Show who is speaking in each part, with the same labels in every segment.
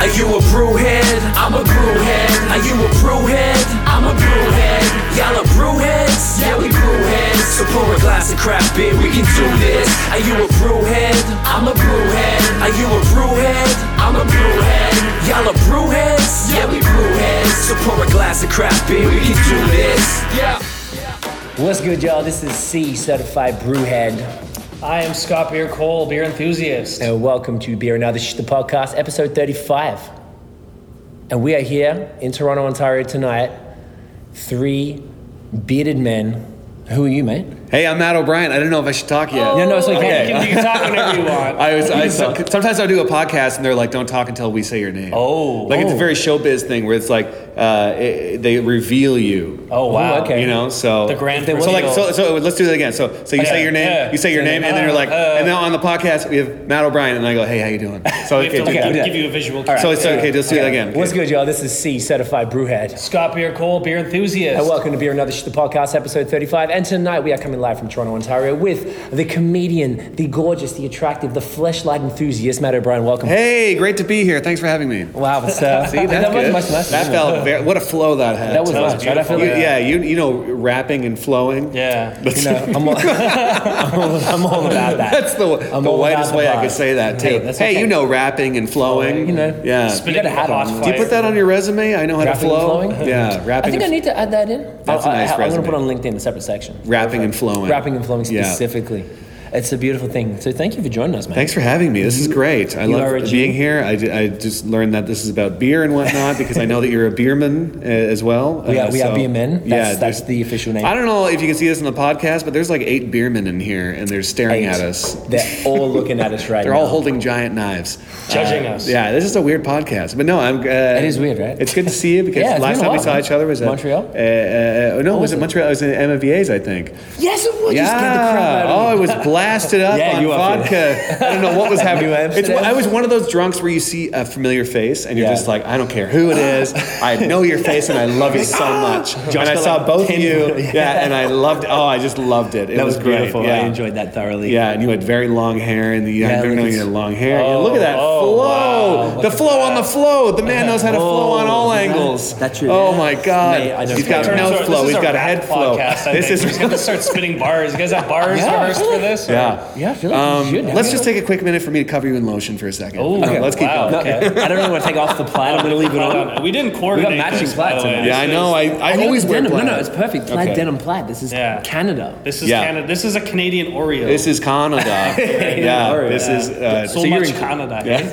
Speaker 1: Are you a brew head? I'm a brew head. Are you a brew head? I'm a brew head. Y'all are brew heads? Yeah, we brew heads. So pour a glass of craft beer, we can do this. Are you a brew head? I'm a brew head. Are you a brew head? I'm a brew head. Y'all are brew heads? Yeah, we brew heads. So pour a glass of craft beer, we can do this. Yeah.
Speaker 2: What's good, y'all? This is C Certified Brewhead,
Speaker 3: I am Scott Beer Cole, beer enthusiast.
Speaker 2: and welcome to Beer and Other Shit, the podcast, episode 35. And we are here in Toronto, Ontario tonight. Three bearded men. Who are you, mate?
Speaker 4: Hey, I'm Matt O'Brien. I don't know if I should talk yet.
Speaker 2: No, no, it's
Speaker 3: You
Speaker 2: okay.
Speaker 3: can, you can talk whenever you want.
Speaker 4: I was, I so- sometimes I do a podcast and they're like, "Don't talk until we say your name."
Speaker 3: Oh.
Speaker 4: like it's a very showbiz thing where it's like uh, it, they reveal you.
Speaker 3: oh wow.
Speaker 2: Ooh, okay.
Speaker 4: You know, so
Speaker 3: The grand Oh,
Speaker 4: so like so, so let's do that again. So so you
Speaker 3: Yeah,
Speaker 4: say your name,
Speaker 3: yeah.
Speaker 4: you say your
Speaker 3: Say
Speaker 4: name,
Speaker 3: your
Speaker 4: and then
Speaker 3: name.
Speaker 4: you're like,
Speaker 3: Uh,
Speaker 4: and now on the podcast we have Matt O'Brien, and I go, "Hey, how you doing?" So
Speaker 3: We have to
Speaker 4: okay,
Speaker 3: give-
Speaker 2: okay,
Speaker 3: give,
Speaker 2: yeah.
Speaker 3: you a visual.
Speaker 4: so it's okay. Let's do that again.
Speaker 2: What's good, y'all? This is C Certified Brewhead.
Speaker 3: Scott Beer Cole, beer enthusiast.
Speaker 2: And welcome to Beer and Other Shit, the podcast, episode 35. And tonight we are coming live from Toronto, Ontario with the comedian, the gorgeous, the attractive, the fleshlight enthusiast, Matt O'Brien. Welcome.
Speaker 4: Hey, great to be here. Thanks for having me.
Speaker 2: Wow, that's, uh,
Speaker 4: See, that's
Speaker 2: that was
Speaker 4: good.
Speaker 2: much nicer.
Speaker 4: that felt very, what a flow that had.
Speaker 2: That was
Speaker 3: That was
Speaker 2: nice, right? I feel like,
Speaker 3: beautiful.
Speaker 4: You- yeah, you you know rapping and flowing.
Speaker 3: Yeah.
Speaker 2: you know, I'm all, I'm all- I'm all about that.
Speaker 4: That's the,
Speaker 2: I'm
Speaker 4: the
Speaker 2: all
Speaker 4: whitest
Speaker 2: about the
Speaker 4: way I
Speaker 2: vibe.
Speaker 4: could say that too.
Speaker 2: Hey,
Speaker 4: Hey,
Speaker 2: that's okay.
Speaker 4: you know rapping and flowing.
Speaker 2: You know.
Speaker 4: yeah.
Speaker 3: Spin
Speaker 2: You got a
Speaker 3: it with
Speaker 2: hat
Speaker 3: the hot
Speaker 2: on.
Speaker 4: Do you put that on your resume? I know
Speaker 2: Rapping
Speaker 4: how to
Speaker 2: and
Speaker 4: flow.
Speaker 2: flowing?
Speaker 4: Yeah,
Speaker 2: I
Speaker 4: rapping.
Speaker 2: think I
Speaker 4: and,
Speaker 2: need to add that in.
Speaker 4: That's a
Speaker 2: I,
Speaker 4: nice
Speaker 2: I, I'm going
Speaker 4: resume.
Speaker 2: to put on LinkedIn a separate section.
Speaker 4: rapping and flowing.
Speaker 2: Rapping and flowing
Speaker 4: Yeah.
Speaker 2: specifically. It's a beautiful thing. So thank you for joining us, man.
Speaker 4: Thanks for having me. This is great. I
Speaker 2: you are a
Speaker 4: love
Speaker 2: G.
Speaker 4: being here. I, ju- I just learned that this is about beer and whatnot because I know that you're a beerman uh, as well.
Speaker 2: We are- we are beermen. That's-
Speaker 4: yeah,
Speaker 2: that's
Speaker 4: there's-
Speaker 2: the official name.
Speaker 4: I don't know if you can see this in the podcast, but there's like eight beermen in here and they're staring
Speaker 2: Eight.
Speaker 4: at us.
Speaker 2: They're all looking at us right
Speaker 4: They're
Speaker 2: now.
Speaker 4: all holding giant knives,
Speaker 3: Judging
Speaker 4: Uh,
Speaker 3: us.
Speaker 4: Yeah, this is a weird podcast, but no, I'm. Uh, it
Speaker 2: is weird, right?
Speaker 4: It's good to see you because
Speaker 2: Yeah, it's
Speaker 4: last
Speaker 2: been a
Speaker 4: time we
Speaker 2: while,
Speaker 4: saw
Speaker 2: man.
Speaker 4: each other was at
Speaker 2: Montreal?
Speaker 4: Uh, uh, uh, no, was it
Speaker 2: it?
Speaker 4: Montreal? It was in MVA's, I think.
Speaker 2: Yes, it would. Just get the crap
Speaker 4: Yeah.
Speaker 2: out of
Speaker 4: Oh,
Speaker 2: me.
Speaker 4: I was blasted up
Speaker 2: Yeah,
Speaker 4: on
Speaker 2: you are
Speaker 4: vodka. I don't know what was happening.
Speaker 2: New
Speaker 4: It's,
Speaker 2: Amsterdam?
Speaker 4: I was one of those drunks where you see a familiar face and you're
Speaker 2: Yeah.
Speaker 4: just like, I don't care who it is. I know your face and I love you so much. and I
Speaker 2: got
Speaker 4: saw
Speaker 2: like
Speaker 4: both of
Speaker 2: 10
Speaker 4: you. Yeah, and I loved. Oh, I just loved it. It
Speaker 2: That was,
Speaker 4: great.
Speaker 2: beautiful.
Speaker 4: Yeah.
Speaker 2: I enjoyed that thoroughly.
Speaker 4: Yeah, and you had very long hair, and the young
Speaker 2: Yeah,
Speaker 4: yeah,
Speaker 2: look
Speaker 4: know
Speaker 2: at-
Speaker 4: you had long hair.
Speaker 3: Oh,
Speaker 4: Yeah, look at that
Speaker 3: oh,
Speaker 4: flow,
Speaker 3: wow,
Speaker 4: the
Speaker 3: look at
Speaker 4: flow on
Speaker 3: that.
Speaker 4: the flow. The man knows how to flow on all
Speaker 2: Oh, that-
Speaker 4: angles.
Speaker 2: that's your-
Speaker 4: Oh my God,
Speaker 2: Mate, I know
Speaker 4: he's
Speaker 2: you.
Speaker 4: got
Speaker 2: Turns
Speaker 4: mouth flow, he's got head flow.
Speaker 3: this is. We're going to
Speaker 4: This is
Speaker 3: start spinning bars. You guys have bars
Speaker 2: Yeah.
Speaker 3: rehearsed for this?
Speaker 4: yeah.
Speaker 2: Yeah, I feel like you
Speaker 4: Um,
Speaker 2: should have
Speaker 4: let's
Speaker 2: it.
Speaker 4: just take a quick minute for me to cover you in lotion for a second.
Speaker 3: Oh,
Speaker 4: Uh, let's keep
Speaker 3: wow.
Speaker 4: going.
Speaker 2: No,
Speaker 3: Okay.
Speaker 2: I don't really want to take off the plaid. I'm going to leave it
Speaker 3: Hold
Speaker 2: on.
Speaker 3: on. We didn't coordinate.
Speaker 2: matching
Speaker 3: this,
Speaker 2: plaid
Speaker 3: by the way.
Speaker 2: tonight.
Speaker 4: Yeah, I know. I, I,
Speaker 2: I know
Speaker 4: always
Speaker 2: it's
Speaker 4: wear
Speaker 2: denim.
Speaker 4: plaid.
Speaker 2: No, no, it's perfect. Plaid
Speaker 4: Okay.
Speaker 2: denim plaid. This is
Speaker 3: Yeah.
Speaker 2: Canada.
Speaker 3: This is
Speaker 4: Yeah.
Speaker 3: Canada. This is a Canadian Oreo.
Speaker 4: This is Canada. yeah,
Speaker 2: Alright.
Speaker 4: this is. Uh,
Speaker 3: so,
Speaker 2: so you're
Speaker 3: much
Speaker 2: in-
Speaker 3: Canada.
Speaker 4: yeah.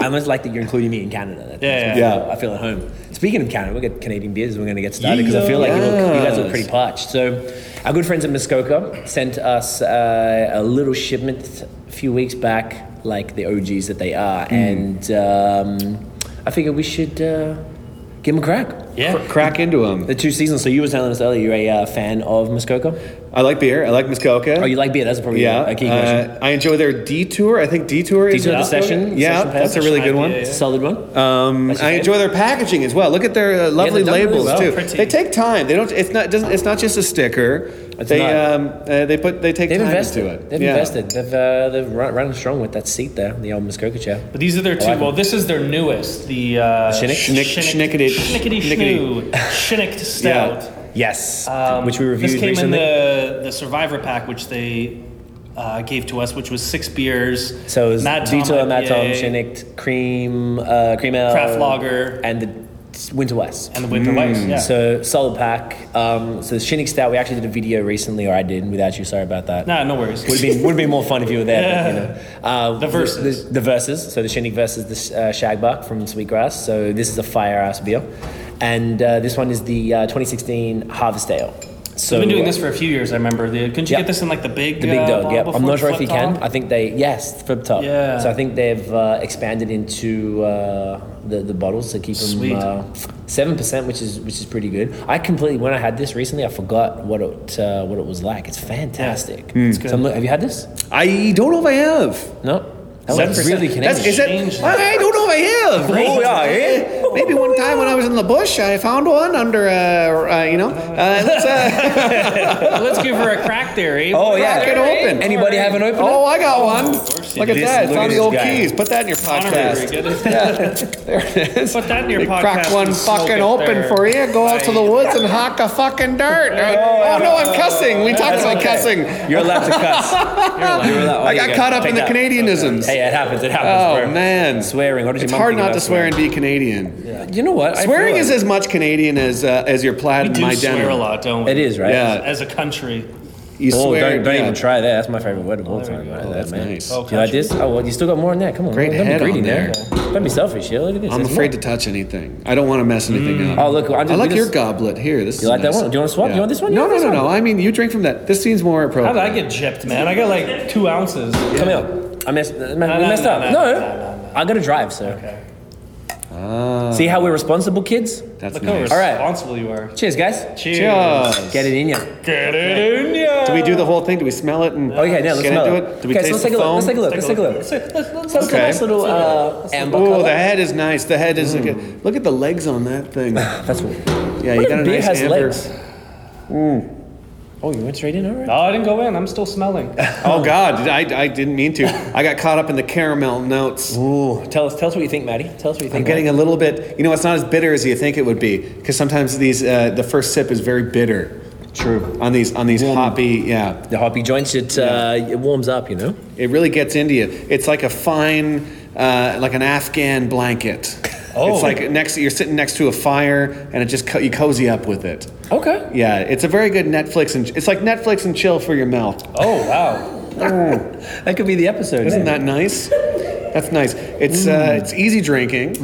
Speaker 2: I almost like that you're including me in Canada. That-
Speaker 3: Yeah,
Speaker 2: that's
Speaker 4: yeah.
Speaker 2: good. I feel at home. Speaking of Canada, we'll get Canadian beers. We're going to get started because I feel like you, all, you guys are
Speaker 4: Yes.
Speaker 2: pretty parched. So, our good friends at Muskoka sent us uh, a little shipment a few weeks back, like the OGs that they are,
Speaker 4: Hmm.
Speaker 2: and um, I figured we should uh, give them a crack.
Speaker 3: Yeah.
Speaker 4: Crack into them.
Speaker 2: The two seasons. So you were telling us earlier you're a uh, fan of Muskoka.
Speaker 4: I like beer. I like Muskoka.
Speaker 2: Oh, you like beer? That's probably
Speaker 4: Yeah,
Speaker 2: a key question.
Speaker 4: uh, I enjoy their detour. I think detour is
Speaker 2: Detour
Speaker 4: their
Speaker 2: the session?
Speaker 4: Yeah,
Speaker 2: Session
Speaker 4: that's a
Speaker 2: pass?
Speaker 4: really good
Speaker 3: Session
Speaker 4: one.
Speaker 3: IPA, yeah.
Speaker 2: Solid one.
Speaker 4: Um,
Speaker 2: That's your
Speaker 4: I
Speaker 2: favorite?
Speaker 4: enjoy their packaging as well. Look at their uh, lovely
Speaker 2: they've done really
Speaker 4: labels
Speaker 2: well.
Speaker 4: too.
Speaker 3: Pretty.
Speaker 4: They take time. They don't. It's not. it Doesn't. It's not just a sticker. they
Speaker 2: not.
Speaker 4: um, uh, they put. They take
Speaker 2: They've
Speaker 4: time
Speaker 2: invested.
Speaker 4: into it.
Speaker 2: They've
Speaker 4: Yeah.
Speaker 2: invested. They've uh, they've run, running strong with that seat there, the old Muskoka chair.
Speaker 3: But these are their two.
Speaker 2: like
Speaker 3: well, this is their newest. The uh,
Speaker 2: Shinnick?
Speaker 4: Schnick- schnickety-
Speaker 3: schnickety
Speaker 4: schnickety.
Speaker 3: schmoo, Shinnick stout,
Speaker 2: Yes,
Speaker 3: um,
Speaker 2: which we reviewed
Speaker 3: This came
Speaker 2: recently.
Speaker 3: in the the Survivor pack, which they uh, gave to us, which was six beers.
Speaker 2: so it was
Speaker 3: Mad Tom
Speaker 2: Detour, Mad Tom,
Speaker 3: IPA,
Speaker 2: Shinnick, Cream, uh, Cream Ale,
Speaker 3: Craft Lager.
Speaker 2: and the Winter West.
Speaker 3: and the Winter Weiss. Yeah.
Speaker 2: Mm, So solid pack. Um, so the Shinnick Stout. We actually did a video recently, or I did without you. Sorry about that.
Speaker 3: nah, no worries.
Speaker 2: Would have been would have been more fun if you were there. But, you know. uh,
Speaker 3: The verses.
Speaker 2: the, the verses. So the Shindig versus the Sh- uh, Shagbuck from Sweetgrass. So this is a fire ass beer, and uh, this one is the uh, 2016 Harvest Ale. So uh,
Speaker 3: We've been doing this for a few years. I remember. The, couldn't you
Speaker 2: Yeah.
Speaker 3: get this in like the big
Speaker 2: the big
Speaker 3: uh,
Speaker 2: dog.
Speaker 3: bottle
Speaker 2: Yeah,
Speaker 3: before
Speaker 2: I'm not sure if you
Speaker 3: flip
Speaker 2: can.
Speaker 3: top?
Speaker 2: I think they yes flip top.
Speaker 3: Yeah.
Speaker 2: So I think they've uh, expanded into uh, the the bottles to keep
Speaker 3: Sweet.
Speaker 2: them seven percent, which is which is pretty good. I completely when I had this recently, I forgot what it uh, what it was like. It's fantastic.
Speaker 3: it's
Speaker 2: So
Speaker 3: good.
Speaker 2: I'm look- have you had this?
Speaker 4: I don't know if I have.
Speaker 2: No. That was really Canadian.
Speaker 4: That's, is that,
Speaker 3: Change that.
Speaker 4: I don't know if I have.
Speaker 2: Oh, yeah, eh?
Speaker 4: Maybe one time when I was in the bush, I found one under, uh, uh, you know, uh, let's uh,
Speaker 3: Let's give her a crack there, eh?
Speaker 2: Oh yeah,
Speaker 4: crack it open.
Speaker 2: Anybody have an opener?
Speaker 4: Oh, I got one.
Speaker 3: course you
Speaker 4: Look at
Speaker 2: do.
Speaker 4: that.
Speaker 2: This-
Speaker 4: It's
Speaker 2: look
Speaker 4: on
Speaker 2: at
Speaker 4: the
Speaker 2: this
Speaker 4: old
Speaker 2: guy.
Speaker 4: keys. Put that in your
Speaker 3: Honorary,
Speaker 4: podcast.
Speaker 3: get it?
Speaker 4: There it is.
Speaker 3: Put that in your
Speaker 4: We
Speaker 3: podcast
Speaker 4: Crack one
Speaker 3: and smoke
Speaker 4: fucking
Speaker 3: it
Speaker 4: open
Speaker 3: there.
Speaker 4: for you. Go out to the
Speaker 3: Right.
Speaker 4: woods and hock a fucking dart. Oh, no, I'm cussing. We talked about cussing.
Speaker 2: You're allowed to cuss. You're allowed. You're allowed. Oh, there
Speaker 4: I got
Speaker 2: you go.
Speaker 4: caught up
Speaker 2: Take
Speaker 4: in the
Speaker 2: that.
Speaker 4: Canadianisms.
Speaker 2: Hey, it happens. It happens.
Speaker 4: Oh
Speaker 2: bro.
Speaker 4: man,
Speaker 2: swearing. What does your
Speaker 4: it's
Speaker 2: mom
Speaker 4: hard
Speaker 2: think
Speaker 4: not
Speaker 2: about
Speaker 4: to swear and be Canadian.
Speaker 2: You know what? I
Speaker 4: Swearing
Speaker 2: feel
Speaker 4: is
Speaker 2: like-
Speaker 4: as much Canadian as uh, as your plaid
Speaker 3: We
Speaker 4: and
Speaker 3: do
Speaker 4: my
Speaker 3: swear a
Speaker 4: denim.
Speaker 3: lot, don't we?
Speaker 2: It is right.
Speaker 4: Yeah.
Speaker 3: As a country.
Speaker 4: You
Speaker 2: Oh,
Speaker 4: swear.
Speaker 2: don't, don't
Speaker 4: yeah.
Speaker 2: even try that. That's my favorite word of all time. Right? That's man.
Speaker 4: nice.
Speaker 2: Do you like this? Oh, well, you still got more than that. Come on.
Speaker 4: Great
Speaker 2: man. don't
Speaker 4: head
Speaker 2: be
Speaker 4: on
Speaker 2: greedy
Speaker 4: there.
Speaker 2: Now. Don't be selfish. Yeah. Look at this.
Speaker 4: I'm
Speaker 2: There's
Speaker 4: afraid to
Speaker 2: more.
Speaker 4: touch anything. I don't want to mess anything up.
Speaker 2: Oh, look, I'm just-
Speaker 4: I like
Speaker 2: we
Speaker 4: your
Speaker 2: just-
Speaker 4: goblet here. This
Speaker 2: You
Speaker 4: is
Speaker 2: like that
Speaker 4: nice.
Speaker 2: one? Do you want to swap? You want this one? You
Speaker 4: No,
Speaker 2: want
Speaker 4: no,
Speaker 2: this
Speaker 4: no,
Speaker 2: one?
Speaker 4: no. I mean, you drink from that. This seems more
Speaker 3: How
Speaker 4: appropriate.
Speaker 3: did I get gypped, man? I got like two ounces.
Speaker 2: Come here. I messed. man, we
Speaker 3: no,
Speaker 2: messed
Speaker 3: no,
Speaker 2: up.
Speaker 3: no,
Speaker 2: No.
Speaker 3: no, no, no.
Speaker 2: I gotta drive, sir.
Speaker 3: Okay.
Speaker 4: Ah.
Speaker 2: See how we're responsible kids?
Speaker 4: That's
Speaker 3: Look
Speaker 4: nice.
Speaker 3: how
Speaker 2: All right.
Speaker 3: responsible you are.
Speaker 2: Cheers, guys.
Speaker 3: Cheers.
Speaker 4: Cheers.
Speaker 2: Get it in ya.
Speaker 3: Get it in ya.
Speaker 4: Do we do the whole thing? Do we smell it? And
Speaker 2: Okay, now Oh, let's
Speaker 4: get
Speaker 2: smell
Speaker 4: into
Speaker 2: it.
Speaker 4: it? Do we
Speaker 2: okay, so
Speaker 4: taste
Speaker 2: let's take a
Speaker 4: the
Speaker 2: look.
Speaker 4: foam?
Speaker 2: Let's take a look. Let's take a look. Let's
Speaker 3: Let's, let's, let's,
Speaker 2: That's a
Speaker 4: Okay.
Speaker 2: nice little uh, amber
Speaker 4: Oh,
Speaker 2: color.
Speaker 4: the head is nice. The head is. Like a, look at the legs on that thing. Yeah,
Speaker 2: That's what.
Speaker 4: you
Speaker 2: Mm. What if
Speaker 4: got a
Speaker 2: beer
Speaker 4: nice
Speaker 2: has
Speaker 4: amber.
Speaker 2: legs? Oh, you went straight in, all right.
Speaker 3: No, I didn't go in. I'm still smelling.
Speaker 4: Oh God, I, I didn't mean to. I got caught up in the caramel notes.
Speaker 2: Ooh, tell us, tell us what you think, Maddie. Tell us what you think.
Speaker 4: I'm getting a little bit. You know, it's not as bitter as you think it would be because sometimes these uh, the first sip is very bitter. True. On these on these hoppy, yeah,
Speaker 2: the hoppy joints. It uh, it warms up, you know.
Speaker 4: it really gets into you. It's like a fine, uh, like an Afghan blanket.
Speaker 2: Oh.
Speaker 4: It's like next you're sitting next to a fire and it just co- you cozy up with it.
Speaker 2: Okay.
Speaker 4: Yeah, it's a very good Netflix and it's like Netflix and chill for your mouth.
Speaker 2: Oh wow, that could be the episode.
Speaker 4: Isn't
Speaker 2: name.
Speaker 4: that nice? That's nice. It's uh, it's easy drinking.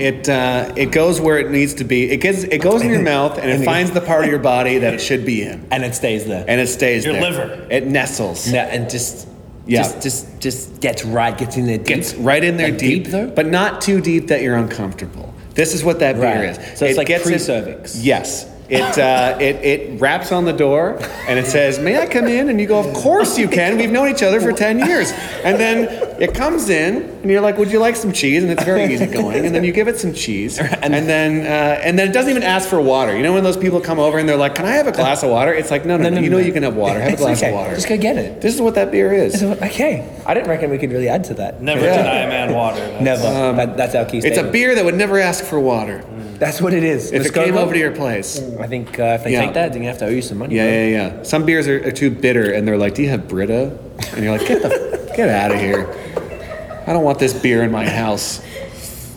Speaker 4: It uh, it goes where it needs to be. It gets it goes in your mouth and it finds the part of your body that it should be in,
Speaker 2: and it stays there.
Speaker 4: and it stays
Speaker 3: Your
Speaker 4: there.
Speaker 3: liver.
Speaker 4: It nestles.
Speaker 2: Yeah, and just,
Speaker 4: Yeah.
Speaker 2: just, just, just gets right, gets in there, deep.
Speaker 4: Gets right in there
Speaker 2: And deep,
Speaker 4: deep,
Speaker 2: though?
Speaker 4: but not too deep that you're uncomfortable. This is what that beer
Speaker 2: Right.
Speaker 4: is.
Speaker 2: So it's like
Speaker 4: in-
Speaker 2: pre-cervix.
Speaker 4: Yes. It, uh, it it raps on the door and it says, "May I come in?" And you go, "Of course you can. We've known each other for ten years." And then it comes in and you're like, "Would you like some cheese?" And it's very easy going. And then you give it some cheese and, then uh, and then it doesn't even ask for water. You know when those people come over and they're like, "Can I have a glass of water?" It's like, "No, no, no.
Speaker 2: no,
Speaker 4: you
Speaker 2: no,
Speaker 4: know
Speaker 2: no.
Speaker 4: you can have water. Have a
Speaker 2: It's
Speaker 4: glass
Speaker 2: okay.
Speaker 4: of water."
Speaker 2: Just go get it.
Speaker 4: This is what that beer is.
Speaker 2: So, okay, I didn't reckon we could really add to that.
Speaker 3: Never
Speaker 4: Yeah.
Speaker 3: deny a man water. That's-
Speaker 2: Never. that, that's our key.
Speaker 4: It's a
Speaker 2: statement.
Speaker 4: beer that would never ask for water.
Speaker 2: That's what it is.
Speaker 4: If
Speaker 2: Let's
Speaker 4: it
Speaker 2: go,
Speaker 4: came
Speaker 2: go.
Speaker 4: over to your place.
Speaker 2: I think uh, if they
Speaker 4: Yeah.
Speaker 2: take that, they're gonna have to owe you some money.
Speaker 4: Yeah,
Speaker 2: bro.
Speaker 4: yeah, yeah. Some beers are, are too bitter, and they're like, "Do you have Brita?" And you're like, "Get the get out of here! I don't want this beer in my house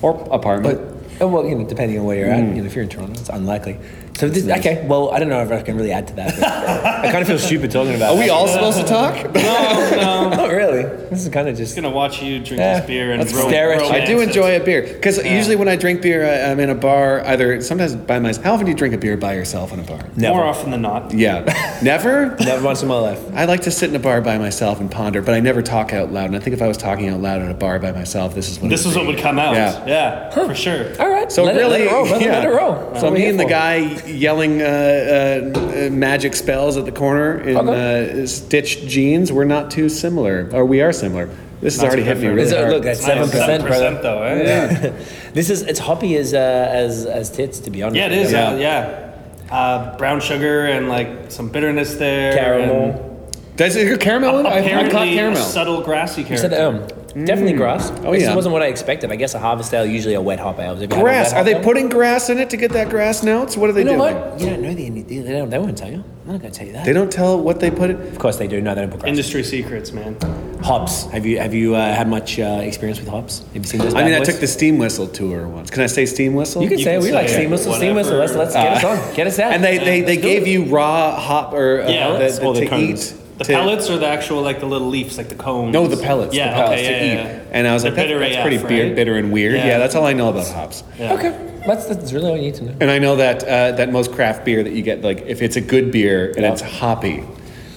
Speaker 4: or apartment."
Speaker 2: Oh, well, you know, depending on where you're
Speaker 4: Mm.
Speaker 2: at, you know, if you're in Toronto, it's unlikely. So this, okay, well, I don't know if I can really add to that. but I kind of feel stupid talking about.
Speaker 4: are we
Speaker 2: that.
Speaker 4: all supposed to talk?
Speaker 2: Um, Not really. This is kind of just.
Speaker 3: I'm gonna watch you drink
Speaker 2: Yeah.
Speaker 3: this beer and
Speaker 2: Let's
Speaker 3: ro-
Speaker 2: stare at you.
Speaker 4: I do enjoy a beer because usually when I drink beer, I, I'm in a bar. Either sometimes by myself. How often do you drink a beer by yourself in a bar?
Speaker 2: Never.
Speaker 3: More often than not.
Speaker 4: Yeah, never.
Speaker 2: Never once in my life.
Speaker 4: I like to sit in a bar by myself and ponder, but I never talk out loud. And I think if I was talking out loud in a bar by myself, this is what
Speaker 3: This
Speaker 4: it would
Speaker 3: is what would come out.
Speaker 4: Yeah.
Speaker 3: Yeah, for sure.
Speaker 2: All right.
Speaker 4: So
Speaker 2: let
Speaker 4: really,
Speaker 2: it, let it roll, brother,
Speaker 4: yeah.
Speaker 2: let it roll.
Speaker 4: So
Speaker 2: What
Speaker 4: me
Speaker 2: we
Speaker 4: and the
Speaker 2: here
Speaker 4: guy yelling uh, uh, uh, magic spells at the corner in
Speaker 2: Okay.
Speaker 4: uh, stitched jeans, we're not too similar, or we are similar. This has already hit me
Speaker 2: for?
Speaker 4: really
Speaker 2: Is it-
Speaker 4: hard.
Speaker 2: look, that's
Speaker 3: It's nice.
Speaker 2: seven percent, brother.
Speaker 3: though. Eh? Yeah.
Speaker 2: This is it's hoppy as uh, as as tits, to be honest.
Speaker 3: yeah, it is.
Speaker 4: Yeah.
Speaker 3: Yeah, yeah. Uh, brown sugar and like some bitterness there. and
Speaker 2: Caramel.
Speaker 4: Does it your caramel in? I, I caught
Speaker 3: Apparently, a
Speaker 4: caramel.
Speaker 3: subtle grassy
Speaker 2: You said
Speaker 3: character.
Speaker 2: um, definitely grass.
Speaker 4: Oh,
Speaker 2: this
Speaker 4: yeah.
Speaker 2: wasn't what I expected. I guess a harvest ale usually a wet hop ale. Have you had a
Speaker 4: Grass.
Speaker 2: wet
Speaker 4: Are
Speaker 2: hop
Speaker 4: they
Speaker 2: ale?
Speaker 4: putting grass in it to get that grass notes? What are they
Speaker 2: You know
Speaker 4: doing?
Speaker 2: what? You don't know the any. They don't. They won't tell you. I'm not gonna tell you that.
Speaker 4: They don't tell what they put it.
Speaker 2: Of course they do. No, they don't put grass.
Speaker 3: Industry secrets, man.
Speaker 2: Hops. Have you have you uh, had much uh, experience with hops? Have you seen those?
Speaker 4: I
Speaker 2: bad
Speaker 4: mean, I
Speaker 2: boys?
Speaker 4: took the steam whistle tour once. Can I say steam whistle?
Speaker 2: You can
Speaker 3: You
Speaker 2: say Uh,
Speaker 3: can
Speaker 2: we
Speaker 3: say
Speaker 2: like
Speaker 3: it.
Speaker 2: seamless. Seamless.
Speaker 3: Whatever.
Speaker 2: Let's let's get us on. Get us out.
Speaker 4: and they, they, they
Speaker 2: Let's do
Speaker 4: gave
Speaker 2: it.
Speaker 4: you raw hop or uh,
Speaker 3: Yeah,
Speaker 4: the-
Speaker 3: that's
Speaker 4: the-
Speaker 2: all they
Speaker 4: to
Speaker 2: kind of-
Speaker 4: eat.
Speaker 3: The
Speaker 4: to-
Speaker 3: pellets or the actual like the little leaves, like the cones.
Speaker 4: No, the pellets.
Speaker 3: Yeah,
Speaker 4: the pellets
Speaker 3: okay,
Speaker 4: to
Speaker 3: yeah,
Speaker 4: eat.
Speaker 3: yeah, yeah.
Speaker 4: And I was
Speaker 3: The
Speaker 4: like, that-
Speaker 3: bitter
Speaker 4: that's
Speaker 3: AF,
Speaker 4: pretty beer-
Speaker 3: right?
Speaker 4: bitter and weird. Yeah.
Speaker 3: Yeah.
Speaker 4: that's all I know about hops.
Speaker 3: Yeah.
Speaker 2: Okay. That's that's really all you need to know.
Speaker 4: And I know that uh, that most craft beer that you get, like if it's a good beer and it's hoppy.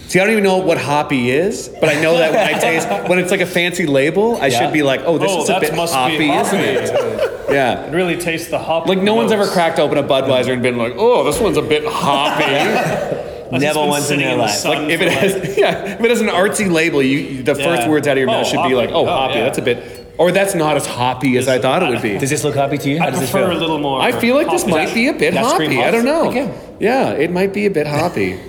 Speaker 4: See, I don't even know what hoppy is, but I know that when I taste when it's like a fancy label, I should be like, oh, this
Speaker 3: oh,
Speaker 4: is a
Speaker 3: that
Speaker 4: bit
Speaker 3: must
Speaker 4: hoppy,
Speaker 3: be
Speaker 4: isn't it? Yeah.
Speaker 3: It really tastes the hop.
Speaker 4: Like no one's ever
Speaker 3: notes.
Speaker 4: cracked open a Budweiser and been like, oh, this one's a bit hoppy.
Speaker 3: That's just
Speaker 2: Never
Speaker 3: been
Speaker 2: once in
Speaker 3: sitting
Speaker 2: their
Speaker 3: the
Speaker 2: life.
Speaker 3: sun
Speaker 4: Like if
Speaker 3: for
Speaker 4: it has, yeah, if it has an artsy label, you the first
Speaker 3: Yeah.
Speaker 4: words out of your mouth
Speaker 3: Oh,
Speaker 4: should be like,
Speaker 3: hoppy.
Speaker 4: "Oh,
Speaker 3: Oh,
Speaker 4: hoppy."
Speaker 3: yeah.
Speaker 4: That's a bit, or that's not as hoppy as I thought it would be.
Speaker 2: Does this look happy to you? How
Speaker 3: I
Speaker 2: does this
Speaker 3: prefer
Speaker 2: feel?
Speaker 3: a little more.
Speaker 4: I feel like this
Speaker 3: Is
Speaker 4: might
Speaker 3: that-
Speaker 4: be a bit
Speaker 3: that
Speaker 4: hoppy.
Speaker 3: Scream
Speaker 4: I
Speaker 3: Hops?
Speaker 4: don't know.
Speaker 2: Again.
Speaker 4: Yeah, it might be a bit hoppy,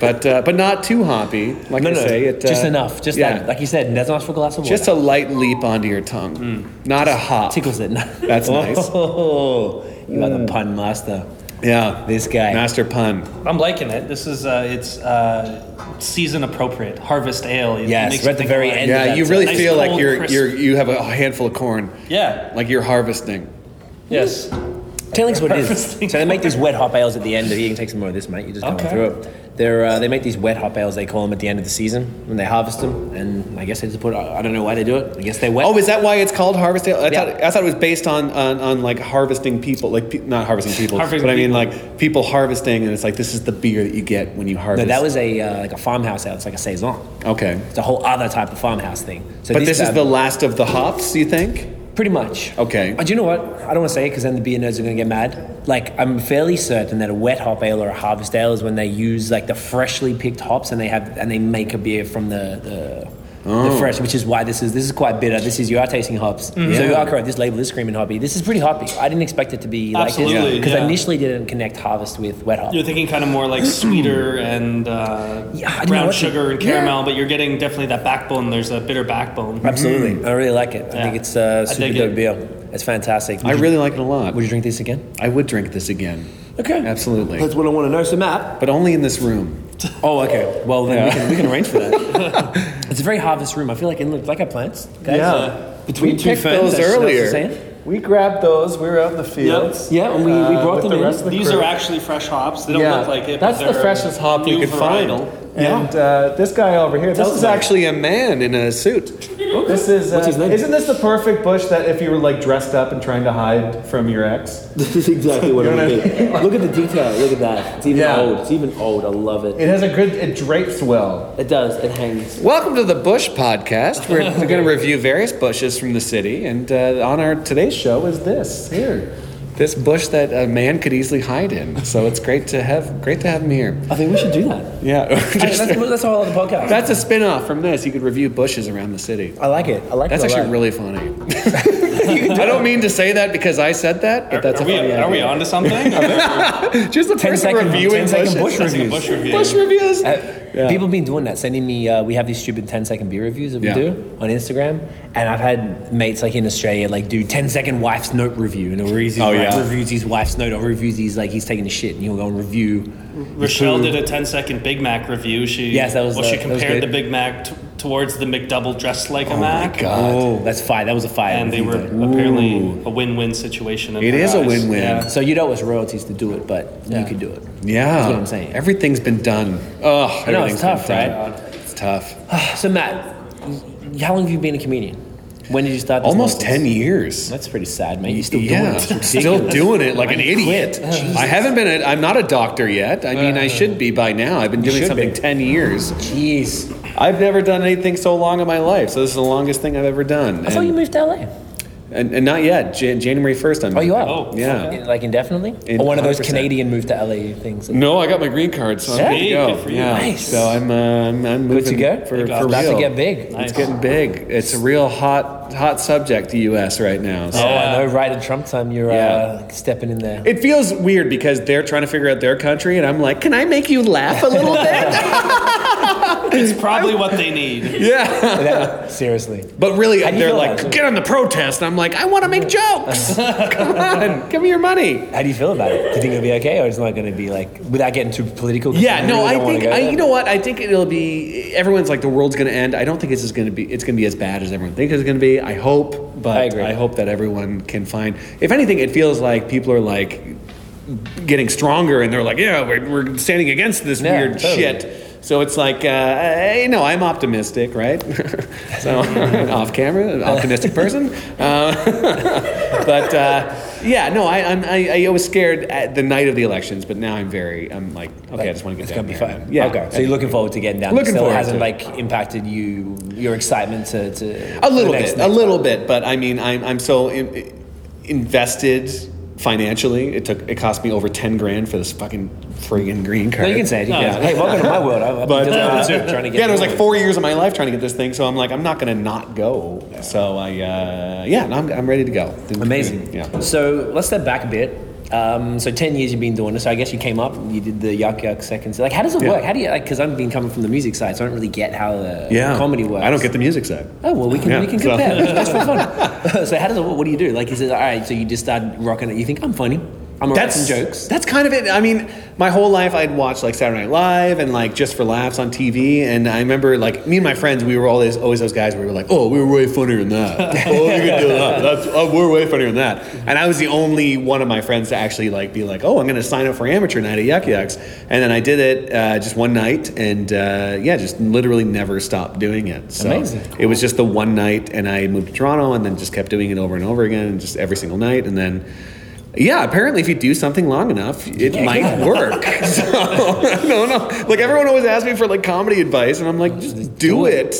Speaker 4: but uh, but not too hoppy. Like
Speaker 2: no,
Speaker 4: I
Speaker 2: no,
Speaker 4: say, it, uh,
Speaker 2: just enough. Just
Speaker 4: yeah.
Speaker 2: that, like you said, that's enough for a glass of water.
Speaker 4: just a light leap onto your tongue,
Speaker 2: Mm.
Speaker 4: not a hop.
Speaker 2: tickles it.
Speaker 4: That's nice.
Speaker 2: Oh, you are the pun master.
Speaker 4: Yeah,
Speaker 2: This guy.
Speaker 4: master pun.
Speaker 3: I'm liking it. This is uh, it's uh, season appropriate. Harvest ale. It
Speaker 2: Yes,
Speaker 3: makes
Speaker 2: we're
Speaker 3: you
Speaker 2: at the
Speaker 3: think
Speaker 2: very
Speaker 3: about it.
Speaker 2: end.
Speaker 4: Yeah,
Speaker 2: that's
Speaker 4: you
Speaker 2: a
Speaker 4: really
Speaker 3: nice
Speaker 4: feel like
Speaker 3: cold
Speaker 4: you're
Speaker 3: crisp.
Speaker 4: you're you have a handful of corn,
Speaker 3: Yeah.
Speaker 4: like you're harvesting.
Speaker 3: Yes.
Speaker 2: Tell us what it is. So
Speaker 3: Harvesting.
Speaker 2: they make these wet hop ales at the end. You can take some more of this, mate. You just okay.
Speaker 3: Okay.
Speaker 2: through it. They're, uh, they make these wet hop ales. They call them at the end of the season when they harvest them, and I guess they just put. I don't know why they do it. I guess they wet.
Speaker 4: Oh, is that why it's called harvesting? I,
Speaker 2: Yeah.
Speaker 4: thought, I thought it was based on, on, on like harvesting people, like pe- not harvesting people,
Speaker 3: Harvesting
Speaker 4: but I mean
Speaker 3: people.
Speaker 4: like people harvesting, and it's like this is the beer that you get when you
Speaker 2: no,
Speaker 4: harvest.
Speaker 2: that was a uh, like a farmhouse ale. It's like a saison.
Speaker 4: okay.
Speaker 2: It's a whole other type of farmhouse thing. So
Speaker 4: But this is
Speaker 2: um,
Speaker 4: the last of the hops, you think?
Speaker 2: Pretty much.
Speaker 4: Okay.
Speaker 2: Uh, do you know what? I don't want to say it because then the beer nerds are going to get mad. Like, I'm fairly certain that a wet hop ale or a harvest ale is when they use like the freshly picked hops and they have and they make a beer from the the, the fresh, which is why this is this is quite bitter. This is you are tasting hops, so you
Speaker 4: Yeah.
Speaker 2: are correct. This label is screaming hoppy. This is pretty hoppy. I didn't expect it to be like this
Speaker 3: Absolutely,
Speaker 2: because I
Speaker 3: yeah.
Speaker 2: initially didn't connect harvest with wet hop.
Speaker 3: You're thinking kind of more like sweeter and uh,
Speaker 2: Yeah, I know
Speaker 3: brown
Speaker 2: what you-
Speaker 3: sugar and caramel, but you're getting definitely that backbone. There's a bitter backbone.
Speaker 2: Absolutely, Mm-hmm. I really like it. I
Speaker 3: Yeah.
Speaker 2: think it's uh,
Speaker 3: I
Speaker 2: super
Speaker 3: dig
Speaker 2: dope
Speaker 3: it.
Speaker 2: beer. It's fantastic.
Speaker 4: I really like it a lot.
Speaker 2: would you drink this again?
Speaker 4: I would drink this again,
Speaker 2: Okay,
Speaker 4: Absolutely.
Speaker 2: That's what I want to know. So, Matt,
Speaker 4: but only in this room.
Speaker 2: Oh, okay. Well, then we,
Speaker 4: Yeah.
Speaker 2: can, we can arrange for that. it's a very harvest room. I feel like it looks like our plants. guys.
Speaker 4: Yeah.
Speaker 2: between two
Speaker 4: picked
Speaker 2: ferns.
Speaker 4: those
Speaker 2: that's- that's the
Speaker 4: earlier.
Speaker 2: same.
Speaker 4: We grabbed those. We were out in the fields.
Speaker 2: Yeah, and we, we
Speaker 4: Uh,
Speaker 2: brought
Speaker 4: with
Speaker 2: them
Speaker 4: the
Speaker 2: in.
Speaker 4: rest of the-
Speaker 3: These are actually fresh hops. They don't
Speaker 4: Yeah.
Speaker 3: look like it.
Speaker 4: That's
Speaker 3: but
Speaker 4: the
Speaker 3: they're
Speaker 4: freshest hop we
Speaker 3: new
Speaker 4: could find.
Speaker 3: varietal.
Speaker 5: And uh, this guy over here.
Speaker 4: This is actually a man in a suit.
Speaker 5: This is. Uh,
Speaker 2: What's his name?
Speaker 5: Isn't this the perfect bush that if you were like dressed up and trying to hide from your ex?
Speaker 2: This is exactly what
Speaker 5: You know
Speaker 2: I
Speaker 5: what I
Speaker 2: did. Look at the detail. Look at that. It's even
Speaker 5: Yeah.
Speaker 2: old. It's even old. I love it.
Speaker 5: It has a good. It drapes well.
Speaker 2: It does. It hangs.
Speaker 4: Welcome to the Bush Podcast. We're, we're going to review various bushes from the city, and uh, on our today's show is this here, this bush that a man could easily hide in. So it's great to have great to have him here.
Speaker 2: I think we should do that.
Speaker 4: Yeah,
Speaker 2: Hey, that's, that's a whole other podcast.
Speaker 4: that's a spin-off from this. You could review bushes around the city.
Speaker 2: I like it. I like
Speaker 4: That's
Speaker 2: it. a
Speaker 4: actually
Speaker 2: lot.
Speaker 4: really funny. I don't mean to say that because I said that, but that's
Speaker 3: are,
Speaker 4: a
Speaker 3: we,
Speaker 4: funny
Speaker 3: are we
Speaker 4: idea.
Speaker 3: onto something?
Speaker 4: Just the
Speaker 2: 10
Speaker 4: person
Speaker 2: second-
Speaker 4: reviewing
Speaker 2: 10 second bush
Speaker 4: bushes.
Speaker 2: review.
Speaker 3: That's like a bush review.
Speaker 4: Bush reviews.
Speaker 2: Uh,
Speaker 4: Yeah.
Speaker 2: People have been doing that, sending me. Uh, we have these stupid 10 second beer reviews that we
Speaker 4: Yeah.
Speaker 2: do on Instagram, and I've had mates like in Australia like do 10 second wife's note review, and he'll review his
Speaker 4: Oh,
Speaker 2: wife-
Speaker 4: yeah.
Speaker 2: reviews his wife's note or reviews his like he's taking a shit, and he'll go and review. the
Speaker 3: Rochelle
Speaker 2: food.
Speaker 3: did a 10 second Big Mac review. She
Speaker 2: Yes, that was,
Speaker 3: well,
Speaker 2: uh,
Speaker 3: she
Speaker 2: that was
Speaker 3: compared
Speaker 2: good.
Speaker 3: the Big Mac t- towards the McDouble dressed like a Mac.
Speaker 2: Oh, that's fire! That was a fire.
Speaker 3: And they
Speaker 2: review
Speaker 3: were
Speaker 2: though.
Speaker 3: apparently a win win situation. in
Speaker 4: It
Speaker 3: her
Speaker 4: is a
Speaker 3: eyes.
Speaker 4: win-win.
Speaker 3: Yeah.
Speaker 2: So you know it's royalties to do it, but you
Speaker 3: Yeah.
Speaker 2: could do it.
Speaker 4: Yeah,
Speaker 2: That's what I'm saying.
Speaker 4: Everything's been done. Oh,
Speaker 2: I know, it's tough, right?
Speaker 4: It's tough.
Speaker 2: So Matt, how long have you been a comedian? When did you start? This
Speaker 4: Almost
Speaker 2: nonsense?
Speaker 4: ten years.
Speaker 2: That's pretty sad, man. You're still doing
Speaker 4: yeah,
Speaker 2: it. It's
Speaker 4: still
Speaker 2: ridiculous.
Speaker 4: doing it like an
Speaker 2: you quit. Uh,
Speaker 4: idiot. I haven't been. A, I'm not a doctor yet. I mean, I should be by now. I've been doing
Speaker 2: should
Speaker 4: something
Speaker 2: be. Oh,
Speaker 4: ten years.
Speaker 2: Jeez.
Speaker 4: I've never done anything so long in my life. So this is the longest thing I've ever done.
Speaker 2: I thought you
Speaker 4: and,
Speaker 2: moved to LA.
Speaker 4: and, and not yet. Jan- January first. I'm.
Speaker 2: Oh, you are.
Speaker 3: Oh,
Speaker 4: Yeah.
Speaker 2: Okay. Like indefinitely,
Speaker 4: In-
Speaker 2: or one of those
Speaker 4: 100%.
Speaker 2: Canadian move to LA things.
Speaker 4: No, I got my green card, so I'm good to
Speaker 3: Hey,
Speaker 4: go.
Speaker 3: good for you.
Speaker 4: Yeah.
Speaker 2: Nice.
Speaker 4: So I'm. Uh, I'm, I'm moving
Speaker 2: Good to go.
Speaker 4: for,
Speaker 2: It's
Speaker 4: for
Speaker 2: about
Speaker 4: real.
Speaker 2: to get big.
Speaker 3: Nice.
Speaker 4: It's getting big. It's a real hot hot subject, the U.S. right now. So.
Speaker 2: Oh, I know. Right at Trump time, you're
Speaker 4: Yeah.
Speaker 2: uh, stepping in there.
Speaker 4: It feels weird because they're trying to figure out their country, and I'm like, can I make you laugh a little bit?
Speaker 3: It's probably what they need.
Speaker 4: yeah.
Speaker 2: That- seriously.
Speaker 4: But really,
Speaker 2: How do you
Speaker 4: they're
Speaker 2: feel
Speaker 4: like,
Speaker 2: about it?
Speaker 4: get on the protest. I'm like, I want to make jokes. Come on, give me your money.
Speaker 2: How do you feel about it? Do you think it'll be okay, or it's not going to be like without getting too political? 'cause
Speaker 4: Yeah, no,
Speaker 2: really
Speaker 4: I
Speaker 2: don't wanna
Speaker 4: think
Speaker 2: go
Speaker 4: I,
Speaker 2: there.
Speaker 4: you know what? I think it'll be. Everyone's like, the world's gonna end. I don't think it's going to be. It's gonna be as bad as everyone thinks it's gonna be. I hope, but
Speaker 2: I agree.
Speaker 4: hope that everyone can find. If anything, it feels like people are like getting stronger, and they're like, yeah, we're, we're standing against this
Speaker 2: Yeah,
Speaker 4: weird
Speaker 2: totally.
Speaker 4: shit. So it's like, uh, I, no, I'm optimistic, right? so off camera, an optimistic person. Uh, but uh, yeah, no, I, I'm, I, I was scared at the night of the elections, but now I'm very, I'm like, okay, I just want to get
Speaker 2: It's
Speaker 4: down
Speaker 2: gonna be
Speaker 4: there.
Speaker 2: fun.
Speaker 4: Yeah.
Speaker 2: Okay. So you're looking forward to getting down.
Speaker 4: Looking
Speaker 2: so it
Speaker 4: forward
Speaker 2: hasn't
Speaker 4: to it.
Speaker 2: like impacted you your excitement to, to
Speaker 4: a little
Speaker 2: the next
Speaker 4: bit,
Speaker 2: thing?
Speaker 4: a little bit, but I mean, I'm, I'm so in, invested financially. It took it cost me over ten grand for this fucking friggin' green card.
Speaker 2: No, you can say it. You
Speaker 3: No,
Speaker 2: can say it.
Speaker 3: it's-
Speaker 2: Hey, welcome to my world. I've, I've
Speaker 4: But,
Speaker 2: been
Speaker 4: uh,
Speaker 2: doing it, trying to get
Speaker 4: yeah, it was
Speaker 2: going.
Speaker 4: like four years of my life trying to get this thing, so I'm like, I'm not gonna not go. So I, uh, yeah, no, I'm, I'm ready to go.
Speaker 2: Amazing.
Speaker 4: Yeah.
Speaker 2: So let's step back a bit. Um, so ten years you've been doing this. So I guess you came up, you did the yuck yuck seconds. Like, how does it
Speaker 4: Yeah.
Speaker 2: work? How do you like? Because I've been coming from the music side, so I don't really get how the
Speaker 4: Yeah.
Speaker 2: comedy works.
Speaker 4: I don't get the music side.
Speaker 2: Oh well, we can
Speaker 4: Yeah,
Speaker 2: we can
Speaker 4: so-
Speaker 2: compare. That's for fun. so how does it? What do you do? Like, is it all right? So you just start rocking it. You think I'm funny? I'm writing some jokes.
Speaker 4: That's kind of it. I mean, my whole life I'd watch like Saturday Night Live and like Just for Laughs on TV, and I remember like me and my friends, we were always always those guys where we were like, oh, we were way funnier than that. oh, we can do that. That's oh, we're way funnier than that. And I was the only one of my friends to actually like be like, oh, I'm gonna sign up for amateur night at Yuck Yucks, and then I did it uh, just one night, and uh, yeah, just literally never stopped doing it. So
Speaker 2: Amazing.
Speaker 4: it was just the one night, and I moved to Toronto, and then just kept doing it over and over again, and just every single night, and then. Yeah, apparently, if you do something long enough, it might work. so, no, no. Like everyone always asks me for like comedy advice, and I'm like, just do, it.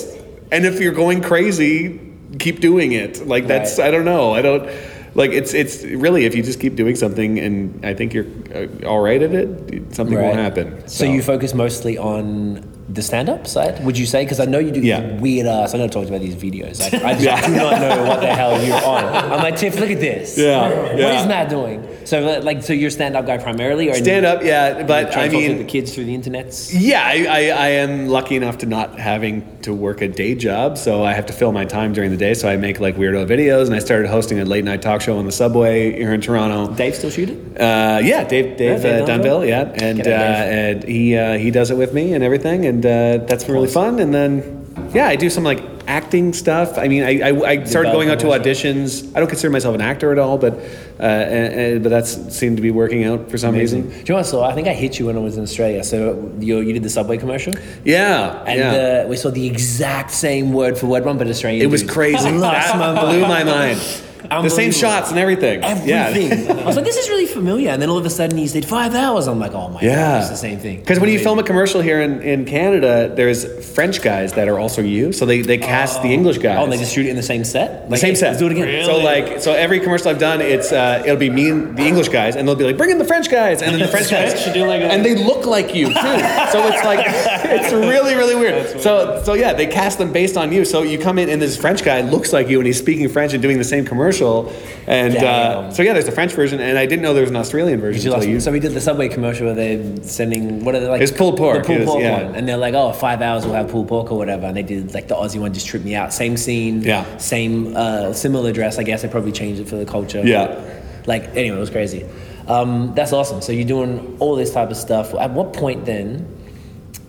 Speaker 4: And if you're going crazy, keep doing it. Like that's
Speaker 2: Right.
Speaker 4: I don't know. I don't like it's it's really if you just keep doing something, and I think you're uh, all right at it, something will happen.
Speaker 2: So. you focus mostly on the stand-up side, would you say? Because I know you do
Speaker 4: Yeah.
Speaker 2: weird ass. I know I talked about these videos. Like, I just do not know what the hell you're on. I'm like, Tiff, look at this.
Speaker 4: Yeah,
Speaker 2: What is
Speaker 4: yeah.
Speaker 2: Matt doing? So like, so you're a stand-up guy primarily, or
Speaker 4: stand up, yeah. But I mean,
Speaker 2: the kids through the internets.
Speaker 4: Yeah, I, I, I am lucky enough to not having to work a day job, so I have to fill my time during the day. So I make like weirdo videos, and I started hosting a late night talk show on the subway here in Toronto.
Speaker 2: Dave still shooting?
Speaker 4: Uh, yeah, Dave Dave
Speaker 2: Dave
Speaker 4: uh,
Speaker 2: Dunville.
Speaker 4: Dunville, yeah, and
Speaker 2: Get it,
Speaker 4: uh,
Speaker 2: Dave.
Speaker 4: and he uh, he does it with me and everything, and uh, that's been really fun. And then yeah, I do some like acting stuff. I mean, I, I, I started going out to auditions. I don't consider myself an actor at all, but uh, uh, uh, but that's seemed to be working out for some
Speaker 2: Do
Speaker 4: reason.
Speaker 2: you know what I saw? I think I hit you when I was in Australia. So you, you did the subway commercial,
Speaker 4: Yeah,
Speaker 2: and
Speaker 4: yeah.
Speaker 2: uh, we saw the exact same word for word one, but Australian.
Speaker 4: It was
Speaker 2: dudes.
Speaker 4: crazy.
Speaker 2: Last month.
Speaker 4: that blew my mind. The same
Speaker 2: Unbelievable.
Speaker 4: shots and everything.
Speaker 2: everything. I was like, this is really familiar. And then all of a sudden he said five hours. I'm like, oh my god,
Speaker 4: Yeah.
Speaker 2: it's the same thing.
Speaker 4: Because when you film a commercial here in, in Canada, there's French guys that are also you. So they, they cast the English guys.
Speaker 2: oh, and they just shoot it in the same set.
Speaker 4: the same set.
Speaker 2: Let's do it again.
Speaker 3: Really?
Speaker 4: So like, so every commercial I've done, it's uh, it'll be me and the English guys, and they'll be like, "Bring in the French guys," and then the French guys
Speaker 3: Should do like a-
Speaker 4: and they look like you too. so it's like, it's really really weird. So so yeah, they cast them based on you. So you come in, and this French guy looks like you, and he's speaking French and doing the same commercial, and uh,
Speaker 2: Damn.
Speaker 4: so yeah, there's a French version, and I didn't know there was an Australian version.
Speaker 2: Did you
Speaker 4: until
Speaker 2: last-
Speaker 4: you-
Speaker 2: so we did the subway commercial where they're sending what are they like?
Speaker 4: It's pulled pork.
Speaker 2: The pulled
Speaker 4: It was-
Speaker 2: pork
Speaker 4: yeah.
Speaker 2: one, and they're like, "Oh, five hours we'll have pulled pork or whatever." And they did like the Aussie one, just tripped me out. Same scene,
Speaker 4: Yeah.
Speaker 2: Same uh, similar dress, I guess. They probably changed it for the culture.
Speaker 4: Yeah.
Speaker 2: Like anyway, it was crazy. Um, that's awesome. So you're doing all this type of stuff. At what point then?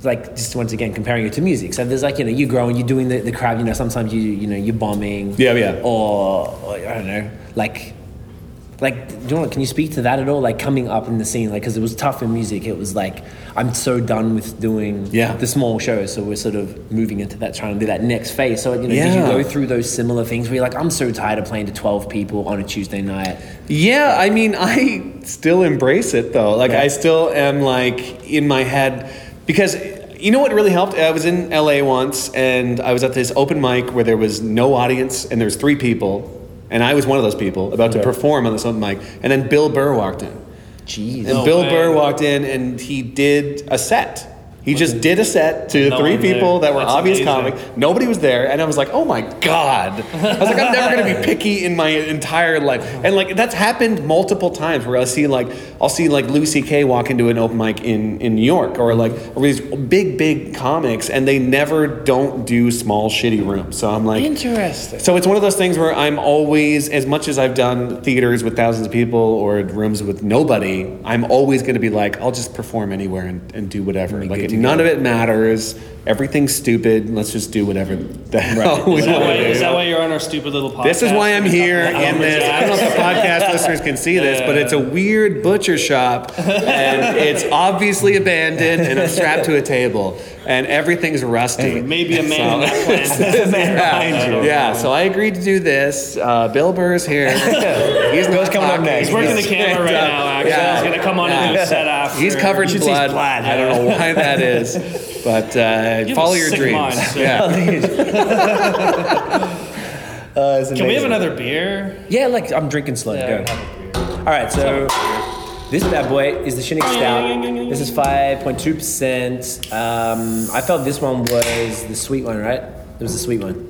Speaker 2: Like just once again comparing it to music. So there's like you know you're growing, you're doing the, the crowd. You know sometimes you you know you're bombing.
Speaker 4: Yeah, yeah.
Speaker 2: Or, or I don't know like like do you know what, can you speak to that at all like coming up in the scene like because it was tough in music it was like i'm so done with doing
Speaker 4: Yeah.
Speaker 2: the small shows so we're sort of moving into that trying to do that next phase so you know did you
Speaker 4: Yeah.
Speaker 2: go through those similar things where you're like i'm so tired of playing to 12 people on a tuesday night
Speaker 4: Yeah, I mean, I still embrace it though. Like,
Speaker 2: Yeah.
Speaker 4: I still am like in my head because you know what really helped? I was in LA once and I was at this open mic where there was no audience and there was three people. And I was one of those people about to perform on this open mic. And then Bill Burr walked in.
Speaker 2: jeez
Speaker 4: And
Speaker 3: No
Speaker 4: Bill
Speaker 3: way.
Speaker 4: Burr walked in and he did a set. He just did a set to
Speaker 3: No
Speaker 4: three
Speaker 3: one there.
Speaker 4: people that were
Speaker 3: That's
Speaker 4: obvious
Speaker 3: amazing.
Speaker 4: comics. Nobody was there, and I was like, "Oh my god!" I was like, "I'm never gonna be picky in my entire life." And like that's happened multiple times where I will see like I'll see like Louis C.K. walk into an open mic in in New York or like or these big big comics, and they never don't do small shitty rooms. So I'm like,
Speaker 3: Interesting.
Speaker 4: so it's one of those things where I'm always, as much as I've done theaters with thousands of people or rooms with nobody, I'm always going to be like, I'll just perform anywhere and, and do whatever. Like it, none of it matters. Everything's stupid. Let's just do whatever the hell we
Speaker 3: Is that, why,
Speaker 4: want to
Speaker 3: is
Speaker 4: do.
Speaker 3: that why you're on our stupid little podcast?
Speaker 4: This is why I'm here in this. I don't know if the podcast listeners can see this, but it's a weird butcher shop, and it's obviously abandoned, and I'm strapped to a table, and everything's rusty.
Speaker 3: Maybe a man. in that plan.
Speaker 4: yeah. Yeah, so I agreed to do this. Uh, Bill Burr's here. He's not coming up next.
Speaker 3: He's working the camera right now. Actually,
Speaker 4: yeah.
Speaker 3: he's gonna come on and do a set after.
Speaker 4: He's covered
Speaker 3: You should
Speaker 4: in
Speaker 3: see his
Speaker 4: blood. I don't know why that is, but uh,
Speaker 3: have
Speaker 4: follow
Speaker 3: a
Speaker 4: your
Speaker 3: sick
Speaker 4: dreams.
Speaker 3: mind, sir.
Speaker 4: yeah.
Speaker 3: Can we have another beer?
Speaker 2: yeah like i'm drinking slow
Speaker 3: Yeah,
Speaker 2: go.
Speaker 3: have a beer.
Speaker 2: All right, so this bad boy is the Shinnick Stout. This is 5.2%. Um, I felt this one was the sweet one, right? It was the sweet one.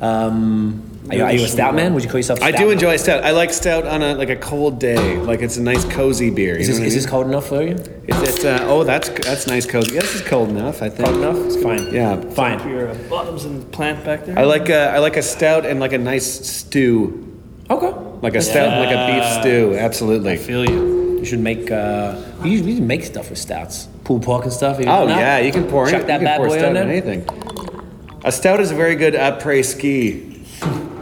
Speaker 2: Um, are, you, are you a stout man? Would you call yourself a
Speaker 4: I
Speaker 2: stout
Speaker 4: do
Speaker 2: man?
Speaker 4: enjoy stout. I like stout on a like a cold day. Like it's a nice cozy beer. You
Speaker 2: Is
Speaker 4: know
Speaker 2: this,
Speaker 4: what I
Speaker 2: is this
Speaker 4: mean?
Speaker 2: cold enough for you?
Speaker 4: It's, it's, uh, oh, that's that's nice cozy. Yeah, this is cold enough. I think.
Speaker 2: Cold enough? It's fine.
Speaker 4: Yeah.
Speaker 2: Fine.
Speaker 3: Your uh, bottoms and plant back there.
Speaker 4: I like a, I like a stout and like a nice stew,
Speaker 2: Okay.
Speaker 4: like a stout and like a beef
Speaker 3: Yeah.
Speaker 4: stew. Absolutely.
Speaker 3: feel you.
Speaker 2: You should make, uh, you usually make stuff with stouts. Pool pork and stuff.
Speaker 4: Oh yeah, you can pour in.
Speaker 2: Chuck
Speaker 4: you
Speaker 2: that
Speaker 4: can
Speaker 2: bad
Speaker 4: pour
Speaker 2: boy on
Speaker 4: stout in
Speaker 2: there.
Speaker 4: anything. A stout is a very good après ski.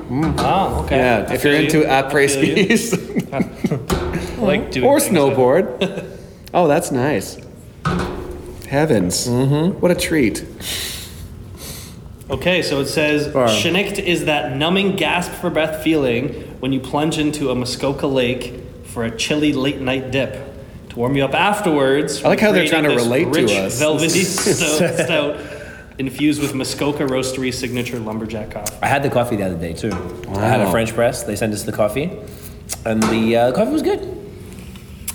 Speaker 3: Oh, okay.
Speaker 4: Yeah,
Speaker 3: I
Speaker 4: if you're
Speaker 3: feel
Speaker 4: into
Speaker 3: you. I
Speaker 4: après
Speaker 3: feel you.
Speaker 4: skis
Speaker 3: I like doing
Speaker 4: or
Speaker 3: things that-
Speaker 4: snowboard. oh, that's nice. Heavens, mm-hmm. what a treat!
Speaker 3: Okay, so it says Shenicht is that numbing gasp for breath feeling when you plunge into a Muskoka lake for a chilly late night dip. To warm you up afterwards.
Speaker 4: I like how they're
Speaker 3: creating
Speaker 4: trying to
Speaker 3: this
Speaker 4: relate to
Speaker 3: rich,
Speaker 4: us.
Speaker 3: Velvety stout, stout infused with Muskoka Roastery signature lumberjack coffee.
Speaker 2: I had the coffee the other day too. I had a
Speaker 4: Wow.
Speaker 2: French press. They sent us the coffee, and the uh, coffee was good.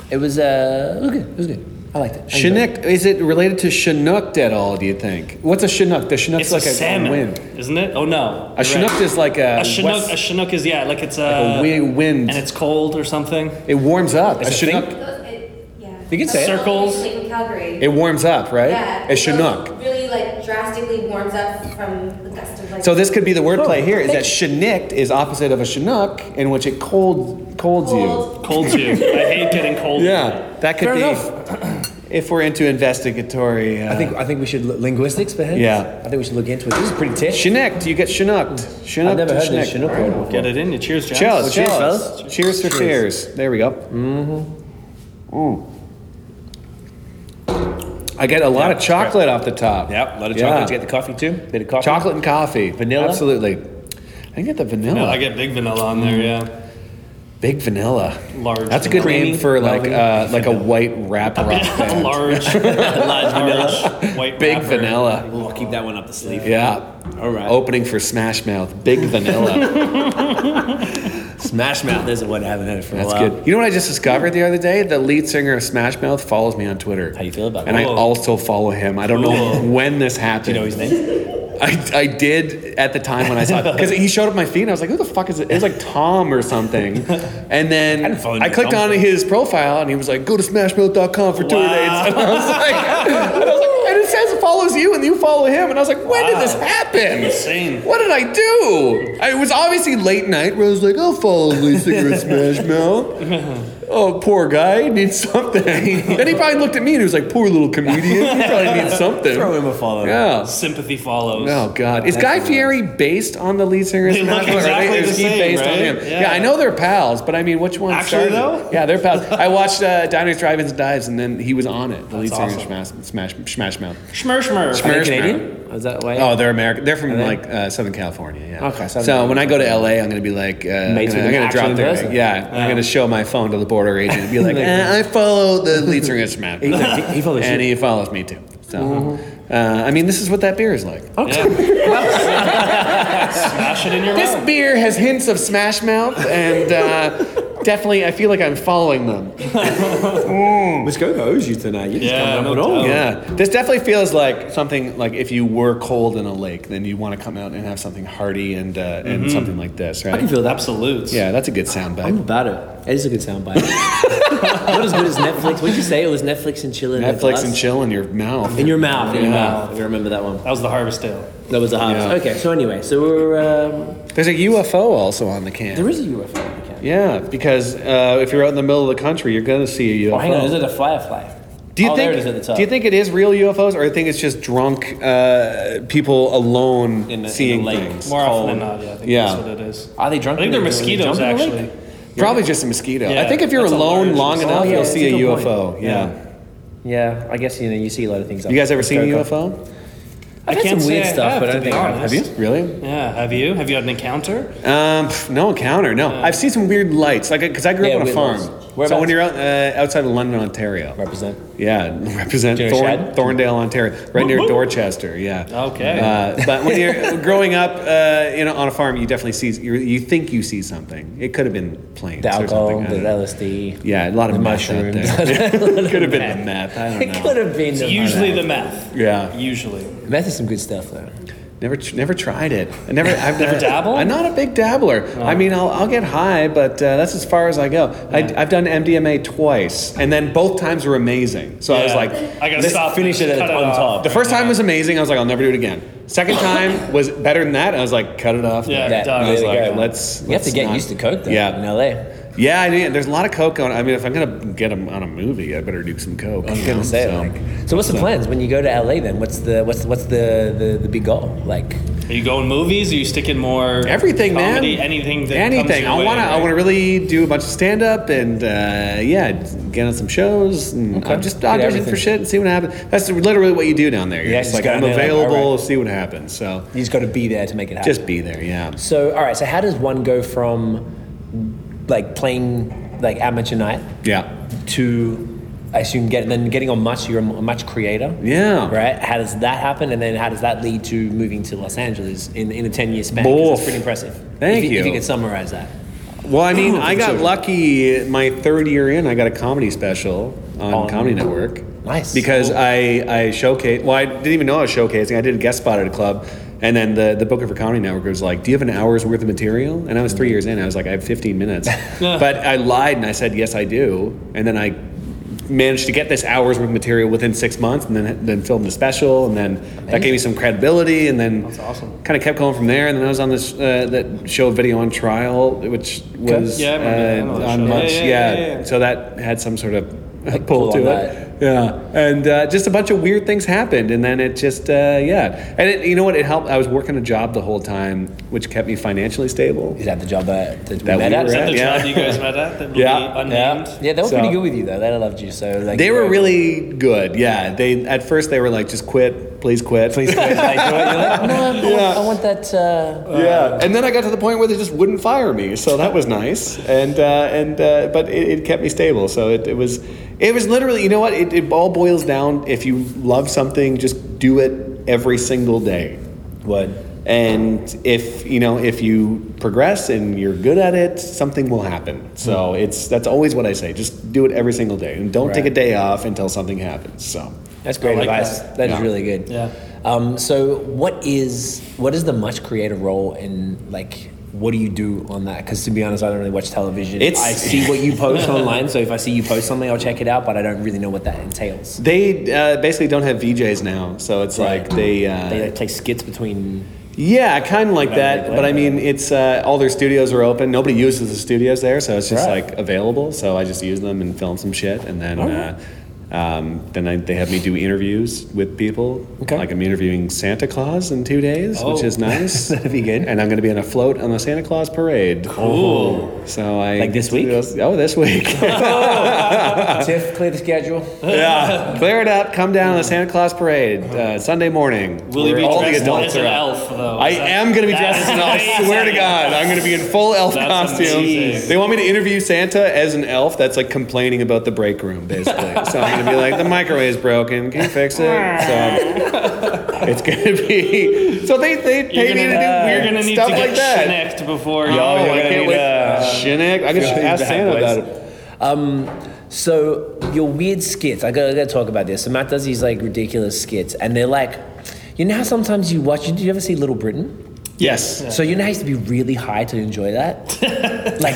Speaker 2: It was, uh, it was good. It was good. I liked it. I enjoyed it.
Speaker 4: Chinook is it related to Chinook at all? Do you think? What's a Chinook? The
Speaker 3: It's
Speaker 4: Chinook's like
Speaker 3: a,
Speaker 4: a, a
Speaker 3: salmon,
Speaker 4: wind.
Speaker 3: isn't it? Oh no,
Speaker 4: A Chinook is like a,
Speaker 3: a Chinook.
Speaker 4: west-
Speaker 3: a Chinook is yeah, like it's a,
Speaker 4: a wi- wind.
Speaker 3: and it's cold or something.
Speaker 4: it warms up. A
Speaker 2: it a thing?
Speaker 4: Chinook.
Speaker 6: Those- it- yeah.
Speaker 2: You can say it.
Speaker 3: Circles.
Speaker 6: Like in Calgary.
Speaker 4: It warms up, right?
Speaker 6: yeah.
Speaker 4: A
Speaker 6: it
Speaker 4: Chinook.
Speaker 6: goes Really like drastically warms up from the gust of like.
Speaker 4: So this could be the wordplay here: is that Chinook is opposite of a Chinook, in which it cold colds you.
Speaker 6: cold.
Speaker 3: Cold you. I hate getting cold.
Speaker 4: Yeah, that could
Speaker 2: Fair
Speaker 4: be.
Speaker 2: enough.
Speaker 4: If we're into investigatory, uh,
Speaker 2: I think I think we should l- linguistics, perhaps.
Speaker 4: Yeah.
Speaker 2: I think we should look into it. This is pretty tish.
Speaker 4: Chinook, you get Chinooked. Chinook
Speaker 2: I've never
Speaker 4: to
Speaker 2: heard this
Speaker 4: Chinook.
Speaker 2: Chinook word before.
Speaker 3: Get it in you. Cheers, Jack.
Speaker 4: Cheers, cheers,
Speaker 2: cheers,
Speaker 4: fellas.
Speaker 2: fellas.
Speaker 4: Cheers for fears. There we go. Mm-hmm.
Speaker 2: Mm-hmm.
Speaker 4: Mm. I get a lot of chocolate off the top.
Speaker 2: Yep, a lot of chocolate.
Speaker 4: Yeah.
Speaker 2: Did you get the coffee too? Did it coffee?
Speaker 4: Chocolate and coffee.
Speaker 2: Vanilla?
Speaker 4: Absolutely. I can get the vanilla.
Speaker 3: No, I get big vanilla on there. Yeah.
Speaker 4: Big vanilla.
Speaker 3: Large
Speaker 4: That's a good
Speaker 3: vanilla.
Speaker 4: name for like
Speaker 2: Creamy,
Speaker 4: uh, like a white wrap rock band.
Speaker 3: large, large vanilla, white
Speaker 4: Big
Speaker 3: wrapper.
Speaker 4: vanilla.
Speaker 2: Ooh, I'll keep that one up the sleeve.
Speaker 4: Yeah. Oh.
Speaker 2: All right.
Speaker 4: Opening for Smash Mouth. Big vanilla.
Speaker 2: Smash Mouth. There's one I haven't heard for
Speaker 4: That's
Speaker 2: a while.
Speaker 4: good. You know what I just discovered the other day? The lead singer of Smash Mouth follows me on Twitter.
Speaker 2: How you feel about
Speaker 4: And I
Speaker 2: that?
Speaker 4: also follow him. I don't know
Speaker 3: Cool.
Speaker 4: when this happened.
Speaker 2: You know his name?
Speaker 4: I, I did at the time when I saw it because he showed up my feed and I was like, who the fuck is it? It was like Tom or something. And then
Speaker 2: I didn't follow
Speaker 4: I,
Speaker 2: you,
Speaker 4: clicked
Speaker 2: Tom.
Speaker 4: on his profile and he was like, go to smashmouth.com for tour
Speaker 3: Wow.
Speaker 4: dates. And I was like, and, I was like- and it says it follows you and you follow him. And I was like, when did this
Speaker 3: Wow.
Speaker 4: happen?
Speaker 3: Insane.
Speaker 4: What did I do? I, it was obviously late night where I was like, I'll follow lead singer of Smash Mouth. Oh, poor guy, he needs something. and he probably looked at me and he was like, poor little comedian, he probably needs something.
Speaker 2: Throw him a follow.
Speaker 4: Yeah.
Speaker 3: Sympathy follows.
Speaker 4: Oh God! Is Guy Fieri based on the lead singer? of
Speaker 3: They look
Speaker 4: Smash Mouth, or
Speaker 3: exactly
Speaker 4: is
Speaker 3: the
Speaker 4: he
Speaker 3: same,
Speaker 4: based on
Speaker 3: right?
Speaker 4: him? Yeah.
Speaker 3: Yeah.
Speaker 4: I know they're pals, but I mean, which one?
Speaker 3: Actually,
Speaker 4: started it?
Speaker 3: though?
Speaker 4: yeah, they're pals. I watched uh, Diners, Drive-ins, and Dives, and then he was on it. The lead
Speaker 3: That's
Speaker 4: singer of Smash, Smash, Smash Mouth.
Speaker 3: Schmer
Speaker 2: Are
Speaker 3: schmer.
Speaker 2: they
Speaker 4: Smash
Speaker 2: Canadian? Is that why?
Speaker 4: Oh, they're American. They're from
Speaker 2: they?
Speaker 4: like uh, Southern California. Yeah.
Speaker 2: Okay, Southern
Speaker 4: so when I go to LA, I'm gonna be like, uh, I'm
Speaker 2: Mates
Speaker 4: gonna,
Speaker 2: with
Speaker 4: I'm
Speaker 2: an
Speaker 4: gonna drop
Speaker 2: actual
Speaker 4: their
Speaker 2: person.
Speaker 4: yeah. I'm gonna show my phone to the border agent and be like, eh, I follow the lead singer of Smash,
Speaker 2: He,
Speaker 4: Mouth.
Speaker 2: he follows
Speaker 4: and
Speaker 2: you.
Speaker 4: he follows me too. So,
Speaker 3: Mm-hmm.
Speaker 4: uh, I mean, this is what that beer is like.
Speaker 3: Smash it in your
Speaker 4: This
Speaker 2: Oh.
Speaker 3: mouth.
Speaker 4: beer has hints of Smash Mouth, and uh, definitely, I feel like I'm following them.
Speaker 5: Muskoka owes you tonight. You just
Speaker 3: Yeah,
Speaker 5: coming
Speaker 3: no
Speaker 5: up with all.
Speaker 2: Oh.
Speaker 3: doubt.
Speaker 4: Yeah, this definitely feels like something like if you were cold in a lake, then you want to come out and have something hearty and uh, and something like this,
Speaker 2: I can
Speaker 4: right?
Speaker 2: feel that.
Speaker 3: Absolutes.
Speaker 4: Yeah, that's a good soundbite.
Speaker 2: Mm-hmm. I'm about it. It is a good soundbite. Not as good as Netflix. What'd you say? It was Netflix and chilling.
Speaker 4: Netflix and chill in your mouth.
Speaker 2: In your mouth. In your
Speaker 4: Yeah.
Speaker 2: mouth. If you remember that one.
Speaker 3: That was the Harvest Ale.
Speaker 2: That was the harvest.
Speaker 4: Yeah.
Speaker 2: Okay. So anyway, so we're um,
Speaker 4: There's a UFO also on the can.
Speaker 2: there is a UFO. on the camp.
Speaker 4: yeah, because uh, if you're out in the middle of the country, you're gonna see a UFO.
Speaker 2: Oh, hang on. Is it a firefly?
Speaker 4: Do you
Speaker 2: oh, There
Speaker 4: think?
Speaker 2: it is at the top.
Speaker 4: Do you think it is real UFOs, or do you think it's just drunk uh, people alone
Speaker 2: In the- in the
Speaker 4: seeing
Speaker 2: lake.
Speaker 4: things?
Speaker 3: More often
Speaker 2: cold.
Speaker 3: than not, yeah. I think
Speaker 4: Yeah.
Speaker 3: that's what it is.
Speaker 2: Are they
Speaker 3: I
Speaker 2: drunk?
Speaker 3: think
Speaker 2: when doing
Speaker 3: they're
Speaker 2: the
Speaker 3: mosquitoes,
Speaker 2: jump in the
Speaker 3: actually.
Speaker 2: lake?
Speaker 4: Probably just a mosquito. I
Speaker 3: Yeah,
Speaker 4: think if you're
Speaker 3: that's a
Speaker 4: alone
Speaker 3: large
Speaker 4: long
Speaker 3: mosquito.
Speaker 4: enough,
Speaker 2: Oh, yeah,
Speaker 4: you'll
Speaker 2: that's
Speaker 4: see
Speaker 2: a
Speaker 4: a,
Speaker 2: good point.
Speaker 4: UFO. Yeah.
Speaker 2: Yeah, I guess you know you see a lot of things.
Speaker 4: You guys ever seen a UFO?
Speaker 2: I've had some
Speaker 3: say
Speaker 2: weird
Speaker 3: I
Speaker 2: stuff,
Speaker 3: have,
Speaker 2: but I
Speaker 3: to
Speaker 2: don't
Speaker 3: be
Speaker 2: think I have.
Speaker 3: honest.
Speaker 4: Really?
Speaker 3: Yeah, have you? Have you had an encounter?
Speaker 4: Um, pff, no encounter. No, I've seen some weird lights. Like, because I grew
Speaker 2: Yeah,
Speaker 4: up on a
Speaker 2: weird
Speaker 4: farm.
Speaker 2: lights.
Speaker 4: So
Speaker 2: Whereabouts?
Speaker 4: when you're out, uh, outside of London, Ontario.
Speaker 2: represent.
Speaker 4: Yeah, represent
Speaker 2: Jerry
Speaker 4: Thorn,
Speaker 2: Shad?
Speaker 4: Thorndale, Ontario, right near Dorchester. Yeah.
Speaker 3: Okay.
Speaker 4: Uh, but when you're growing up, uh, you know, on a farm, you definitely see. You you think you see something. It could have been planes
Speaker 2: The
Speaker 4: or
Speaker 2: alcohol,
Speaker 4: something. I
Speaker 2: the
Speaker 4: don't know.
Speaker 2: LSD.
Speaker 4: yeah, a lot of
Speaker 2: the
Speaker 4: meth out
Speaker 2: mushrooms.
Speaker 4: there. could have been the meth. I don't
Speaker 2: It
Speaker 4: know.
Speaker 2: could have been.
Speaker 3: It's
Speaker 2: the
Speaker 3: usually the
Speaker 2: meth.
Speaker 3: meth.
Speaker 4: Yeah.
Speaker 3: Usually.
Speaker 2: Meth is some good stuff though.
Speaker 4: Never, tr- never tried it. I never, I've never
Speaker 3: dabble?
Speaker 4: I'm not a big dabbler. I mean, I'll, I'll get high, but uh, that's as far as I go. I, have done MDMA twice, and then both times were amazing. So I was
Speaker 3: Yeah.
Speaker 4: like,
Speaker 3: I gotta
Speaker 4: this-
Speaker 3: stop.
Speaker 2: finish it at
Speaker 3: Cut
Speaker 2: on
Speaker 3: off.
Speaker 2: top.
Speaker 4: The first time was amazing. I was like, I'll never do it again. Second time was better than that. I was like, cut it off.
Speaker 3: Yeah,
Speaker 2: Yeah,
Speaker 3: done.
Speaker 4: I was
Speaker 2: there we
Speaker 4: like,
Speaker 2: go.
Speaker 4: let's,
Speaker 2: You
Speaker 4: let's
Speaker 2: have to get
Speaker 4: not-
Speaker 2: used to coke though.
Speaker 4: Yeah. Oh,
Speaker 2: in LA.
Speaker 4: Yeah, I mean, there's a lot of coke on. I mean, if I'm gonna get them on a movie, I better do some coke.
Speaker 2: I'm gonna say
Speaker 4: so.
Speaker 2: like. So what's the plans when you go to LA then? What's the what's what's the the, the big goal like?
Speaker 3: Are you going movies? Are you sticking more
Speaker 4: Everything,
Speaker 3: comedy?
Speaker 4: man.
Speaker 3: Anything that
Speaker 4: anything.
Speaker 3: Comes
Speaker 4: I
Speaker 3: your
Speaker 4: wanna,
Speaker 3: Way,
Speaker 4: I
Speaker 3: right?
Speaker 4: wanna really do a bunch of stand up and uh, yeah, get on some shows. And I'm just audition
Speaker 2: everything.
Speaker 4: for shit and see what happens. That's literally what you do down there. You're
Speaker 2: Yeah,
Speaker 4: just
Speaker 2: just
Speaker 4: like
Speaker 2: go
Speaker 4: I'm
Speaker 2: down there, like,
Speaker 4: available.
Speaker 2: alright.
Speaker 4: See what happens. So
Speaker 2: You just got to be there to make it happen.
Speaker 4: just be there. Yeah.
Speaker 2: So all right. So how does one go from like playing like amateur night
Speaker 4: Yeah.
Speaker 2: to I assume get then getting on much? You're a much creator.
Speaker 4: Yeah.
Speaker 2: Right. How does that happen? And then how does that lead to moving to Los Angeles in, in a ten year span? 'Cause
Speaker 4: Both.
Speaker 2: That's pretty impressive.
Speaker 4: Thank
Speaker 2: if you, If
Speaker 4: you.
Speaker 2: you could summarize that.
Speaker 4: Well, I mean, I got lucky. My third year in, I got a comedy special on
Speaker 2: On-
Speaker 4: Comedy Network.
Speaker 2: Nice.
Speaker 4: Because I I showcased. Well, I didn't even know I was showcasing. I did a guest spot at a club, and then the the booker for Comedy Network was like, "Do you have an hour's worth of material?" And I was three years in. I was like, "I have 15 minutes," but I lied and I said, "Yes, I do," and then I. Managed to get this hour's worth of material within six months, and then then filmed the special, and then that gave me some credibility, and then
Speaker 3: That's awesome.
Speaker 4: kind of kept going from there. And then I was on this uh, that show Video on Trial, which was
Speaker 3: Yeah, I remember that. I know
Speaker 4: uh,
Speaker 3: that
Speaker 4: on
Speaker 3: show.
Speaker 4: Munch.
Speaker 3: Yeah,
Speaker 4: Yeah,
Speaker 3: yeah, yeah, yeah.
Speaker 4: so that had some sort of
Speaker 2: pull
Speaker 4: pull to
Speaker 2: on
Speaker 4: it.
Speaker 2: that.
Speaker 4: Yeah, and uh, just a bunch of weird things happened, and then it just uh, yeah, and it, you know what? It helped. I was working a job the whole time, which kept me financially stable.
Speaker 2: Is that the job that, that,
Speaker 4: That
Speaker 2: we met
Speaker 4: we
Speaker 2: at?
Speaker 4: were
Speaker 3: Is that the
Speaker 4: Yeah.
Speaker 3: child you guys met at? That will
Speaker 4: Yeah.
Speaker 3: be unnamed.
Speaker 2: Yeah. yeah, they were
Speaker 4: So-
Speaker 2: pretty good with you though. They loved you. So like
Speaker 4: They
Speaker 2: you
Speaker 4: were really good. Yeah, they at first they were like, just quit, please quit,
Speaker 2: Please go ahead. Like, you're like, no, I want,
Speaker 4: Yeah.
Speaker 2: I want that. Uh,
Speaker 4: Yeah, and then I got to the point where they just wouldn't fire me, so that was nice. And uh, and uh, but it, it kept me stable, so it, it was it was literally you know what it, it all boils down. If you love something, just do it every single day.
Speaker 2: what?
Speaker 4: And if you know if you progress and you're good at it, something will happen. So it's that's always what I say. Just do it every single day, and don't take a
Speaker 2: Hmm. Right.
Speaker 4: day off until something happens. So.
Speaker 2: That's great
Speaker 3: like
Speaker 2: advice.
Speaker 3: that.
Speaker 2: that is
Speaker 4: Yeah.
Speaker 2: really good.
Speaker 3: Yeah.
Speaker 2: Um, so what is what is the much creator role and like what do you do on that? Because to be honest, I don't really watch television.
Speaker 4: It's-
Speaker 2: I see what you post online, so if I see you post something, I'll check it out, but I don't really know what that entails.
Speaker 4: They uh, basically don't have VJs now, so it's like they uh,
Speaker 2: They like, take skits between.
Speaker 4: Yeah, kind of like
Speaker 2: Kinda
Speaker 4: that.
Speaker 2: like
Speaker 4: but
Speaker 2: that.
Speaker 4: I mean, it's uh, all their studios are open. Nobody uses the studios there, so it's just
Speaker 2: Right.
Speaker 4: like available. So I just use them and film some shit, and then uh, um, then I, they have me do interviews with people.
Speaker 2: Okay.
Speaker 4: Like I'm interviewing Santa Claus in two days, which
Speaker 3: Oh.
Speaker 4: is nice. That'd be good. And I'm going to be on a float on the Santa Claus parade.
Speaker 3: Cool.
Speaker 4: So I
Speaker 2: Like this week?
Speaker 4: Oh, this week. uh,
Speaker 2: Tiff, clear the schedule.
Speaker 4: yeah. Clear it up. Come down to the Santa Claus parade uh, Sunday morning.
Speaker 3: Will you
Speaker 4: where
Speaker 3: be
Speaker 4: all the
Speaker 3: dressed
Speaker 4: adults
Speaker 3: as an
Speaker 4: are up.
Speaker 3: elf though?
Speaker 4: I
Speaker 3: Is that-
Speaker 4: am going to be
Speaker 3: that
Speaker 4: dressed
Speaker 3: is
Speaker 4: as an elf. I
Speaker 3: amazing.
Speaker 4: swear to God, I'm going to be in full elf
Speaker 3: That's
Speaker 4: costume.
Speaker 3: amazing.
Speaker 4: They want me to interview Santa as an elf. That's like complaining about the break room, basically. so I'm going to be like, the microwave's broken. Can you fix it? So it's going to be. So they they
Speaker 3: You're
Speaker 4: pay
Speaker 3: gonna,
Speaker 4: me to do
Speaker 3: you're
Speaker 4: weird
Speaker 3: gonna need
Speaker 4: stuff
Speaker 3: to get
Speaker 4: like that.
Speaker 3: schnicked before you.
Speaker 4: Oh,
Speaker 3: like,
Speaker 4: I can't wait. Shinnick, I can ask Santa about it.
Speaker 2: Um, so your weird skits, I gotta, I gotta talk about this. So Matt does these like ridiculous skits, and they're like, you know how sometimes you watch. Did you ever see Little Britain?
Speaker 4: Yes.
Speaker 2: So you know how you have to be really high to enjoy that. like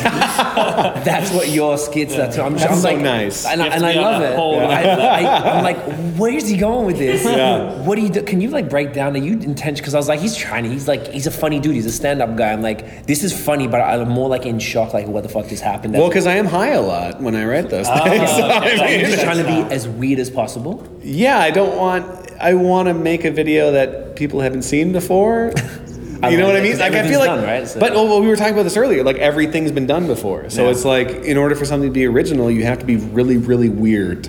Speaker 2: that's what your skits. That's what I'm.
Speaker 4: That's
Speaker 2: I'm
Speaker 4: so
Speaker 2: like,
Speaker 4: nice.
Speaker 2: and I,
Speaker 3: You
Speaker 2: and
Speaker 3: have to
Speaker 2: I
Speaker 3: be on
Speaker 2: love
Speaker 3: that
Speaker 2: it.
Speaker 3: whole
Speaker 2: I, I, I'm like, where is he going with this?
Speaker 4: Yeah.
Speaker 2: What do you do? Can you like break down? Are you intention? Because I was like, he's trying. to- He's like, he's a funny dude. He's a stand-up guy. I'm like, this is funny, but I'm more like in shock. Like, what the fuck just happened? That's
Speaker 4: Well, because I am high a lot when I write those
Speaker 3: Uh-huh.
Speaker 4: things. So, I
Speaker 2: So
Speaker 4: mean,
Speaker 2: you're just
Speaker 4: it's-
Speaker 2: trying to be as weird as possible.
Speaker 4: Yeah, I don't want. I want to make a video that people haven't seen before. you know
Speaker 2: like
Speaker 4: what I
Speaker 2: that,
Speaker 4: mean?
Speaker 2: 'cause
Speaker 4: Like I
Speaker 2: everything's
Speaker 4: feel like,
Speaker 2: done, right? So-
Speaker 4: but oh, well, we were talking about this earlier. Like everything's been done before, so it's like in order for something to be original, you have to be really, really weird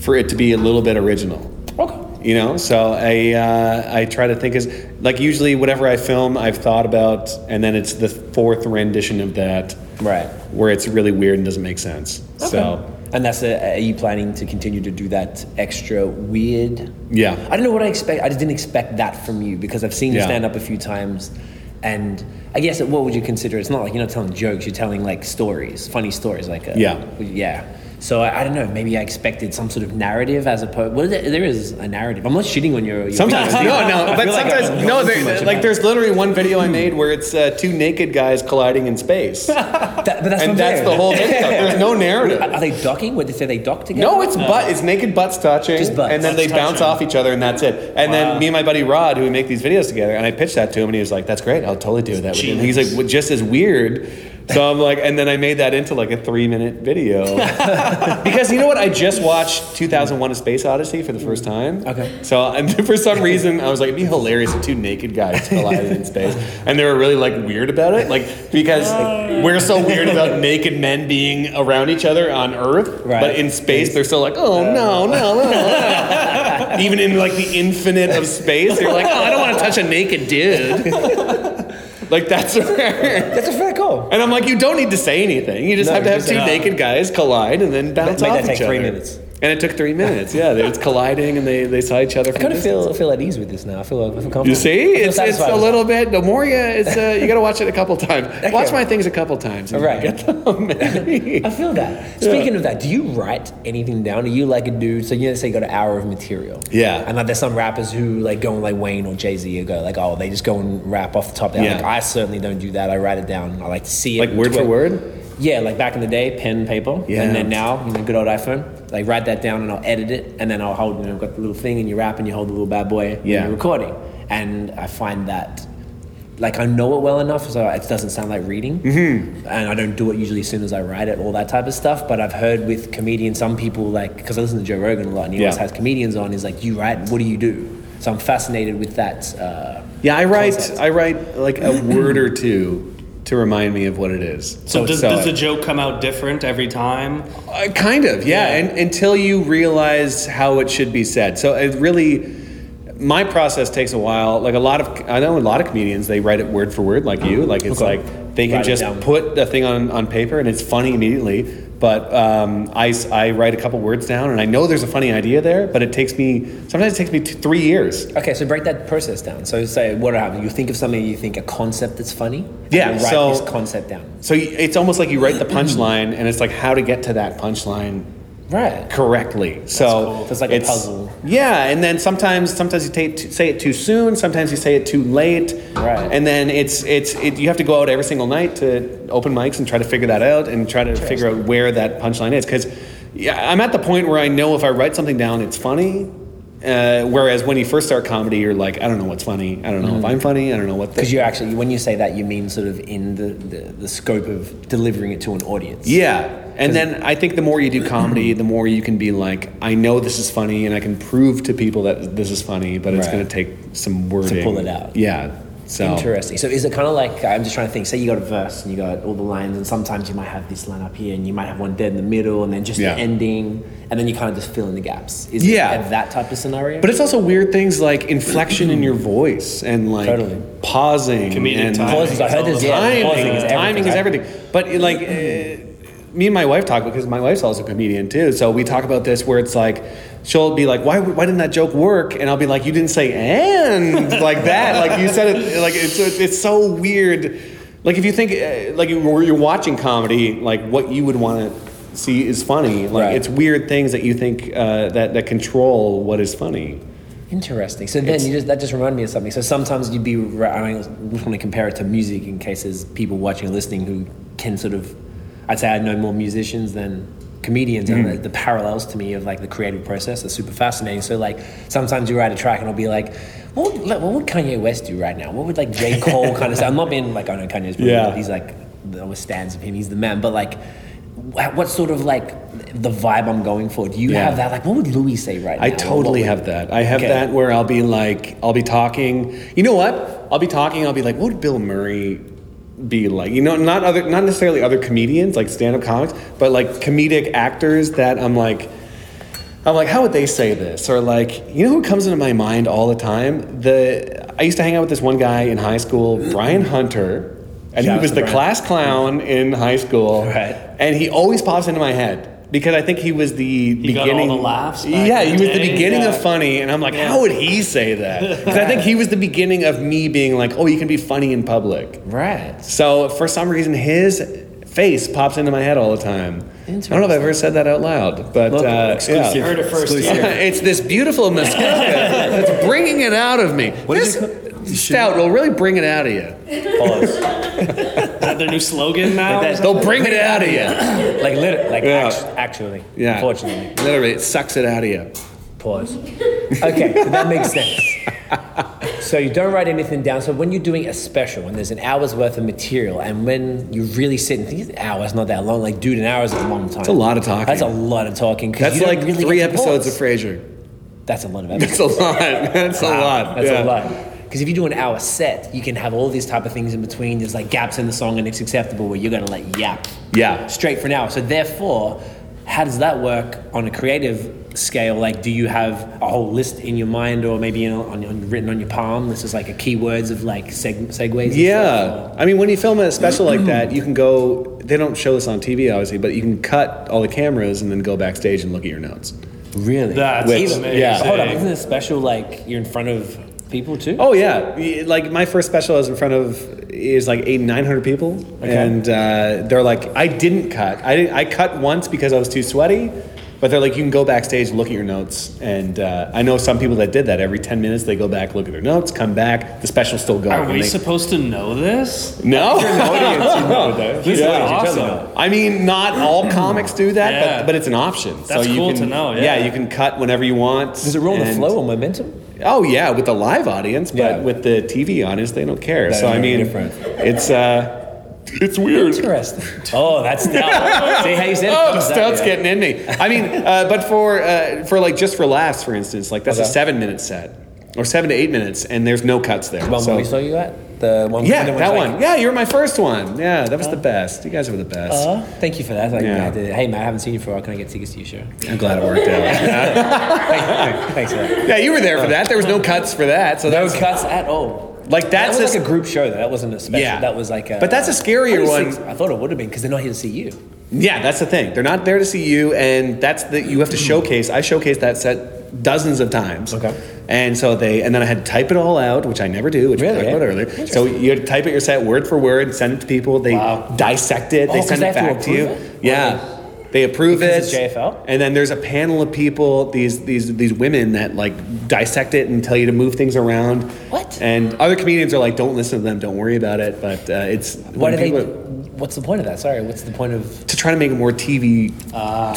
Speaker 4: for it to be a little bit original.
Speaker 2: Okay.
Speaker 4: You know, so I uh, I try to think as like usually whatever I film, I've thought about, and then it's the fourth rendition of that,
Speaker 2: Right.
Speaker 4: Where it's really weird and doesn't make sense. So
Speaker 2: And that's a, are you planning to continue to do that extra weird?
Speaker 4: Yeah.
Speaker 2: I don't know what I expect. I just didn't expect that from you because I've seen you
Speaker 4: Yeah.
Speaker 2: stand up a few times, and I guess what would you consider? It's not like you're not telling jokes. You're telling like stories, funny stories, like a,
Speaker 4: Yeah.
Speaker 2: yeah. So I, I don't know. Maybe I expected some sort of narrative as opposed. Well, there there is a narrative. I'm not shitting on your. your
Speaker 4: Sometimes
Speaker 2: videos.
Speaker 4: no, no,
Speaker 2: I
Speaker 4: but
Speaker 2: feel like
Speaker 4: sometimes
Speaker 2: I've
Speaker 4: no.
Speaker 2: gone too
Speaker 4: There,
Speaker 2: much
Speaker 4: like
Speaker 2: about
Speaker 4: there's literally one video I made where it's uh, two naked guys colliding in space, and
Speaker 2: it. That- but that's, what I'm
Speaker 4: that's
Speaker 2: saying.
Speaker 4: the whole video. There's no narrative.
Speaker 2: Are they docking? Would they say they dock together?
Speaker 4: No, it's butt. It's naked butts touching,
Speaker 2: Uh, Just butts.
Speaker 4: and then they
Speaker 3: Butts
Speaker 4: bounce
Speaker 3: touching.
Speaker 4: off each other, and that's it. And then me and my buddy Rod, who we make these videos together, and I pitched that to him, and he was like, "That's great. I'll totally do that." With him. He's like, well, "Just as weird." So I'm like, and then I made that into like a three minute video because you know what? I just watched 2001: A Space Odyssey for the first time.
Speaker 2: Okay.
Speaker 4: So and for some reason, I was like, it'd be hilarious if two naked guys collided in space, and they were really like weird about it, like because we're so weird about naked men being around each other on Earth,
Speaker 2: Right.
Speaker 4: but in space they're still like, oh no, no, no, no. Even in like the infinite of space, they're like, oh, I don't want to touch a naked dude. like that's where.
Speaker 2: That's a fair call.
Speaker 4: And I'm like, you don't need to say anything. You just
Speaker 2: No,
Speaker 4: have to have
Speaker 2: just-
Speaker 4: two
Speaker 2: no.
Speaker 4: naked guys collide and then bounce
Speaker 2: Make
Speaker 4: off
Speaker 2: that
Speaker 4: each
Speaker 2: take
Speaker 4: other.
Speaker 2: three minutes.
Speaker 4: And it took three minutes. Yeah, they was colliding and they, they saw each other.
Speaker 2: I
Speaker 4: From
Speaker 2: kind of
Speaker 4: distance.
Speaker 2: feel feel at ease with this now. I feel like I feel comfortable.
Speaker 4: You see,
Speaker 2: I feel
Speaker 4: it's, it's
Speaker 2: satisfied
Speaker 4: a
Speaker 2: with
Speaker 4: little bit. The more you, it's uh, you got to watch it a couple times. Watch my things a couple times. and
Speaker 2: it.
Speaker 4: you
Speaker 2: right.
Speaker 4: get them.
Speaker 2: I feel that. Speaking of that, do you write anything down? Are you like a dude? So you know, say you got an hour of material.
Speaker 4: Yeah.
Speaker 2: And like there's some rappers who like go on like Wayne or Jay Z. You go like, oh, they just go and rap off the top. Yeah.
Speaker 4: Yeah.
Speaker 2: Like, I certainly don't do that. I write it down. I like to see it.
Speaker 4: like
Speaker 2: and
Speaker 4: word for
Speaker 2: tweet.
Speaker 4: word.
Speaker 2: Yeah, like back in the day, pen, paper.
Speaker 4: Yeah.
Speaker 2: And then now, you know, good old iPhone. Like write that down and I'll edit it and then I'll hold you know, I've got the little thing and you rap and you hold the little bad boy and
Speaker 4: Yeah.
Speaker 2: you're recording. And I find that like I know it well enough so it doesn't sound like reading. Mm-hmm. And I don't do it usually as soon as I write it, all that type of stuff. But I've heard with comedians, some people like because I listen to Joe Rogan a lot and he
Speaker 4: Yeah.
Speaker 2: always has comedians on, he's like, You write, what do you do? So I'm fascinated with that uh
Speaker 4: Yeah, I write.
Speaker 2: Concept.
Speaker 4: I write like a word or two to remind me of what it is.
Speaker 3: So, does,
Speaker 4: so-
Speaker 3: does the joke come out different every time?
Speaker 4: Uh, kind of, yeah.
Speaker 3: Yeah.
Speaker 4: And until you realize how it should be said, so it really, my process takes a while. Like a lot of, I know a lot of comedians, they write it word for word, like you. Like it's
Speaker 2: Okay.
Speaker 4: like they can
Speaker 2: Write it
Speaker 4: just
Speaker 2: down.
Speaker 4: put the thing on on paper and it's funny immediately. But um, I s- I write a couple words down and I know there's a funny idea there, but it takes me sometimes it takes me two, three years.
Speaker 2: Okay, so break that process down. So say what happens. You think of something, you think a concept that's funny. and
Speaker 4: Yeah,
Speaker 2: you write
Speaker 4: so-
Speaker 2: this concept down.
Speaker 4: So y- it's almost like you write the punchline and it's like how to get to that punchline
Speaker 2: Right.
Speaker 4: correctly. So
Speaker 2: cool. It's like a puzzle.
Speaker 4: Yeah, and then sometimes sometimes you take, say it too soon, sometimes you say it too late.
Speaker 2: Right.
Speaker 4: And then it's it's it, you have to go out every single night to open mics and try to figure that out and try to figure out where that punchline is cuz yeah, I'm at the point where I know if I write something down it's funny. Uh, whereas when you first start comedy, you're like, I don't know what's funny. I don't know if I'm funny. I don't know what. the-
Speaker 2: Mm-hmm. Because you actually, when you say that, you mean sort of in the, the, the scope of delivering it to an audience.
Speaker 4: Yeah. And then I think the more you do comedy, the more you can be like, I know this is funny and I can prove to people that this is funny, but it's
Speaker 2: Right.
Speaker 4: going to take some wording.
Speaker 2: pull it out.
Speaker 4: Yeah. So.
Speaker 2: Interesting. So is it kind of like I'm just trying to think? Say you got a verse and you got all the lines, and sometimes you might have this line up here, and you might have one dead in the middle, and then just
Speaker 4: Yeah.
Speaker 2: the ending, and then you kind of just fill in the gaps. Is
Speaker 4: Yeah.
Speaker 2: it that type of scenario?
Speaker 4: But it's also weird things like inflection in your voice and like
Speaker 2: Totally.
Speaker 4: pausing.
Speaker 3: Comedic
Speaker 4: and
Speaker 3: timing.
Speaker 2: pauses. I heard this. Yeah,
Speaker 4: timing,
Speaker 2: pausing is everything.
Speaker 4: timing is
Speaker 2: right?
Speaker 4: everything. But it, like, uh, me and my wife talk because my wife's also a comedian too. So we talk about this where it's like she'll be like, "Why, why didn't that joke work?" And I'll be like, "You didn't say and like that. Like you said it. Like it's it's, it's so weird. Like if you think uh, like where you're watching comedy, like what you would want to." See is funny. Like
Speaker 2: Right.
Speaker 4: it's weird things that you think uh, that that control what is funny.
Speaker 2: Interesting. So then you just that just reminded me of something. So sometimes you'd be. ra- I mean, I'm just want to compare it to music in case there's people watching and listening who can sort of. I'd say I know more musicians than comedians,
Speaker 4: Mm.
Speaker 2: and the, the parallels to me of like the creative process are super fascinating. So like sometimes you write a track and I'll be like, what would, like, what would Kanye West do right now? What would like J Cole kind of? Say? I'm not being like I know Kanye's. Probably,
Speaker 4: Yeah.
Speaker 2: He's like there was stands of him. He's the man. But like. wh- What sort of like the vibe I'm going for? Do you
Speaker 4: Yeah.
Speaker 2: have that? Like, what would Louis say right now?
Speaker 4: I
Speaker 2: Or what
Speaker 4: totally
Speaker 2: would-
Speaker 4: have that. I have
Speaker 2: Okay.
Speaker 4: that where I'll be like, I'll be talking. You know what? I'll be talking. I'll be like, what would Bill Murray be like? You know, not other, not necessarily other comedians like stand-up comics, but like comedic actors that I'm like. I'm like, how would they say this? Or like, you know who comes into my mind all the time? The I used to hang out with this one guy in high school, Brian Hunter, and
Speaker 2: Shout
Speaker 4: he
Speaker 2: out
Speaker 4: was
Speaker 2: to
Speaker 4: the
Speaker 2: Brian.
Speaker 4: class clown in high school.
Speaker 2: Right.
Speaker 4: And he always pops into my head because I think he was the
Speaker 3: got all
Speaker 4: beginning
Speaker 3: the laughs back
Speaker 4: Yeah,
Speaker 3: in
Speaker 4: he
Speaker 3: the
Speaker 4: was the
Speaker 3: day,
Speaker 4: beginning
Speaker 3: yeah.
Speaker 4: of funny, and I'm like,
Speaker 3: Yeah.
Speaker 4: how would he say that? Because I think he was the beginning of me being like, oh, you can be funny in public.
Speaker 2: Right.
Speaker 4: So for some reason, his face pops into my head all the time. I don't know if I've ever said that out loud, but
Speaker 2: Look,
Speaker 4: uh,
Speaker 2: exclusive.
Speaker 4: yeah.
Speaker 3: Heard it first.
Speaker 7: Exclusive.
Speaker 3: here.
Speaker 4: it's this beautiful Muskoka that's bringing it out of me.
Speaker 7: did
Speaker 4: this
Speaker 7: you call- you should-
Speaker 4: stout will really bring it out of you.
Speaker 3: Is that their new slogan now?
Speaker 4: They'll bring it out of you.
Speaker 2: Like literally, like
Speaker 4: Yeah.
Speaker 2: act- actually,
Speaker 4: Yeah.
Speaker 2: unfortunately.
Speaker 4: Literally, it sucks it out of you.
Speaker 2: Pause. Okay, so that makes sense. So you don't write anything down. So when you're doing a special, when there's an hour's worth of material, and when you really sit and think, an hour's not that long. Like, dude, an hour is a long time. That's
Speaker 4: a lot of talking.
Speaker 2: That's a lot of talking. 'cause
Speaker 4: That's
Speaker 2: you don't
Speaker 4: like
Speaker 2: really
Speaker 4: three
Speaker 2: get to
Speaker 4: episodes
Speaker 2: pause.
Speaker 4: of Frasier.
Speaker 2: That's a lot of episodes.
Speaker 4: That's a lot. That's a lot.
Speaker 2: That's a
Speaker 4: Yeah.
Speaker 2: lot. Because if you do an hour set, you can have all these type of things in between. There's like gaps in the song, and it's acceptable where you're gonna like yap
Speaker 4: Yeah.
Speaker 2: straight for an hour. So therefore, how does that work on a creative scale? Like, do you have a whole list in your mind, or maybe you know, on, on, written on your palm? This is like a keywords of like seg- segues. and stuff,
Speaker 4: Yeah, I mean, when you film a special like that, you can go. They don't show this on TV, obviously, but you can cut all the cameras and then go backstage and look at your notes.
Speaker 2: or- Really?
Speaker 3: That's
Speaker 4: Which-
Speaker 3: amazing.
Speaker 4: yeah.
Speaker 2: Hold on, isn't it special? Like you're in front of people too.
Speaker 4: Oh yeah, Y- like my first special I was in front of is like eight nine hundred people, and uh, they're like, I didn't cut. I didn't, I cut once because I was too sweaty, but they're like, you can go backstage, look at your notes, and uh, I know some people that did that. Every ten minutes they go back, look at their notes, come back, the special's still going.
Speaker 3: Are
Speaker 4: and
Speaker 3: we
Speaker 4: they-
Speaker 3: supposed to know this?
Speaker 4: no.
Speaker 3: This
Speaker 4: Yeah.
Speaker 3: is awesome.
Speaker 4: I mean, not all comics do that,
Speaker 3: Yeah.
Speaker 4: but, but it's an option.
Speaker 3: That's
Speaker 4: you
Speaker 3: cool
Speaker 4: can,
Speaker 3: to know, yeah.
Speaker 4: you can cut whenever you want.
Speaker 2: Does it ruin the
Speaker 4: and-
Speaker 2: flow or momentum?
Speaker 4: Oh yeah, with the live audience, but
Speaker 2: Yeah.
Speaker 4: with the TV audience, they don't care.
Speaker 2: That
Speaker 4: so
Speaker 2: is
Speaker 4: I mean,
Speaker 2: different.
Speaker 4: it's uh, it's weird.
Speaker 2: Interesting. Oh, that's now. See how you said it?
Speaker 4: Oh,
Speaker 2: Comes out,
Speaker 4: stout's
Speaker 2: yeah.
Speaker 4: getting in me. I mean, uh, but for uh, for like just for laughs, for instance, like that's a
Speaker 2: Okay.
Speaker 4: seven minute set or seven to eight minutes, and there's no cuts there.
Speaker 2: One
Speaker 4: so-
Speaker 2: we saw you at the one.
Speaker 4: yeah,
Speaker 2: the
Speaker 4: that
Speaker 2: like-
Speaker 4: one. Yeah, you were my first one. Yeah, that was the best. You guys were the best.
Speaker 2: Uh, thank you for that. Like,
Speaker 4: Yeah.
Speaker 2: I did- Hey, man, I haven't seen you for a while. Can I get tickets to your show?
Speaker 4: I'm glad it worked out.
Speaker 2: Thanks for that.
Speaker 4: Yeah, you were there for that. There was no cuts for that. So
Speaker 2: No
Speaker 4: that's
Speaker 2: cuts at all.
Speaker 4: like that's
Speaker 2: that was
Speaker 4: a,
Speaker 2: like a group show, though. That wasn't a special.
Speaker 4: yeah.
Speaker 2: That was like a.
Speaker 4: But that's a scarier
Speaker 2: I
Speaker 4: one.
Speaker 2: think- I thought it would have been because they're not here to see you.
Speaker 4: Yeah, that's the thing. They're not there to see you, and that's the you have to showcase. I showcased that set dozens of times.
Speaker 2: Hmm. Okay.
Speaker 4: And so they, and then I had to type it all out, which I never do, which
Speaker 2: Really?
Speaker 4: I talked about earlier. So you had to type out your set word for word, send it to people. They dissect it.
Speaker 2: Oh,
Speaker 4: they
Speaker 2: 'cause
Speaker 4: send
Speaker 2: they
Speaker 4: it
Speaker 2: have to
Speaker 4: back to you.
Speaker 2: approve it?
Speaker 4: Yeah.
Speaker 2: Wow.
Speaker 4: They approve
Speaker 2: Because
Speaker 4: it.
Speaker 2: it's JFL?
Speaker 4: And then there's a panel of people, these these these women that like dissect it and tell you to move things around.
Speaker 2: What?
Speaker 4: And other comedians are like, don't listen to them, don't worry about it. But uh, it's
Speaker 2: Why
Speaker 4: when
Speaker 2: do they?
Speaker 4: people are-
Speaker 2: What's the point of that? Sorry, what's the point of?
Speaker 4: to try to make it more TV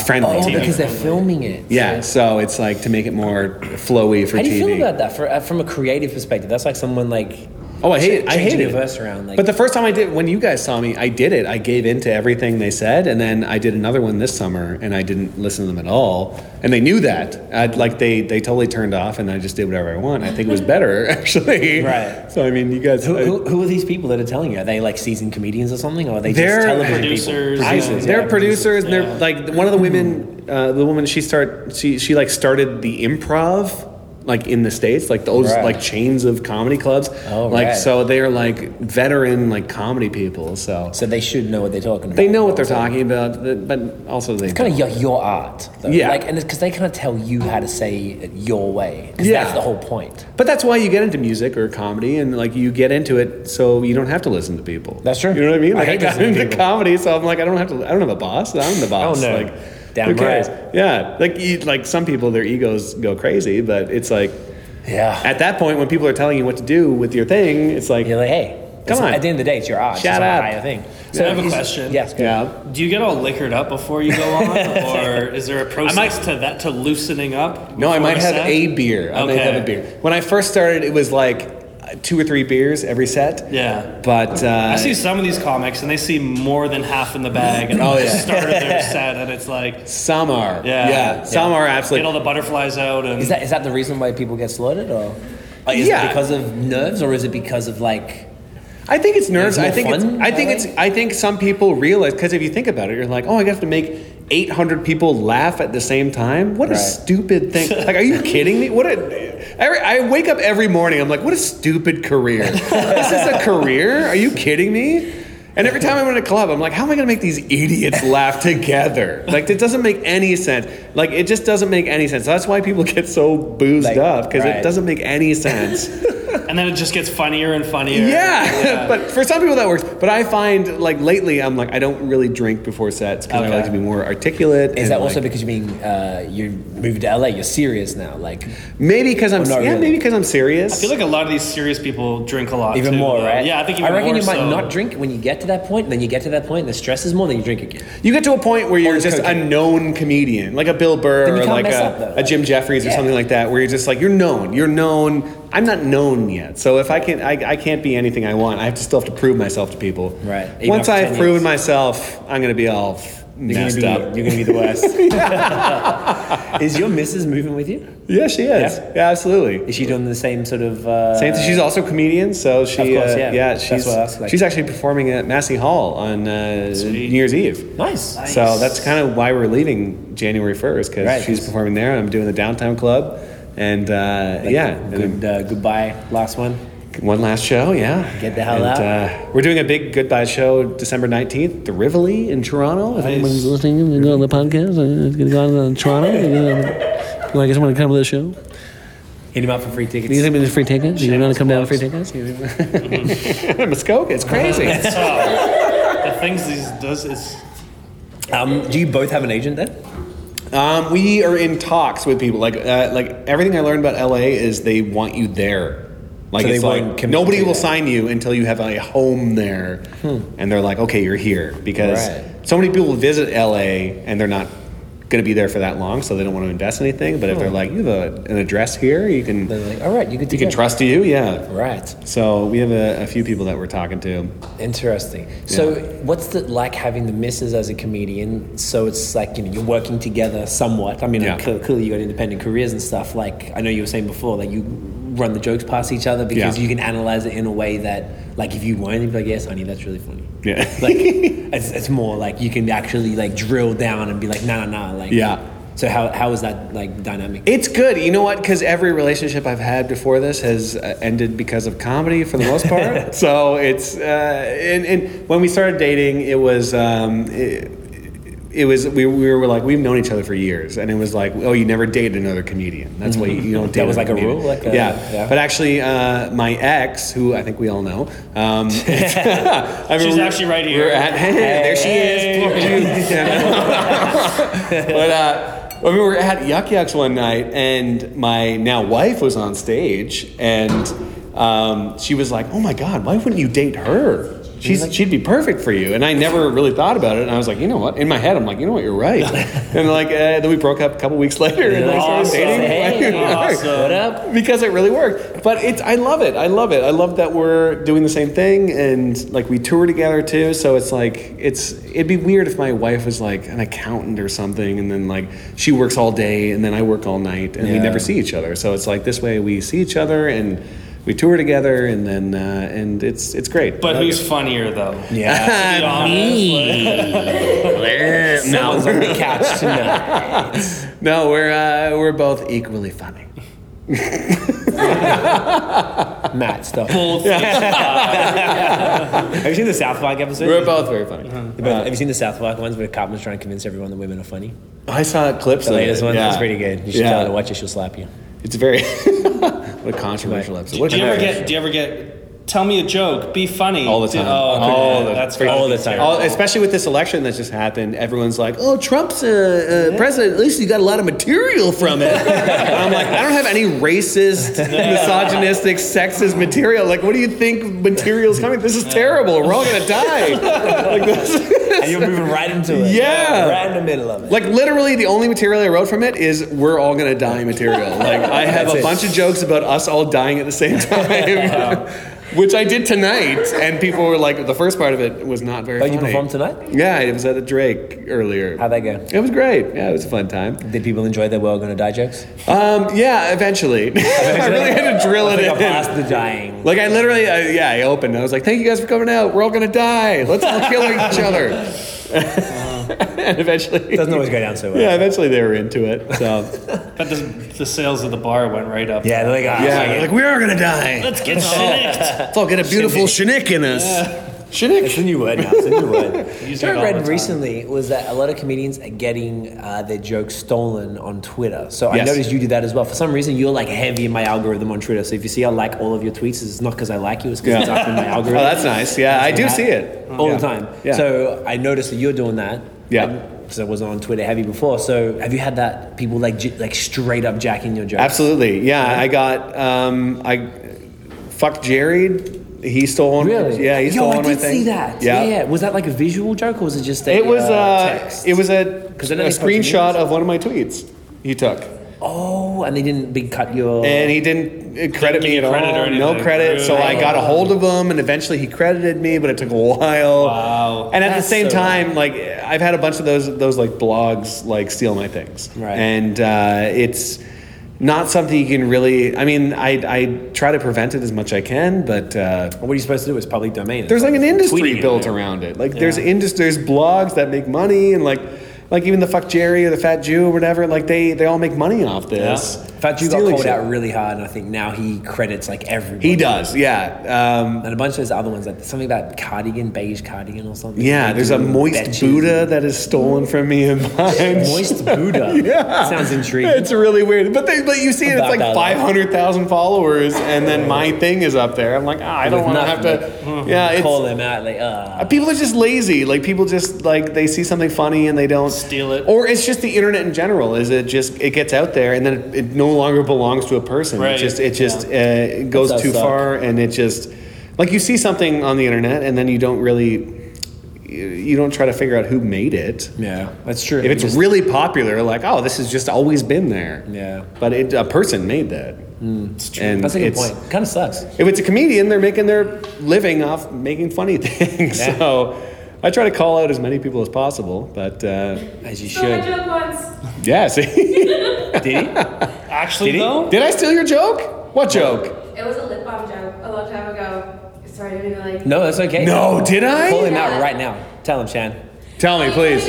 Speaker 4: friendly.
Speaker 2: Oh,
Speaker 4: to them.
Speaker 2: because they're filming it.
Speaker 4: yeah, so it's like to make it more flowy for
Speaker 2: How
Speaker 4: TV.
Speaker 2: do you feel about that? For, uh, from a creative perspective, that's like someone like.
Speaker 4: Oh, I hate it. I
Speaker 2: changing
Speaker 4: hate
Speaker 2: the
Speaker 4: it.
Speaker 2: verse around, like-
Speaker 4: but the first time I did, when you guys saw me, I did it. I gave in to everything they said, and then I did another one this summer, and I didn't listen to them at all. And they knew that. I'd, like they, they totally turned off, and I just did whatever I want. I think it was better actually.
Speaker 2: Right.
Speaker 4: So I mean, you guys.
Speaker 2: Who,
Speaker 4: I-
Speaker 2: who, who are these people that are telling you? Are they like seasoned comedians or something, or are they just
Speaker 4: They're
Speaker 2: television
Speaker 3: producers,
Speaker 2: people?
Speaker 3: yeah.
Speaker 4: I-
Speaker 3: Producers,
Speaker 4: they're
Speaker 2: yeah.
Speaker 4: producers, and
Speaker 3: Yeah.
Speaker 4: they're like one of the women. Uh, the woman she start she she like started the improv like in the states, like those
Speaker 2: Right.
Speaker 4: like chains of comedy clubs.
Speaker 2: Oh,
Speaker 4: like
Speaker 2: right.
Speaker 4: so they're like veteran like comedy people. So
Speaker 2: So they should know what they're talking about.
Speaker 4: they know what they're talking about, but- but also they
Speaker 2: It's kind of your, your art, though.
Speaker 4: Yeah.
Speaker 2: Like, and because they can't tell you how to say it your way. 'Cause
Speaker 4: Yeah.
Speaker 2: that's the whole point.
Speaker 4: But that's why you get into music or comedy, and like you get into it, so you don't have to listen to people.
Speaker 2: That's true.
Speaker 4: You know what I mean?
Speaker 2: I
Speaker 4: Like I,
Speaker 2: hate
Speaker 4: got
Speaker 2: listening to
Speaker 4: into
Speaker 2: people. Oh,
Speaker 4: comedy, so I'm like, I don't have to. I don't have a boss. I'm the boss.
Speaker 2: no.
Speaker 4: Like,
Speaker 2: Damn
Speaker 4: who cares?
Speaker 2: right.
Speaker 4: Yeah, like you, like some people, their egos go crazy, but it's like
Speaker 2: Yeah.
Speaker 4: at that point when people are telling you what to do with your thing, it's like
Speaker 2: You're like, hey, it's-
Speaker 4: on.
Speaker 2: At the end of the day, it's your art.
Speaker 4: Shut
Speaker 2: it's
Speaker 4: up.
Speaker 2: Higher thing.
Speaker 3: I have a
Speaker 2: is-
Speaker 3: question.
Speaker 2: Yes. go ahead.
Speaker 4: yeah.
Speaker 3: Do you get all liquored up before you go on, or is there a process to that to loosening up?
Speaker 4: No, I
Speaker 3: before
Speaker 4: might
Speaker 3: a
Speaker 4: have
Speaker 3: set?
Speaker 4: a beer. I might
Speaker 3: Okay.
Speaker 4: have a beer. When I first started, it was like uh, two or three beers every set.
Speaker 3: Yeah.
Speaker 4: But uh,
Speaker 3: I see some of these comics, and they see more than half in the bag at oh, the
Speaker 4: yeah.
Speaker 3: start of their set, and it's like
Speaker 4: some are.
Speaker 3: Yeah.
Speaker 4: yeah. Some
Speaker 3: Yeah.
Speaker 4: are absolutely.
Speaker 3: get all the butterflies out, and
Speaker 2: Is that is that the reason why people get slaughtered, or, or is
Speaker 4: Uh, Yeah.
Speaker 2: it because of nerves, or is it because of like?
Speaker 4: I think it's
Speaker 2: it's
Speaker 4: nerves.
Speaker 2: more
Speaker 4: I think
Speaker 2: fun
Speaker 4: it's, I think
Speaker 2: that
Speaker 4: it's I think some people realize because if you think about it, you're like, oh, I have to make 800 people laugh at the same time. What a
Speaker 2: Right.
Speaker 4: stupid thing! like, are you kidding me? What a every, I wake up every morning. I'm like, what a stupid career. this is a career. Are you kidding me? And every time I'm in a club, I'm like, how am I going to make these idiots laugh together? Like, it doesn't make any sense. Like, it just doesn't make any sense. That's why people get so boozed
Speaker 2: Like,
Speaker 4: up because
Speaker 2: right.
Speaker 4: it doesn't make any sense.
Speaker 3: And then it just gets funnier and funnier.
Speaker 4: Yeah, but for some people that works. But I find like lately, I'm like I don't really drink before sets because
Speaker 3: Okay.
Speaker 4: I like to be more articulate.
Speaker 2: Is
Speaker 4: and,
Speaker 2: that also
Speaker 4: like-
Speaker 2: because you're being uh, you moved to LA? You're serious now, like
Speaker 4: maybe because I'm
Speaker 2: Or not
Speaker 4: yeah
Speaker 2: really?
Speaker 4: maybe because I'm serious.
Speaker 3: I feel like a lot of these serious people drink a lot.
Speaker 2: even
Speaker 3: too,
Speaker 2: more,
Speaker 3: though.
Speaker 2: right?
Speaker 3: Yeah, I think even
Speaker 2: I reckon
Speaker 3: more
Speaker 2: you might
Speaker 3: so.
Speaker 2: not drink when you get to that point. And then you get to that point, and the stress is more. Then you drink again.
Speaker 4: you get to a point where you're
Speaker 2: it's
Speaker 4: just
Speaker 2: cocaine.
Speaker 4: a known comedian, like a Bill Burr
Speaker 2: Then you
Speaker 4: or
Speaker 2: can't
Speaker 4: like
Speaker 2: mess
Speaker 4: a,
Speaker 2: up, though.
Speaker 4: a Jim Jeffries or
Speaker 2: Yeah.
Speaker 4: something like that, where you're just like you're known, you're known. I'm not known yet, so if I can, I, I can't be anything I want. I have to still have to prove myself to people.
Speaker 2: Right. Even
Speaker 4: Once
Speaker 2: after
Speaker 4: I've
Speaker 2: 10
Speaker 4: proven
Speaker 2: years.
Speaker 4: myself, I'm gonna be all f- messed
Speaker 2: be,
Speaker 4: up.
Speaker 2: You're gonna be the worst. is your missus moving with you?
Speaker 4: Yeah, she is.
Speaker 2: Yeah.
Speaker 4: yeah absolutely.
Speaker 2: Is she doing the same sort of? Uh,
Speaker 4: Same thing. She's also a comedian, so she,
Speaker 2: Of course,
Speaker 4: uh,
Speaker 2: yeah.
Speaker 4: yeah.
Speaker 2: That's
Speaker 4: she's
Speaker 2: what I was like-
Speaker 4: she's actually performing at Massey Hall on uh, New Year's Eve.
Speaker 2: nice.
Speaker 4: So that's kind of why we're leaving January first because
Speaker 2: Right.
Speaker 4: she's performing there. and I'm doing the Downtown Club, and uh,
Speaker 2: Like,
Speaker 4: yeah, and
Speaker 2: Good uh, goodbye. Last one.
Speaker 4: then one last show. Yeah,
Speaker 2: Get the hell
Speaker 4: and,
Speaker 2: out.
Speaker 4: Uh, we're doing a big goodbye show December nineteenth, the Rivoli in Toronto. If anyone's
Speaker 3: Nice.
Speaker 7: listening, you go on the podcast, uh, it's gonna go on in Toronto. You know, you guys want to come to the show?
Speaker 2: Hit him up for free tickets.
Speaker 7: You think there's free tickets? You want to come down to free tickets?
Speaker 4: Muskoka, it's crazy.
Speaker 3: The things these does is
Speaker 2: Um, do you both have an agent then?
Speaker 4: Um, we are in talks with people. Like, uh, like everything I learned about LA is they want you there. Like,
Speaker 2: So they
Speaker 4: it's
Speaker 2: won't
Speaker 4: like
Speaker 2: commit
Speaker 4: nobody
Speaker 2: to
Speaker 4: will
Speaker 2: that.
Speaker 4: sign you until you have a home there, and they're like, okay, you're here because
Speaker 2: Hmm. Right.
Speaker 4: so many people visit LA and they're not going to be there for that long, so they don't want to invest in anything. But if
Speaker 2: Hmm.
Speaker 4: they're like, you have a, an address here, you can
Speaker 2: They're like, all right, you could
Speaker 4: you can trust you, yeah.
Speaker 2: Right.
Speaker 4: So we have a, a few people that we're talking to.
Speaker 2: Interesting. So, what's the like having the missus as a comedian? So it's like you know you're working together somewhat. I mean,
Speaker 4: Yeah.
Speaker 2: cl- clearly you got independent careers and stuff. Like I know you were saying before, like you run the jokes past each other because
Speaker 4: Yeah.
Speaker 2: you can analyze it in a way that, like, if you weren't, you'd be like, yes, honey, that's really funny.
Speaker 4: Yeah.
Speaker 2: Like it's, it's more like you can actually like drill down and be like, nah, nah, nah. Like
Speaker 4: Yeah.
Speaker 2: So how how is that like dynamic?
Speaker 4: It's good. You know what? Because every relationship I've had before this has uh, ended because of comedy for the most part. so it's uh, and, and when we started dating, it was. Um, it, it was we, we were like we've known each other for years, and it was like oh you never dated another comedian. That's why you, you don't date.
Speaker 2: was
Speaker 4: another
Speaker 2: like a
Speaker 4: comedian.
Speaker 2: rule, like a-
Speaker 4: yeah.
Speaker 2: yeah.
Speaker 4: But actually, uh, my ex, who I think we all know, um, I remember
Speaker 3: She's
Speaker 4: we-
Speaker 3: actually right
Speaker 4: we
Speaker 3: here.
Speaker 4: were at- there she is. but uh, I mean, we were at Yuck Yucks one night, and my now wife was on stage, and um, she was like, "Oh my God, why wouldn't you date her? She's she'd be perfect for you." And I never really thought about it, and I was like, "You know what?" In my head, I'm like, "You know what? You're right." and like, uh, then we broke up a couple weeks later, and I started
Speaker 3: Awesome.
Speaker 4: dating.
Speaker 3: Hey, awesome. What
Speaker 2: up?
Speaker 4: because it really worked. But it's I love it. I love it. I love that we're doing the same thing and like we tour together too. So it's like it's it'd be weird if my wife was like an accountant or something and then like she works all day and then I work all night and we
Speaker 2: Yeah.
Speaker 4: never see each other. So it's like this way we see each other and we tour together and then uh, and it's it's great.
Speaker 3: but who's funnier though?
Speaker 2: Yeah.
Speaker 3: To be honest, like-
Speaker 2: Someone's on the couch tonight.
Speaker 4: no, we're uh, we're both equally funny.
Speaker 2: Matt, stop.
Speaker 3: both.
Speaker 2: Have you seen the South Park episode?
Speaker 4: We're both very funny.
Speaker 2: But have you seen the South Park ones where Cartman's trying to convince everyone that women are funny?
Speaker 4: I saw clips
Speaker 2: The
Speaker 4: of
Speaker 2: latest
Speaker 4: it.
Speaker 2: one
Speaker 4: yeah.
Speaker 2: that's pretty good. You should
Speaker 4: Yeah.
Speaker 2: tell her to watch it; she'll slap you.
Speaker 4: It's very what a controversial episode. What
Speaker 3: Do you ever
Speaker 4: controversial.
Speaker 3: get? Do you ever get? Tell me a joke. Be funny.
Speaker 4: All the
Speaker 3: Do-
Speaker 4: time.
Speaker 3: Oh,
Speaker 4: All
Speaker 3: man,
Speaker 4: the
Speaker 3: that's
Speaker 4: freaking-
Speaker 2: all the time.
Speaker 4: All, especially with this election that just happened, everyone's like, "Oh, Trump's uh, uh, president. At least you got a lot of material from it." And I'm like, I don't have any racist, misogynistic, sexist material. Like, what do you think material's coming? This is terrible. We're all gonna die. like this.
Speaker 2: And you're moving right into it.
Speaker 4: Yeah.
Speaker 2: Right in the middle of it.
Speaker 4: Like literally, the only material I wrote from it is "We're all gonna die" material. Like I have
Speaker 2: That's
Speaker 4: a
Speaker 2: it.
Speaker 4: bunch of jokes about us all dying at the same time. which I did tonight, and people were like, the first part of it was not very.
Speaker 2: Oh,
Speaker 4: funny.
Speaker 2: you performed tonight?
Speaker 4: Yeah, it was at the Drake earlier.
Speaker 2: How'd that go?
Speaker 4: It was great. Yeah, it was a fun time.
Speaker 2: Did people enjoy their well gonna die jokes?
Speaker 4: Um, yeah, eventually, I really had to drill
Speaker 2: I
Speaker 4: it
Speaker 2: think I'm
Speaker 4: in.
Speaker 2: past the dying.
Speaker 4: Like I literally, I, yeah, I opened. I was like, "Thank you guys for coming out. We're all gonna die. Let's all kill each other." and eventually,
Speaker 2: Doesn't always go down so well.
Speaker 4: yeah, eventually they were into it. So
Speaker 3: But the, the sales of the bar went right up.
Speaker 2: Yeah, they're like, ah,
Speaker 4: yeah,
Speaker 2: fuck it.
Speaker 4: like we are gonna die.
Speaker 3: Let's get shit.
Speaker 4: Let's all get a beautiful shinick in us.
Speaker 2: It's a new word now. It's a new word.
Speaker 3: Use
Speaker 2: what I
Speaker 3: it all the
Speaker 2: read
Speaker 3: time.
Speaker 2: recently was that a lot of comedians are getting uh, their jokes stolen on Twitter. So I
Speaker 4: Yes.
Speaker 2: noticed you did that as well. For some reason, you're like heavy in my algorithm on Twitter. So if you see I like all of your tweets, it's not because I like you. It's because
Speaker 4: Yeah.
Speaker 2: it's up in my
Speaker 4: Oh,
Speaker 2: algorithm.
Speaker 4: that's nice. Yeah, I do
Speaker 2: That-
Speaker 4: see it
Speaker 2: all
Speaker 4: Yeah.
Speaker 2: the time.
Speaker 4: Yeah.
Speaker 2: So um, I noticed that you're doing that.
Speaker 4: Yeah.
Speaker 2: Because I wasn't on Twitter heavy before. So have you had that people like j- like straight up jacking your jokes?
Speaker 4: Absolutely. Yeah, I got um I fuck Jerry. He stole one.
Speaker 2: Really?
Speaker 4: Yeah, he stole
Speaker 2: Yo, I
Speaker 4: one
Speaker 2: did
Speaker 4: my thing.
Speaker 2: see that. Yeah. Was that like a visual joke or was it just a
Speaker 4: It was
Speaker 2: uh,
Speaker 4: uh,
Speaker 2: text?
Speaker 4: it was a, a
Speaker 2: then they post
Speaker 4: screenshot of one of my tweets he took,
Speaker 2: Oh, and they didn't big cut your.
Speaker 4: and he didn't uh, credit
Speaker 3: give
Speaker 4: me
Speaker 3: you
Speaker 4: at all.
Speaker 3: credit or
Speaker 4: no
Speaker 3: anything.
Speaker 4: credit. So I got a hold of him, and eventually he credited me, but it took a while.
Speaker 3: Wow.
Speaker 4: And at
Speaker 2: That's
Speaker 4: the same
Speaker 2: so
Speaker 4: time, like I've had a bunch of those those like blogs like steal my things,
Speaker 2: Right.
Speaker 4: And uh, it's not something you can really. I mean, I I try to prevent it as much I can, but. Uh,
Speaker 2: What are you supposed to do? It's public domain.
Speaker 4: there's like an
Speaker 2: tweeting
Speaker 4: industry
Speaker 2: it,
Speaker 4: built
Speaker 2: yeah.
Speaker 4: around it. Like there's industry, there's blogs that make money, and like like even the fuck Jerry or the Fat Jew or whatever. Like they they all make money off this.
Speaker 2: In fact, you got
Speaker 4: Stealing
Speaker 2: called
Speaker 4: shit.
Speaker 2: out really hard, and I think now he credits like everybody.
Speaker 4: He does, yeah, um,
Speaker 2: And a bunch of those other ones, like something about cardigan, beige cardigan or something.
Speaker 4: yeah.
Speaker 2: They
Speaker 4: There's
Speaker 2: do
Speaker 4: a moist
Speaker 2: betches.
Speaker 4: Buddha that is stolen from me and mine.
Speaker 2: Moist Buddha.
Speaker 4: Yeah.
Speaker 2: Sounds intriguing.
Speaker 4: It's really weird, but they, but you see it. It's
Speaker 2: About
Speaker 4: like
Speaker 2: that.
Speaker 4: five hundred thousand followers, and then my thing is up there. I'm like, ah, I don't
Speaker 2: With
Speaker 4: want to have to.
Speaker 2: nothing.
Speaker 4: Yeah,
Speaker 2: Call
Speaker 4: it's,
Speaker 2: them out like, uh,
Speaker 4: people are just lazy. Like people just like they see something funny and they don't
Speaker 3: Steal it.
Speaker 4: Or it's just the internet in general. Is it just it gets out there and then it, it no longer belongs to a person. It
Speaker 3: Right.
Speaker 4: just it just uh, it
Speaker 2: That
Speaker 4: goes
Speaker 2: does
Speaker 4: too
Speaker 2: suck.
Speaker 4: far and it just like you see something on the internet and then you don't really you- you don't try to figure out who made it.
Speaker 2: yeah, that's true.
Speaker 4: If it's
Speaker 2: Just-
Speaker 4: really popular, like oh, this has just always been there.
Speaker 2: Yeah. Hmm.
Speaker 4: but it, a person made that. it's true. And
Speaker 2: that's a good
Speaker 4: it's-
Speaker 2: point. Kind of sucks.
Speaker 4: if it's a comedian, they're making their living off making funny things.
Speaker 2: Yeah.
Speaker 4: So I try to call out as many people as possible. But uh,
Speaker 2: As you
Speaker 6: Stole my
Speaker 2: should.
Speaker 6: joke once.
Speaker 4: yeah, see?
Speaker 2: Did he?
Speaker 3: Actually, though,
Speaker 4: did I steal your joke? What joke?
Speaker 6: It was a lip balm joke a long time ago. Sorry, I didn't like.
Speaker 2: No, that's okay.
Speaker 4: No, did
Speaker 2: Call
Speaker 4: I?
Speaker 2: him out right now. Tell him, Shan.
Speaker 6: Oh,
Speaker 4: Tell me, please.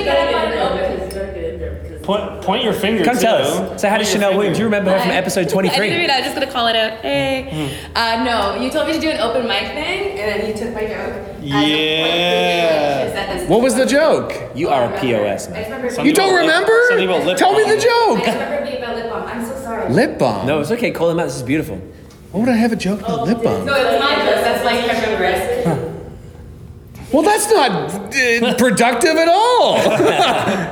Speaker 3: point, point your finger.
Speaker 2: Come
Speaker 3: too.
Speaker 2: tell us. So, how did
Speaker 3: Point your
Speaker 2: Chanel Williams? You remember her from
Speaker 6: Hi.
Speaker 2: episode Hmm.
Speaker 6: I didn't
Speaker 2: 23?
Speaker 6: read it. I was just gonna call it out. Hey. Uh, no, you told me to do an open mic thing, and then you took my joke. as a point for
Speaker 3: Yeah.
Speaker 6: you, which is that this-
Speaker 4: What was the joke?
Speaker 2: You are a POS
Speaker 6: I
Speaker 2: man.
Speaker 6: just remember
Speaker 3: Some
Speaker 4: You
Speaker 6: being-
Speaker 4: don't
Speaker 3: Something about
Speaker 4: remember?
Speaker 3: lip
Speaker 4: Tell me
Speaker 3: balm.
Speaker 4: the
Speaker 6: I just
Speaker 4: joke.
Speaker 6: remember being about lip balm. I'm so sorry.
Speaker 4: Lip balm.
Speaker 2: No, it's okay. Call him out. This is beautiful.
Speaker 4: What would I have a joke
Speaker 6: Oh,
Speaker 4: about lip
Speaker 6: No,
Speaker 4: balm?
Speaker 6: it was my joke. That's why you remember it.
Speaker 4: Well, that's not uh, productive at all.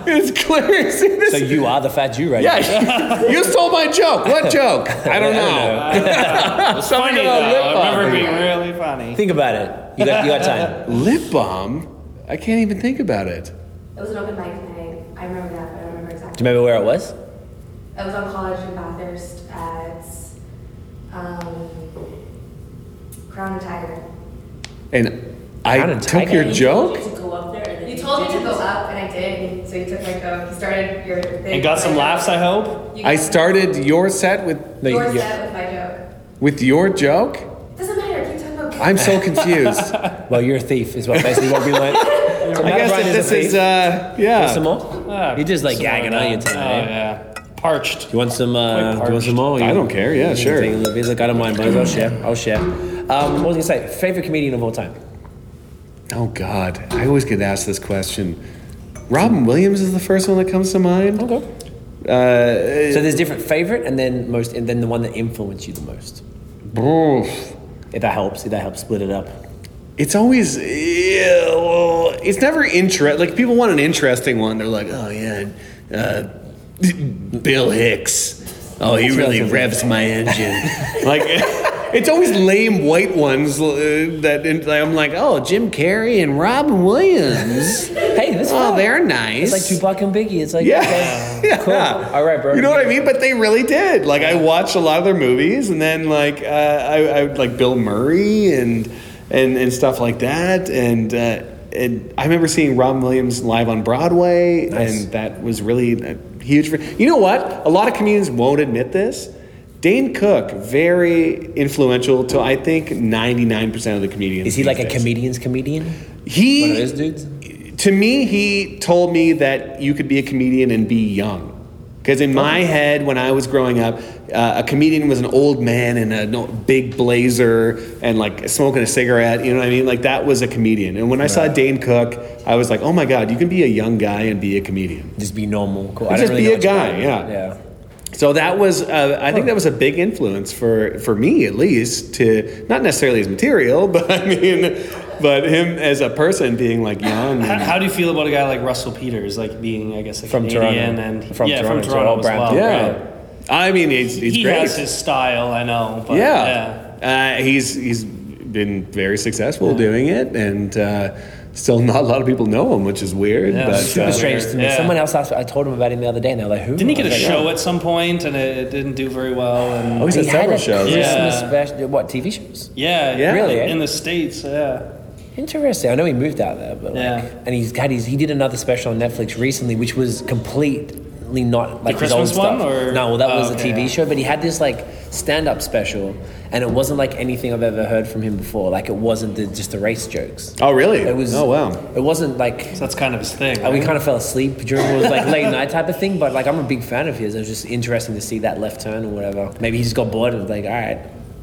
Speaker 4: it's clear. See, this-
Speaker 2: So, you are the fat Jew right now.
Speaker 4: yeah, you stole my joke. What joke? I don't know.
Speaker 3: Funny,
Speaker 4: about
Speaker 3: though.
Speaker 4: lip
Speaker 3: I remember
Speaker 4: balm.
Speaker 3: being really funny.
Speaker 2: Think about it. You got, you got time.
Speaker 4: Lip balm? I can't even think about it.
Speaker 6: It was an open mic night. I remember that, but I don't remember
Speaker 2: Do
Speaker 6: exactly.
Speaker 2: you remember where it was?
Speaker 6: It was on college in Bathurst at um, Crown and Tiger.
Speaker 4: And
Speaker 2: Crown
Speaker 4: I
Speaker 2: and
Speaker 4: took
Speaker 2: Tiger.
Speaker 4: your joke?
Speaker 6: You told me to go up, and I did. So you took my joke. You started your thing.
Speaker 3: And got some laughs, I hope.
Speaker 6: You
Speaker 4: I
Speaker 6: got-
Speaker 4: started your set with
Speaker 2: No, you-
Speaker 6: Your
Speaker 2: you-
Speaker 6: set with my joke.
Speaker 4: with your joke?
Speaker 6: Doesn't matter. Keep talking about.
Speaker 4: I'm so confused. I
Speaker 2: Well, you're a thief, is what basically what we learned. I
Speaker 4: guess if this is uh yeah.
Speaker 2: some more?
Speaker 3: Ah,
Speaker 2: You're just like
Speaker 3: somewhere
Speaker 2: gagging
Speaker 3: down.
Speaker 2: on you
Speaker 4: uh,
Speaker 3: Oh,
Speaker 2: tonight.
Speaker 3: yeah. Parched.
Speaker 2: You want some? Uh, do you want some more?
Speaker 4: I don't care. Yeah,
Speaker 2: Sure.
Speaker 4: sure.
Speaker 2: Look, I don't mind, but I'll share. I'll share. Um, what was I gonna say? Favorite comedian of all time?
Speaker 4: Oh god. I always get asked this question. Robin Williams is the first one that comes to mind.
Speaker 2: Okay.
Speaker 4: Uh,
Speaker 2: So there's different favorite, and then most, and then the one that influenced you the most.
Speaker 4: oof.
Speaker 2: If that helps, if that helps, split it up.
Speaker 4: it's always yeah, well, it's never interest like people want an interesting one they're like oh yeah uh, bill hicks oh he really revs my engine like It's always lame white ones uh, that and I'm like, oh, Jim Carrey and Robin Williams.
Speaker 2: Hey, this
Speaker 4: oh,
Speaker 2: fella-
Speaker 4: they're nice.
Speaker 2: It's like Tupac and Biggie. It's like
Speaker 4: Yeah.
Speaker 2: okay,
Speaker 4: yeah.
Speaker 2: cool. All right, bro.
Speaker 4: You know what I mean? But they really did. Like I watched a lot of their movies, and then like uh, I, I like Bill Murray and and and stuff like that. And uh, and I remember seeing Robin Williams live on Broadway, and that was really a huge. For, you know what? A lot of comedians won't admit this. Dane Cook, very influential to I think ninety nine percent of the comedians.
Speaker 2: Is he like
Speaker 4: these
Speaker 2: a
Speaker 4: days.
Speaker 2: comedian's comedian?
Speaker 4: He
Speaker 2: One of those dudes.
Speaker 4: to me, he told me that you could be a comedian and be young. Because in my head, when I was growing up, uh, a comedian was an old man in a no, big blazer and like smoking a cigarette. You know what I mean? Like that was a comedian. And when I saw Dane Cook, I was like, oh my God, you can be a young guy and be a comedian.
Speaker 2: Just be normal. Cool.
Speaker 4: Just
Speaker 2: don't
Speaker 4: be
Speaker 2: know
Speaker 4: a
Speaker 2: much about
Speaker 4: guy,
Speaker 2: him.
Speaker 4: yeah.
Speaker 2: Yeah.
Speaker 4: So that was, uh, I think that was a big influence for, for me at least to, not necessarily his material, but I mean, but him as a person being like young.
Speaker 3: How,
Speaker 4: and-
Speaker 3: how do you feel about a guy like Russell Peters, like being, I guess, a
Speaker 2: From
Speaker 3: Canadian
Speaker 2: Toronto.
Speaker 3: and
Speaker 2: From
Speaker 3: yeah,
Speaker 2: Toronto,
Speaker 3: from Toronto as
Speaker 2: Brampton.
Speaker 3: well.
Speaker 4: Yeah.
Speaker 3: right?
Speaker 4: I mean, he's, he's
Speaker 3: Oh, he
Speaker 4: great.
Speaker 3: has his style, I know. But yeah.
Speaker 4: yeah. Uh, he's, he's been very successful doing it, and uh, still not a lot of people know him, which is weird.
Speaker 3: Yeah.
Speaker 4: but,
Speaker 3: Super
Speaker 4: uh,
Speaker 2: It's strange to me.
Speaker 3: Yeah.
Speaker 2: Someone else asked. I told him about him the other day, and they're like, "Who?"
Speaker 3: Didn't he get a
Speaker 2: I was like,
Speaker 3: show at some point and it, it didn't do very well? And
Speaker 4: Oh, he's
Speaker 2: He
Speaker 4: had
Speaker 2: had
Speaker 4: several
Speaker 2: a
Speaker 4: shows.
Speaker 2: Christmas
Speaker 3: Yeah.
Speaker 2: special. What TV shows?
Speaker 3: yeah,
Speaker 4: Yeah.
Speaker 2: Really, eh?
Speaker 3: in the states, yeah.
Speaker 2: Interesting. I know he moved out there, but like,
Speaker 3: Yeah.
Speaker 2: and he's had his, he did another special on Netflix recently, which was completely not like
Speaker 3: Christmas
Speaker 2: his old
Speaker 3: one,
Speaker 2: stuff.
Speaker 3: or-
Speaker 2: No, well, that
Speaker 3: Oh,
Speaker 2: was
Speaker 3: okay,
Speaker 2: a TV
Speaker 3: yeah.
Speaker 2: show, but he had this like stand-up special, and it wasn't like anything I've ever heard from him before. Like it wasn't the, just the race jokes.
Speaker 4: Oh, really?
Speaker 2: It was.
Speaker 4: Oh, wow.
Speaker 2: It wasn't like.
Speaker 3: So that's kind of his thing.
Speaker 2: uh, we
Speaker 3: right?
Speaker 2: kind of fell asleep during it was like late night type of thing, but like I'm a big fan of his. It was just interesting to see that left turn or whatever. Maybe he just got bored of like, all right.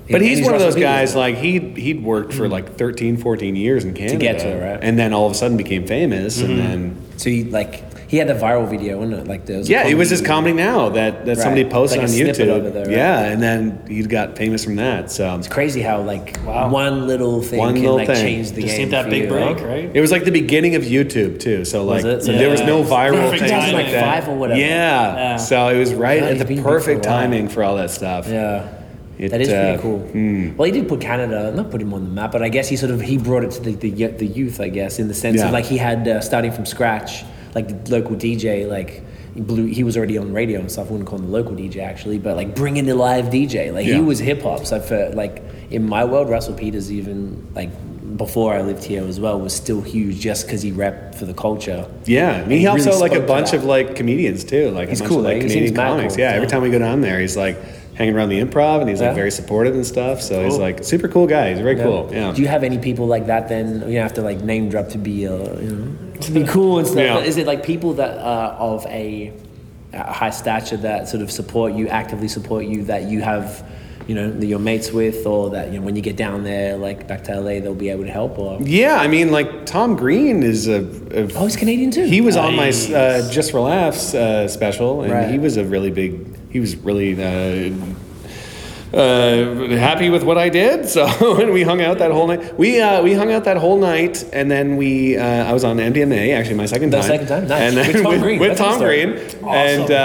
Speaker 4: But
Speaker 2: And
Speaker 4: he's one of those
Speaker 2: Russell Peters.
Speaker 4: guys, like, he'd, he'd worked for like 13, 14 years in Canada.
Speaker 2: get to it, right?
Speaker 4: And then all of a sudden became famous, and
Speaker 3: Mm-hmm.
Speaker 4: then.
Speaker 2: So he like he had the viral video, wasn't it? Like there was a
Speaker 4: Yeah, it was his
Speaker 2: video.
Speaker 4: comedy now that, that somebody
Speaker 2: Right.
Speaker 4: posted
Speaker 2: Like a
Speaker 4: on
Speaker 2: snippet of it
Speaker 4: YouTube.
Speaker 2: there, right?
Speaker 4: Yeah, and then he got famous from that. So
Speaker 2: It's crazy how like one little thing
Speaker 4: One
Speaker 2: can
Speaker 4: little
Speaker 2: like
Speaker 4: thing.
Speaker 2: change the
Speaker 3: just
Speaker 2: game.
Speaker 3: need that
Speaker 2: for
Speaker 3: big
Speaker 2: you,
Speaker 3: break,
Speaker 2: right?
Speaker 3: right?
Speaker 4: It was like the beginning of YouTube too, so like
Speaker 2: it?
Speaker 4: so there was
Speaker 3: Yeah.
Speaker 4: no viral
Speaker 3: Perfect
Speaker 4: things
Speaker 3: timing.
Speaker 4: like that.
Speaker 2: Five or whatever.
Speaker 4: Yeah.
Speaker 3: Yeah.
Speaker 4: so it was right
Speaker 2: Yeah,
Speaker 4: at
Speaker 2: he's been
Speaker 4: the
Speaker 2: big for a
Speaker 4: perfect
Speaker 2: while.
Speaker 4: timing for all that stuff.
Speaker 2: Yeah.
Speaker 4: It,
Speaker 2: that is
Speaker 4: uh,
Speaker 2: pretty cool. Well, he did put Canada, not put him on the map, but I guess he sort of he brought it to the the, y- the youth, I guess, in the sense
Speaker 4: Yeah.
Speaker 2: of like he had uh, starting from scratch, like the local DJ, like he blew. He was already on radio and stuff. I wouldn't call him the local DJ actually, but like bringing the live DJ, like
Speaker 4: Yeah.
Speaker 2: he was hip hop. So for like in my world, Russell Peters even like before I lived here as well was still huge just because he rapped for the culture.
Speaker 4: Yeah, and he,
Speaker 2: He
Speaker 4: helps
Speaker 2: really
Speaker 4: out like a
Speaker 2: spoke to
Speaker 4: bunch
Speaker 2: that.
Speaker 4: of like comedians too, like
Speaker 2: He's
Speaker 4: a bunch
Speaker 2: cool,
Speaker 4: of like
Speaker 2: eh? He seems
Speaker 4: Canadian
Speaker 2: mad
Speaker 4: comics.
Speaker 2: cool.
Speaker 4: Yeah, every
Speaker 2: Yeah.
Speaker 4: time we go down there, he's like hanging around the improv, and he's like
Speaker 2: Yeah.
Speaker 4: very supportive and stuff. So he's
Speaker 3: Cool.
Speaker 4: like super cool guy. He's very cool. Yeah.
Speaker 2: Do you have any people like that? Then you don't have to like name drop to be, uh, you know, to be cool and stuff.
Speaker 4: Yeah.
Speaker 2: But is it like people that are of a, a high stature that sort of support you, actively support you, that you have, you know, that you're mates with, or that you know when you get down there, like back to LA, they'll be able to help? Or
Speaker 4: yeah, I mean, like Tom Green is a, a
Speaker 2: oh, he's Canadian too.
Speaker 4: He was on my
Speaker 3: Nice.
Speaker 4: uh, Just for Laughs uh, special, and
Speaker 2: Right.
Speaker 4: he was a really big. He was really uh, uh, happy with what I did. So and we hung out that whole night. We uh, we hung out that whole night, and then we uh, I was on MDMA actually my second
Speaker 2: The
Speaker 4: time.
Speaker 2: second time, nice.
Speaker 4: And then
Speaker 2: With Tom
Speaker 4: with,
Speaker 2: Green,
Speaker 4: with
Speaker 2: that's a
Speaker 4: Tom
Speaker 2: good story.
Speaker 4: Green, and uh,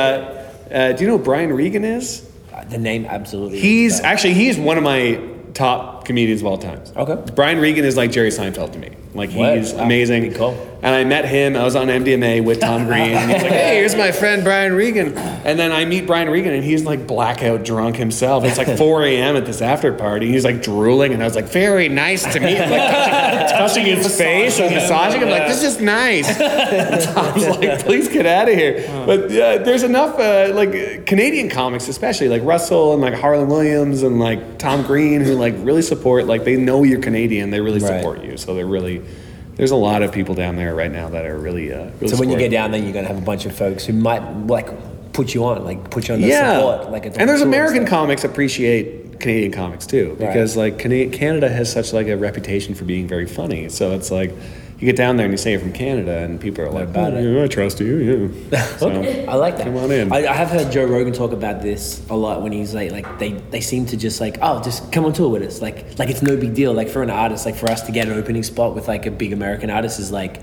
Speaker 4: uh, do you know who Brian Regan is?
Speaker 2: Uh, the name absolutely.
Speaker 4: He's
Speaker 2: is, uh,
Speaker 4: actually he's one of my top comedians of all time.
Speaker 2: Okay.
Speaker 4: Brian Regan is like Jerry Seinfeld to me. Like
Speaker 2: What?
Speaker 4: he's
Speaker 2: Wow.
Speaker 4: amazing.
Speaker 2: Pretty cool.
Speaker 4: And I met him. I was on MDMA with Tom Green. And he's like, "Hey, here's my friend Brian Regan." And then I meet Brian Regan, and he's like blackout drunk himself. It's like 4 a.m. at this after party. He's like drooling, and I was like, "Very nice to meet." Like touching, touching his face and massaging him. Like this is nice. I was like, please get out of here. But yeah, there's enough uh, like Canadian comics, especially like Russell and like Harlan Williams and like Tom Green, who like really support. Like they know you're Canadian, they really
Speaker 2: Right.
Speaker 4: support you. So they're really there's a lot of people down there right now that are really. Uh, really
Speaker 2: so when you
Speaker 4: supportive.
Speaker 2: get down there, you're gonna have a bunch of folks who might like put you on, like put you on the
Speaker 4: yeah,
Speaker 2: support, like it's on
Speaker 4: and there's
Speaker 2: tour
Speaker 4: American
Speaker 2: stuff.
Speaker 4: comics appreciate Canadian comics too
Speaker 2: Right.
Speaker 4: because like Cana- Canada has such like a reputation for being very funny. So it's like You get down there and you say you're from Canada, and people are like,
Speaker 2: about
Speaker 4: "Oh, yeah, I trust you. Yeah. So,
Speaker 2: I like that.
Speaker 4: Come on in.
Speaker 2: I, I have heard Joe Rogan talk about this a lot when he's like, like they, they seem to just like, oh, just come on tour with us. Like, like it's no big deal. Like for an artist, like for us to get an opening spot with like a big American artist is like,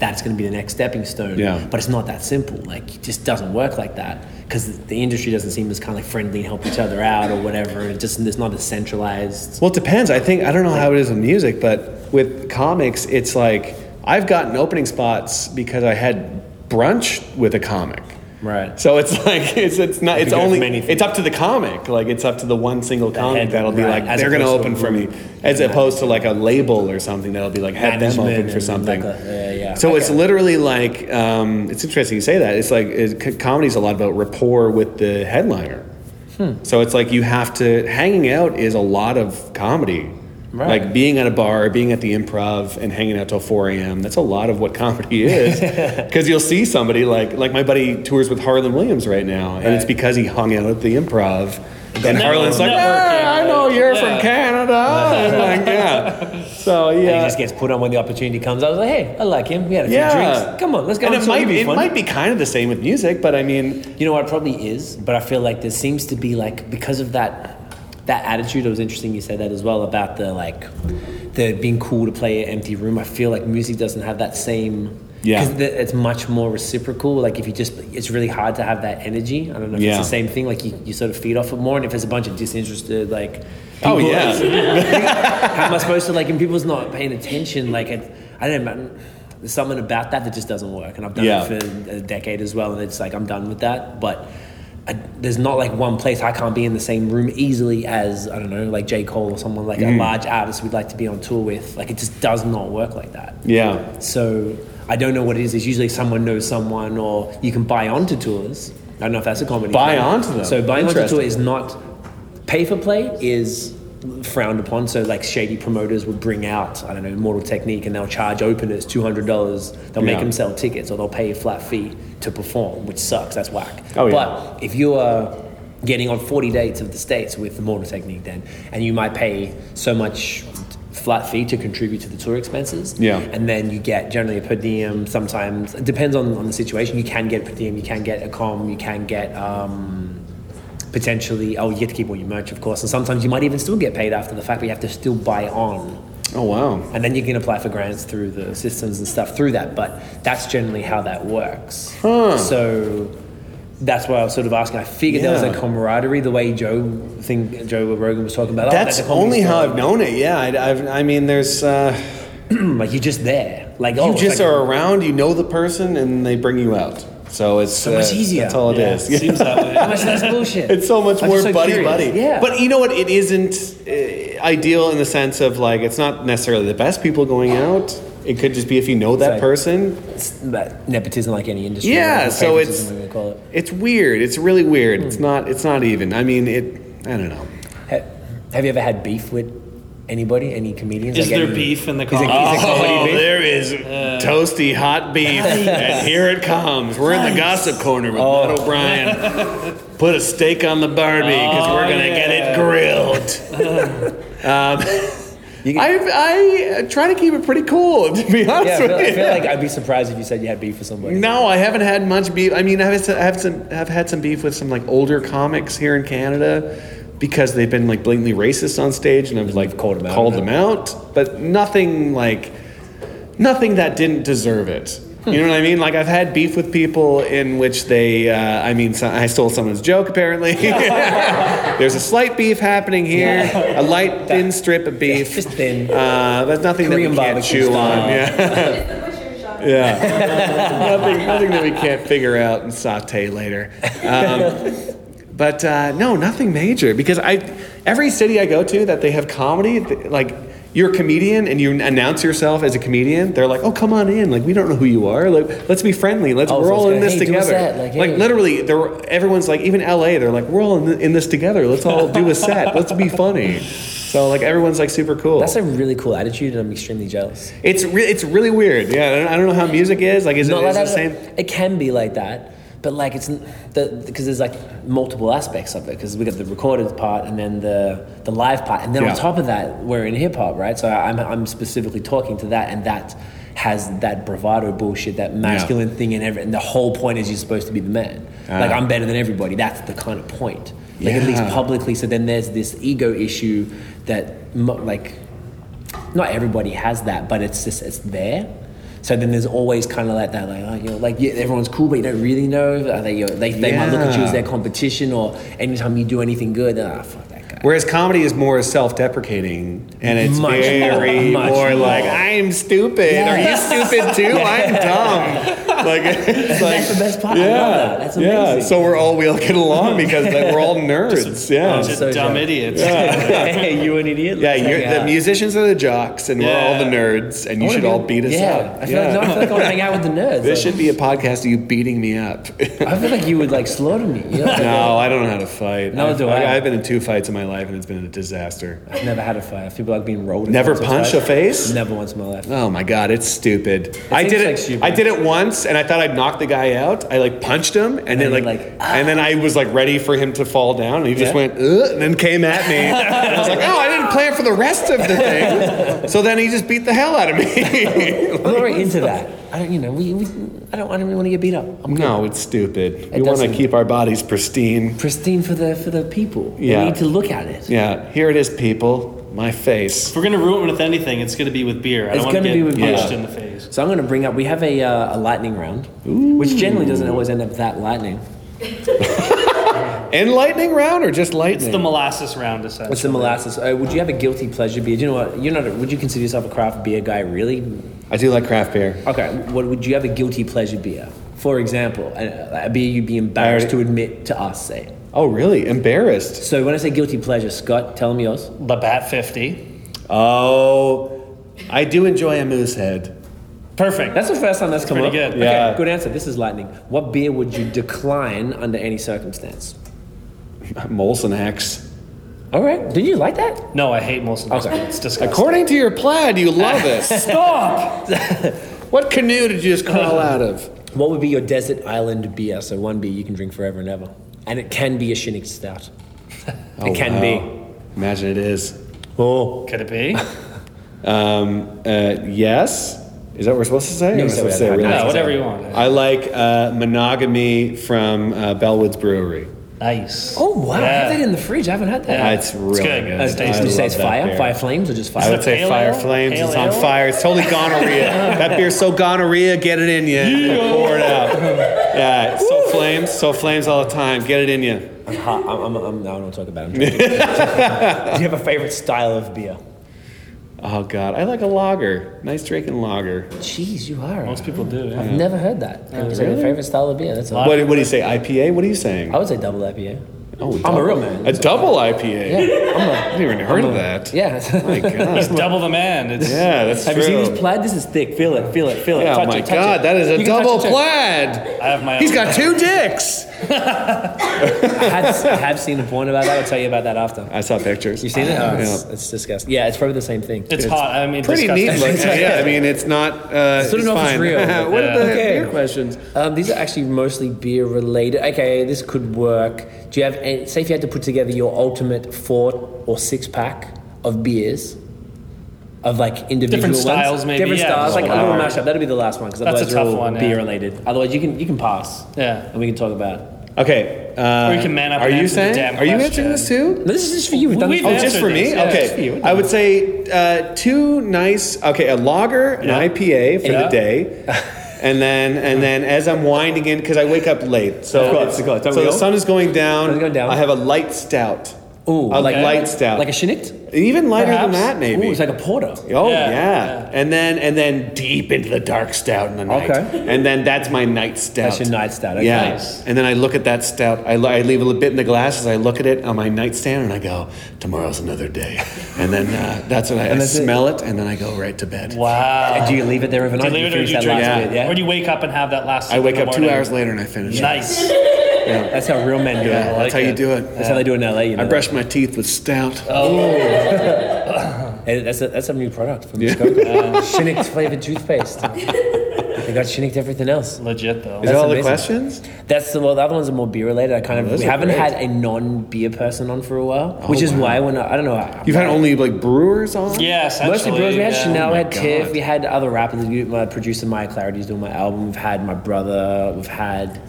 Speaker 2: that's going to be the next stepping stone.
Speaker 4: Yeah.
Speaker 2: But it's not that simple. Like it just doesn't work like that because the industry doesn't seem as kind of like friendly and help each other out or whatever. And it just it's not as centralized.
Speaker 4: well, it depends. I think I don't know how it is in music, but with comics, it's like I've gotten opening spots because I had brunch with a comic.
Speaker 2: Right.
Speaker 4: So it's like it's it's not it's
Speaker 2: can do
Speaker 4: only
Speaker 2: many things.
Speaker 4: it's up to the comic. Like it's up to the one single comic
Speaker 2: head,
Speaker 4: that'll be
Speaker 2: right,
Speaker 4: like
Speaker 2: as
Speaker 4: they're gonna
Speaker 2: opposed to
Speaker 4: open
Speaker 2: a
Speaker 4: for me,
Speaker 2: group.
Speaker 4: as opposed to like a label or something that'll be like have them
Speaker 2: Management
Speaker 4: open for
Speaker 2: and
Speaker 4: something.
Speaker 2: like a- yeah, yeah.
Speaker 4: So it's literally like um, it's interesting you say that. It's like it, c- comedy's a lot about rapport with the headliner.
Speaker 2: Hmm.
Speaker 4: So it's like you have to hanging out is a lot of comedy.
Speaker 2: Right.
Speaker 4: Like being at a bar, being at the improv, and hanging out till 4 a.m. That's a lot of what comedy is. Because you'll see somebody like like my buddy tours with Harlan Williams right now, and it's
Speaker 2: Right.
Speaker 4: because he hung out at the improv. And
Speaker 3: network-
Speaker 4: Harlan's like,
Speaker 3: networking,
Speaker 4: yeah, I know
Speaker 3: right?
Speaker 4: you're
Speaker 3: Yeah.
Speaker 4: from Canada. And like, yeah. So
Speaker 2: And
Speaker 4: yeah,
Speaker 2: he just gets put on when the opportunity comes. I was like, hey, I like him. We had a few drinks. Come on, let's go.
Speaker 4: And
Speaker 2: on
Speaker 4: it
Speaker 2: tour.
Speaker 4: might
Speaker 2: It'd
Speaker 4: be, it
Speaker 2: fun.
Speaker 4: might be kind of the same with music, but I mean,
Speaker 2: You know what? It probably is, but I feel like there seems to be like because of that that attitude. It was interesting you said that as well about the like the being cool to play an empty room. I feel like music doesn't have that same.
Speaker 4: Yeah.
Speaker 2: Because it's much more reciprocal. Like if you just, it's really hard to have that energy. I don't know if
Speaker 4: Yeah.
Speaker 2: it's the same thing. Like you, you sort of feed off it more. And if there's a bunch of disinterested, like,
Speaker 4: Oh,
Speaker 2: people-
Speaker 4: yeah.
Speaker 2: how am I supposed to like? And people's not paying attention. Like it, I don't know. There's something about that that just doesn't work, and I've done
Speaker 4: Yeah.
Speaker 2: it for a decade as well, and it's like I'm done with that. But I, there's not like one place I can't be in the same room easily as I don't know, like J Cole or someone like a large artist we'd like to be on tour with. Like it just does not work like that.
Speaker 4: yeah,
Speaker 2: So I don't know what it is. It's usually someone knows someone, or you can buy onto tours. I don't know if that's a comedy.
Speaker 4: Buy
Speaker 2: thing.
Speaker 4: onto them.
Speaker 2: So buying onto
Speaker 4: Interesting.
Speaker 2: tour is not pay for play is frowned upon. So like shady promoters would bring out I don't know Mortal Technique and they'll charge openers two hundred dollars. They'll make
Speaker 4: Yeah.
Speaker 2: them sell tickets or they'll pay a flat fee to perform, which sucks. That's whack.
Speaker 4: Oh, yeah.
Speaker 2: But if you are getting on 40 dates of the States with the Mortal Technique then, and you might pay so much flat fee to contribute to the tour expenses,
Speaker 4: Yeah.
Speaker 2: and then you get generally a per diem. Sometimes it depends on, on the situation. You can get a per diem. You can get a com. You can get um, potentially. Oh, you get to keep all your merch, of course. And sometimes you might even still get paid after the fact, but you have to still buy on.
Speaker 4: oh wow.
Speaker 2: And then you can apply for grants through the systems and stuff through that. But that's generally how that works. So that's why I was sort of asking. I figured there was
Speaker 4: Yeah.
Speaker 2: a camaraderie, the way Joe thing Joe Rogan was talking about. oh,
Speaker 4: That's
Speaker 2: a comedy
Speaker 4: only how
Speaker 2: store.
Speaker 4: I've known it. Yeah, I, I've, I mean, there's uh,
Speaker 2: like you're just there. Like oh,
Speaker 4: you
Speaker 2: it's
Speaker 4: just
Speaker 2: like-
Speaker 4: are around, you know the person, and they bring you out. So it's so
Speaker 2: much easier.
Speaker 4: That's all it
Speaker 3: Yeah,
Speaker 4: is. Yeah.
Speaker 3: seems that way.
Speaker 2: How much of that's bullshit?
Speaker 4: It's so much
Speaker 2: I'm
Speaker 4: more
Speaker 2: just so
Speaker 4: buddy
Speaker 2: curious.
Speaker 4: buddy.
Speaker 2: Yeah.
Speaker 4: But you know what? It isn't uh, ideal in the sense of like it's not necessarily the best people going out. It could just be if you know that
Speaker 2: like-
Speaker 4: person.
Speaker 2: It's that nepotism, like any industry.
Speaker 4: Yeah,
Speaker 2: or
Speaker 4: so it's-
Speaker 2: favoritism, we call it.
Speaker 4: It's weird. It's really weird. It's
Speaker 2: Hmm.
Speaker 4: not. It's not even. I mean, it. I don't know.
Speaker 2: Ha- Have you ever had beef with anybody? Any comedians?
Speaker 3: Is
Speaker 2: Like
Speaker 3: there
Speaker 2: any-
Speaker 3: beef in the Oh,
Speaker 2: Is it- is it
Speaker 3: comedy?
Speaker 2: comedy beef?
Speaker 4: Oh, there is toasty hot beef, and here it comes. We're in the gossip corner with
Speaker 2: Oh.
Speaker 4: Matt O'Brien. Put a steak on the Barbie because
Speaker 2: Oh,
Speaker 4: we're gonna get it grilled.
Speaker 2: You
Speaker 4: um,
Speaker 2: can-
Speaker 4: I I try to keep it pretty cool, to be honest
Speaker 2: Yeah, I
Speaker 4: with
Speaker 2: feel,
Speaker 4: you.
Speaker 2: I feel like I'd be surprised if you said you had beef with somebody.
Speaker 4: No, I haven't had much beef. I mean, I have, I have some have had some beef with some like older comics here in Canada because they've been like blatantly racist on stage, and I've like
Speaker 2: called 'em out,
Speaker 4: called
Speaker 2: huh?
Speaker 4: them out, but nothing like nothing that didn't deserve it. You know what I mean? Like I've had beef with people in which they, uh, I mean, so, I stole someone's joke apparently. There's a slight beef happening here, a light thin strip of beef.
Speaker 2: Just thin.
Speaker 4: Uh, that's nothing
Speaker 2: Korean
Speaker 4: that we can't
Speaker 2: barbecue
Speaker 4: chew
Speaker 2: style.
Speaker 4: on. Yeah.
Speaker 6: It's the butcher shop.
Speaker 4: Yeah. nothing, nothing that we can't figure out and saute later. Um, but uh, no, nothing major because I, every city I go to that they have comedy, th- like you're a comedian and you announce yourself as a comedian, they're like, oh, come on in. Like, we don't know who you are. Like, let's be friendly. Let's,
Speaker 2: Oh, so
Speaker 4: we're all
Speaker 2: it's
Speaker 4: in
Speaker 2: good.
Speaker 4: this
Speaker 2: Hey, do a
Speaker 4: together.
Speaker 2: set, like, hey.
Speaker 4: literally, they're, everyone's like, even LA, they're like, we're all in, th- in this together. Let's all do a set. Let's be funny. So, like, everyone's like super cool.
Speaker 2: That's a really cool attitude, and I'm extremely jealous.
Speaker 4: It's re- it's really weird. Yeah, I don't, I don't know how music is. Like, is it,
Speaker 2: Not
Speaker 4: is
Speaker 2: like
Speaker 4: it the
Speaker 2: that,
Speaker 4: same?
Speaker 2: It can be like that, but like it's because there's like multiple aspects of it. Because we got the recorded part and then the the live part, and then
Speaker 4: Yeah.
Speaker 2: on top of that, we're in hip hop, right? So I'm I'm specifically talking to that, and that has that bravado bullshit, that masculine thing, and everything. And the whole point is you're supposed to be the man. like
Speaker 4: Ah.
Speaker 2: I'm better than everybody. That's the kind of point. Like at least
Speaker 4: Yeah.
Speaker 2: publicly. So then there's this ego issue that mo- like not everybody has that, but it's just it's there. So then there's always kind of like that, like oh, you're like yeah, everyone's cool, but you don't really know. Are they, you're, they they might look at you as their
Speaker 4: Yeah.
Speaker 2: competition, or anytime you do anything good, ah, fuck that guy.
Speaker 4: Whereas comedy is more self-deprecating, and it's
Speaker 2: Much more,
Speaker 4: very more,
Speaker 2: much more.
Speaker 4: like I'm stupid. Are you stupid too? I'm dumb. Like, it's like
Speaker 2: That's the best part. I love
Speaker 4: yeah,
Speaker 2: that. That's
Speaker 4: yeah.
Speaker 2: amazing.
Speaker 4: So we're all we all get along because like, we're all nerds. yeah,
Speaker 3: Bunch of
Speaker 2: so
Speaker 3: Oh, dumb
Speaker 2: dumb.
Speaker 3: idiots.
Speaker 2: hey, you an idiot?
Speaker 4: yeah.
Speaker 2: Let's hang
Speaker 4: You're, the
Speaker 2: out.
Speaker 4: musicians are the jocks, and we're all
Speaker 3: Yeah.
Speaker 4: the nerds, and
Speaker 2: I
Speaker 4: you
Speaker 2: wanna
Speaker 4: should
Speaker 2: be-
Speaker 4: all beat us
Speaker 2: yeah.
Speaker 4: up.
Speaker 2: I feel like no, I feel like I want to hang out with the nerds.
Speaker 4: This
Speaker 2: Like,
Speaker 4: should be a podcast of you beating me up.
Speaker 2: I feel like you would like slaughter me. You know? Like,
Speaker 4: no, I don't know how to fight.
Speaker 2: Nor
Speaker 4: I've-
Speaker 2: do I.
Speaker 4: I've been in two fights in my life, and it's been a disaster.
Speaker 2: I've never had a fight. I feel like being rolled. in
Speaker 4: Never
Speaker 2: front of
Speaker 4: punch a
Speaker 2: fight.
Speaker 4: face.
Speaker 2: Never once in my life.
Speaker 4: Oh my god, it's stupid. I did
Speaker 2: seems
Speaker 4: it.
Speaker 2: like stupid.
Speaker 4: I did it once, and I thought I'd knocked the guy out. I like punched him, and,
Speaker 2: you're
Speaker 4: then like,
Speaker 2: like,
Speaker 4: and then I was like ready for him to fall down, and he just
Speaker 2: Yeah.
Speaker 4: went Ugh, and then came at me. And I was like, oh, I didn't plan for the rest of the thing. so then he just beat the hell out of me.
Speaker 2: I'm not very into that. I don't. You know, we, we I don't. I don't really want to get beat up. I'm
Speaker 4: no, it's stupid. we want to
Speaker 2: doesn't-
Speaker 4: keep our bodies pristine.
Speaker 2: pristine for the for the people.
Speaker 4: Yeah.
Speaker 2: We need to look at it.
Speaker 4: Yeah, here it is, people. My face.
Speaker 3: If we're gonna ruin it with anything, it's gonna be with beer. I
Speaker 2: It's
Speaker 3: don't want
Speaker 2: gonna
Speaker 3: to
Speaker 2: be
Speaker 3: get
Speaker 2: with
Speaker 4: beer.
Speaker 3: punched in the face.
Speaker 2: So I'm going to bring up. We have a uh, a lightning round, which generally doesn't always end up that lightning.
Speaker 4: And lightning round or just lightning?
Speaker 3: It's the molasses round, essentially.
Speaker 2: It's the molasses. Uh, would you have a guilty pleasure beer? Do you know what? You're not. A, would you consider yourself a craft beer guy? Really?
Speaker 4: I do like craft beer.
Speaker 2: Okay. What would you have a guilty pleasure beer? For example, a, a beer you'd be embarrassed to admit to us. Say.
Speaker 4: Oh, really? Embarrassed.
Speaker 2: So when I say guilty pleasure, Scott, tell me yours.
Speaker 3: The Bat 50.
Speaker 4: Oh, I do enjoy a moose head.
Speaker 3: Perfect.
Speaker 2: That's the first time that's come
Speaker 3: pretty
Speaker 2: up.
Speaker 3: good.
Speaker 2: Okay,
Speaker 4: Yeah.
Speaker 2: good answer. This is lightning. What beer would you decline under any circumstance?
Speaker 4: Molson X.
Speaker 2: All right. Did you like that?
Speaker 3: no, I hate most of
Speaker 2: Okay.
Speaker 3: It's disgusting.
Speaker 4: According to your plaid, you love it.
Speaker 3: Stop!
Speaker 4: what canoe did you just crawl out of?
Speaker 2: What would be your desert island beer? So one beer you can drink forever and ever, and it can be a Shinnick Stout. it can be.
Speaker 4: be. Oh, Imagine it is.
Speaker 2: Oh,
Speaker 3: Could it be?
Speaker 4: Um, uh, yes. Is that what we're supposed to say?
Speaker 2: No,
Speaker 4: Or am I
Speaker 2: so
Speaker 4: supposed to
Speaker 2: yeah,
Speaker 4: say
Speaker 2: no,
Speaker 4: really?
Speaker 3: No, whatever you want.
Speaker 4: I like uh, monogamy from uh, Bellwoods Brewery.
Speaker 3: Nice.
Speaker 2: oh wow! I
Speaker 3: Yeah.
Speaker 2: have that in the fridge. I haven't had that.
Speaker 3: Yeah.
Speaker 4: Uh, it's
Speaker 3: It's
Speaker 4: really
Speaker 3: good.
Speaker 4: good.
Speaker 3: It's
Speaker 2: Uh,
Speaker 4: I
Speaker 2: did you say
Speaker 4: love
Speaker 2: it's
Speaker 4: that
Speaker 2: fire?
Speaker 4: beer.
Speaker 2: Fire flames or just fire?
Speaker 4: I would say
Speaker 3: Pale
Speaker 4: fire
Speaker 3: ale?
Speaker 4: flames.
Speaker 3: Pale
Speaker 4: it's on
Speaker 3: ale?
Speaker 4: fire. It's totally gonorrhea. that beer's so gonorrhea. Get it in you. Pour it out. Yeah. it's So flames. So flames all the time. Get it in you.
Speaker 2: I'm hot. I'm, I'm, I'm, no, I don't talk about it. I'm drinking. Do you have a favorite style of beer?
Speaker 4: Oh God, I like a lager. Nice drinking lager.
Speaker 2: Jeez, you are.
Speaker 3: Most people do, yeah. Oh,
Speaker 2: I've never heard that. People say their favorite style of beer. That's all.
Speaker 4: What, what do you say? IPA? What are you saying?
Speaker 2: I would say double IPA.
Speaker 4: Oh,
Speaker 2: I'm
Speaker 4: double-
Speaker 2: a real man.
Speaker 4: A double IPA.
Speaker 2: Yeah, I'm
Speaker 4: I
Speaker 2: a,
Speaker 4: haven't even heard of that.
Speaker 2: yeah.
Speaker 4: My
Speaker 3: He's
Speaker 4: God.
Speaker 3: double the man. It's,
Speaker 4: yeah, that's
Speaker 2: Have
Speaker 4: true.
Speaker 2: you seen this plaid? This is thick. Feel it. Feel it. Feel it.
Speaker 4: yeah,
Speaker 2: touch
Speaker 4: my
Speaker 2: it, touch
Speaker 4: God,
Speaker 2: it.
Speaker 4: that is a
Speaker 2: You can touch
Speaker 4: double
Speaker 2: it, touch it.
Speaker 4: plaid.
Speaker 3: I have my own.
Speaker 4: He's got two dicks.
Speaker 2: I have, I have seen a porn about that. I'll tell you about that after.
Speaker 4: I saw pictures.
Speaker 2: You seen it? Oh, it's,
Speaker 4: Yeah.
Speaker 2: it's disgusting. Yeah, it's probably the same thing.
Speaker 3: It's hot. I mean,
Speaker 4: Pretty neat
Speaker 3: disgusting.
Speaker 4: looking. Yeah, I mean, it's not. Uh,
Speaker 2: Still don't know if it's
Speaker 4: fine.
Speaker 2: real.
Speaker 4: what are the
Speaker 2: Yeah.
Speaker 4: beer
Speaker 2: Okay.
Speaker 4: questions?
Speaker 2: Um, these are actually mostly beer related. Okay, this could work. Do you have? Any, say if you had to put together your ultimate four or six pack of beers. Of like individual
Speaker 3: Different
Speaker 2: ones.
Speaker 3: styles, maybe,
Speaker 2: Different
Speaker 3: yeah,
Speaker 2: styles,
Speaker 3: just
Speaker 2: like a
Speaker 3: one
Speaker 2: little
Speaker 3: hour.
Speaker 2: mashup. That'll be the last one because
Speaker 3: That's a
Speaker 2: otherwise they're
Speaker 3: tough
Speaker 2: all
Speaker 3: one, yeah.
Speaker 2: beer related. Otherwise, you can you can pass.
Speaker 3: Yeah.
Speaker 2: and we can talk about. it.
Speaker 4: Okay. Uh,
Speaker 3: Or you can man up
Speaker 4: Are
Speaker 3: and
Speaker 4: you
Speaker 3: answer the
Speaker 4: saying?
Speaker 3: damn
Speaker 4: Are you
Speaker 3: question.
Speaker 4: answering this too?
Speaker 2: No, this is just for you. We've done
Speaker 3: We've
Speaker 2: this.
Speaker 4: Oh, just for
Speaker 3: answered
Speaker 4: me?
Speaker 3: this, yeah.
Speaker 4: Okay.
Speaker 2: Just for you.
Speaker 4: I would say uh, two nice, okay, a lager,
Speaker 3: Yeah.
Speaker 4: an IPA for
Speaker 3: Yeah.
Speaker 4: the day. And then, and then, as I'm winding in, because I wake up late, so
Speaker 2: Of course,
Speaker 4: it's-
Speaker 2: of course. Time
Speaker 4: so
Speaker 2: to
Speaker 4: the
Speaker 2: go.
Speaker 4: sun is going down.
Speaker 2: Sun's going down.
Speaker 4: I have a light stout,
Speaker 2: Ooh,
Speaker 4: a
Speaker 2: like
Speaker 4: light stout,
Speaker 2: like a Shinnicked.
Speaker 4: even lighter
Speaker 3: Perhaps.
Speaker 4: than that, maybe.
Speaker 2: Ooh, it's like a porter.
Speaker 4: oh
Speaker 3: Yeah,
Speaker 4: yeah.
Speaker 3: yeah.
Speaker 4: and then and then deep into the dark stout in the night.
Speaker 2: Okay.
Speaker 4: and then that's my night stout.
Speaker 2: That's your night stout, okay.
Speaker 4: Yeah,
Speaker 2: Nice.
Speaker 4: and then I look at that stout. I, li- I leave a little bit in the glass as I look at it on my nightstand, and I go, "Tomorrow's another day." And then uh, that's when I, I
Speaker 2: that's it.
Speaker 4: smell it. and then I go right to bed.
Speaker 3: Wow.
Speaker 2: And do you leave it there
Speaker 3: Do
Speaker 2: overnight?
Speaker 3: you leave it or
Speaker 2: finish
Speaker 3: do you
Speaker 2: that
Speaker 3: drink
Speaker 2: last
Speaker 3: it?
Speaker 2: bit, yeah?
Speaker 3: Or do you wake up and have that last sip
Speaker 4: I
Speaker 3: in
Speaker 4: wake
Speaker 3: the
Speaker 4: up two
Speaker 3: morning?
Speaker 4: hours later and I finish. it.
Speaker 3: Nice.
Speaker 2: That's how real men do
Speaker 4: Yeah,
Speaker 2: it. I
Speaker 4: that's
Speaker 2: like
Speaker 4: how you
Speaker 2: it.
Speaker 4: do it.
Speaker 2: That's how they do it in LA. You know
Speaker 4: I
Speaker 2: that.
Speaker 4: brush my teeth with stout.
Speaker 2: Oh, Hey, that's a, that's a new product from Muskoka. Shinnick's flavored toothpaste. they got Shinnicked everything else.
Speaker 3: Legit, though.
Speaker 4: Is that all the
Speaker 2: amazing.
Speaker 4: questions?
Speaker 2: That's the well. The other ones are more beer related. I kind of
Speaker 4: those
Speaker 2: we
Speaker 4: are
Speaker 2: haven't
Speaker 4: great. Oh,
Speaker 2: had a non beer person on for a while, which is
Speaker 4: wow.
Speaker 2: why when I, I don't know.
Speaker 4: You've had only like brewers on.
Speaker 3: Yes,
Speaker 2: Mostly Brewers. We had
Speaker 3: yeah.
Speaker 2: Chanel, we had
Speaker 4: Oh God.
Speaker 2: Tiff, we had other rappers. We- My producer Maya Clarity's doing my album. We've had my brother. We've had.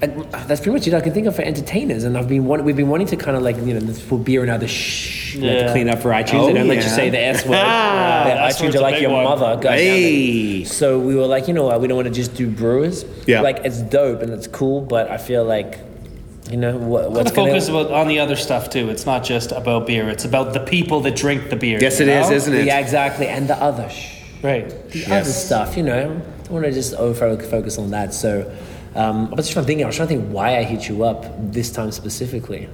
Speaker 2: And that's pretty much it I can think of for entertainers, and I've been want, we've been wanting to kind of like you know this for beer and other shh, you have to
Speaker 3: Yeah.
Speaker 2: clean up for iTunes.
Speaker 4: Oh,
Speaker 2: they don't let you
Speaker 4: yeah.
Speaker 2: say the S word.
Speaker 3: Ah,
Speaker 2: That
Speaker 3: S
Speaker 2: iTunes
Speaker 3: word's
Speaker 2: are
Speaker 3: a
Speaker 2: like
Speaker 3: big
Speaker 2: your
Speaker 3: one.
Speaker 2: mother. Go down
Speaker 4: Hey.
Speaker 2: there. So we were like, you know what? We don't want to just do brewers.
Speaker 4: Yeah.
Speaker 2: Like it's dope and it's cool, but I feel like, you know, what,
Speaker 3: Let's
Speaker 2: what's
Speaker 3: focus
Speaker 2: going
Speaker 3: about, on the other stuff too. It's not just about beer. It's about the people that drink the beer.
Speaker 4: Yes,
Speaker 3: you
Speaker 4: it is,
Speaker 3: know?
Speaker 4: isn't it?
Speaker 2: Yeah, exactly. And the other shh.
Speaker 3: Right.
Speaker 2: the
Speaker 4: Yes.
Speaker 2: other stuff, you know. I want to just over focus on that. So um, I was just trying to think. I was trying to think why I hit you up this time specifically.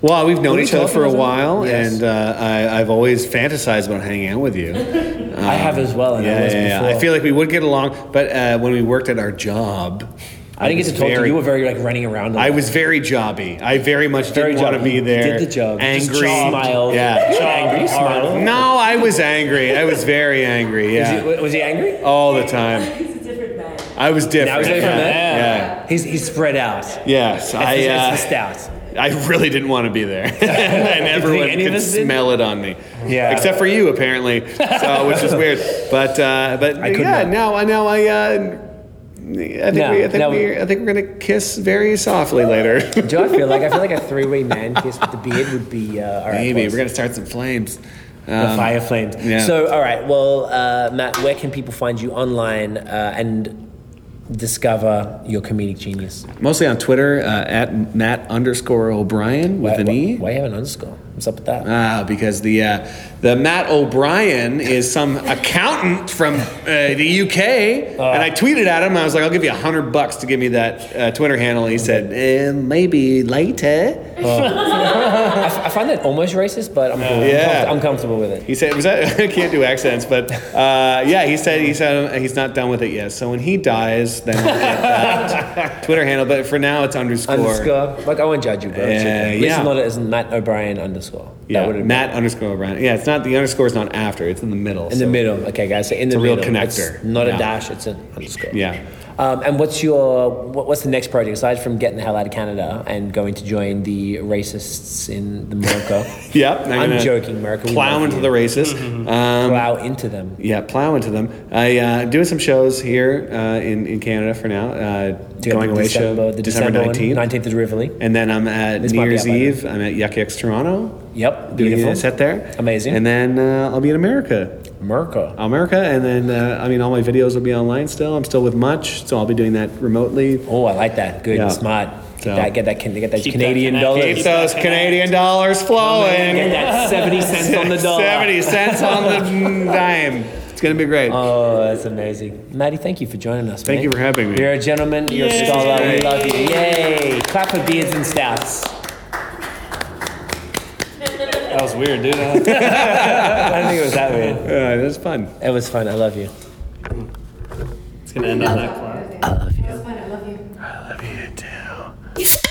Speaker 4: Well, we've known
Speaker 2: Were we
Speaker 4: each other
Speaker 2: talking
Speaker 4: for a
Speaker 2: about that?
Speaker 4: while,
Speaker 2: Yes.
Speaker 4: and uh, I, I've always fantasized about hanging out with you. Um,
Speaker 2: I have as well, and I was before.
Speaker 4: I feel like we would get along, but uh, when we worked at our job,
Speaker 2: I didn't get
Speaker 4: was
Speaker 2: to talk to you.
Speaker 4: very-
Speaker 2: You were very like running around. a
Speaker 4: I
Speaker 2: lot.
Speaker 4: was very jobby. I very much
Speaker 2: Very
Speaker 4: didn't want to
Speaker 2: jobby.
Speaker 4: be
Speaker 2: You
Speaker 4: there.
Speaker 2: did the job. Just
Speaker 4: Angry.
Speaker 2: jobbed. Smiled.
Speaker 4: Yeah.
Speaker 2: You were angry. You
Speaker 3: Hard.
Speaker 2: smiled.
Speaker 4: No, I was angry. I was very angry.
Speaker 2: Was,
Speaker 4: Yeah.
Speaker 2: he, was he angry?
Speaker 4: All the time.
Speaker 6: He's a different man.
Speaker 4: I was different.
Speaker 2: Now he's angry from that.
Speaker 4: Yeah.
Speaker 2: He's he's spread out. It's,
Speaker 4: Yes. I.
Speaker 2: the- it's
Speaker 4: Uh,
Speaker 2: the stout.
Speaker 4: I really didn't want to be there, and everyone
Speaker 2: any of
Speaker 4: could
Speaker 2: us did?
Speaker 4: smell it on me.
Speaker 2: Yeah.
Speaker 4: except for you, apparently, so, which is weird. But uh, but
Speaker 2: I could
Speaker 4: yeah,
Speaker 2: not.
Speaker 4: now I now I. Uh, I think,
Speaker 2: No,
Speaker 4: we, I, think
Speaker 2: no.
Speaker 4: we, I think we're gonna kiss very softly later.
Speaker 2: Do I feel like I feel like a three way man kiss with the beard would be uh, all right.
Speaker 4: Maybe
Speaker 2: boys.
Speaker 4: we're gonna start some flames.
Speaker 2: The
Speaker 4: Um,
Speaker 2: fire flames.
Speaker 4: yeah.
Speaker 2: So, all right. Well, uh, Matt, where can people find you online uh, and discover your comedic genius?
Speaker 4: Mostly on Twitter uh, at Matt underscore O'Brien with
Speaker 2: Why-
Speaker 4: an e.
Speaker 2: Why, why you have an underscore? What's up with that?
Speaker 4: Ah, because the uh, the Matt O'Brien is some accountant from uh, the
Speaker 2: Uh.
Speaker 4: UK, and I tweeted at him. I was like, "I'll give you a hundred bucks to give me that uh, Twitter handle." He said, eh, "Maybe later."
Speaker 2: I, f- I find that almost racist, but I'm, cool. I'm,
Speaker 4: Yeah.
Speaker 2: comf- I'm comfortable with it.
Speaker 4: He said, "Was that?" I can't do accents, but uh, yeah, he said he said uh, he's not done with it yet. So when he dies, then we'll get that Twitter handle. But for now, it's underscore.
Speaker 2: Underscore. Like, I won't judge you, bro. It's
Speaker 4: Yeah,
Speaker 2: okay. At least
Speaker 4: yeah.
Speaker 2: it's not as Matt O'Brien underscore.
Speaker 4: Yeah,
Speaker 2: would've been-
Speaker 4: Matt underscore O'Brien. Yeah, it's not the underscore is not after. It's in the middle.
Speaker 2: In the middle. Okay, guys. So in the
Speaker 4: a real
Speaker 2: middle.
Speaker 4: connector.
Speaker 2: It's not
Speaker 4: Yeah.
Speaker 2: a dash, it's an underscore.
Speaker 4: Yeah.
Speaker 2: Um, and what's your what, what's the next project aside from getting the hell out of Canada and going to join the racists in the America?
Speaker 4: Yep.
Speaker 2: I'm
Speaker 4: gonna
Speaker 2: joking, America. We
Speaker 4: Plow
Speaker 2: love you.
Speaker 4: into
Speaker 2: Mm-hmm.
Speaker 4: the races. Um,
Speaker 2: plow into them.
Speaker 4: yeah, plow into them. I uh, doing some shows here uh, in in Canada for now. Uh,
Speaker 2: Do you have
Speaker 4: going
Speaker 2: the
Speaker 4: away
Speaker 2: December,
Speaker 4: show
Speaker 2: the
Speaker 4: December nineteenth,
Speaker 2: nineteenth is Rivoli.
Speaker 4: and then I'm at
Speaker 2: This
Speaker 4: New
Speaker 2: might be up
Speaker 4: Year's
Speaker 2: by then.
Speaker 4: Eve. I'm at Yuck Yucks Toronto.
Speaker 2: Yep,
Speaker 4: Doing
Speaker 2: beautiful.
Speaker 4: a set there.
Speaker 2: Amazing.
Speaker 4: And then uh, I'll be in America.
Speaker 2: America.
Speaker 4: America, and then uh, I mean, all my videos will be online still. I'm still with Much, so I'll be doing that remotely.
Speaker 2: Oh, I like that. Good,
Speaker 4: Yeah.
Speaker 2: smart. Get
Speaker 4: So-
Speaker 2: that, get that, can- get that
Speaker 3: Keep that
Speaker 2: Canadian
Speaker 3: connect-
Speaker 2: dollars.
Speaker 4: Keep those Canadian dollars
Speaker 2: Get
Speaker 4: flowing.
Speaker 2: that seventy cents on the dollar.
Speaker 4: Seventy cents on the dime. It's gonna be great.
Speaker 2: Oh, that's amazing, Maddie. Thank you for joining us.
Speaker 4: Thank
Speaker 2: man.
Speaker 4: you for having me.
Speaker 2: You're a gentleman. You're a
Speaker 3: Yay.
Speaker 2: scholar. We love you. Yay! Clap for beards and stouts.
Speaker 3: That was weird, dude.
Speaker 2: I don't think it was that weird.
Speaker 4: Uh, that's fun.
Speaker 2: It was fun. I love you.
Speaker 3: it's gonna end on that clap.
Speaker 6: I love you. That was fun. I love you.
Speaker 4: I love you too.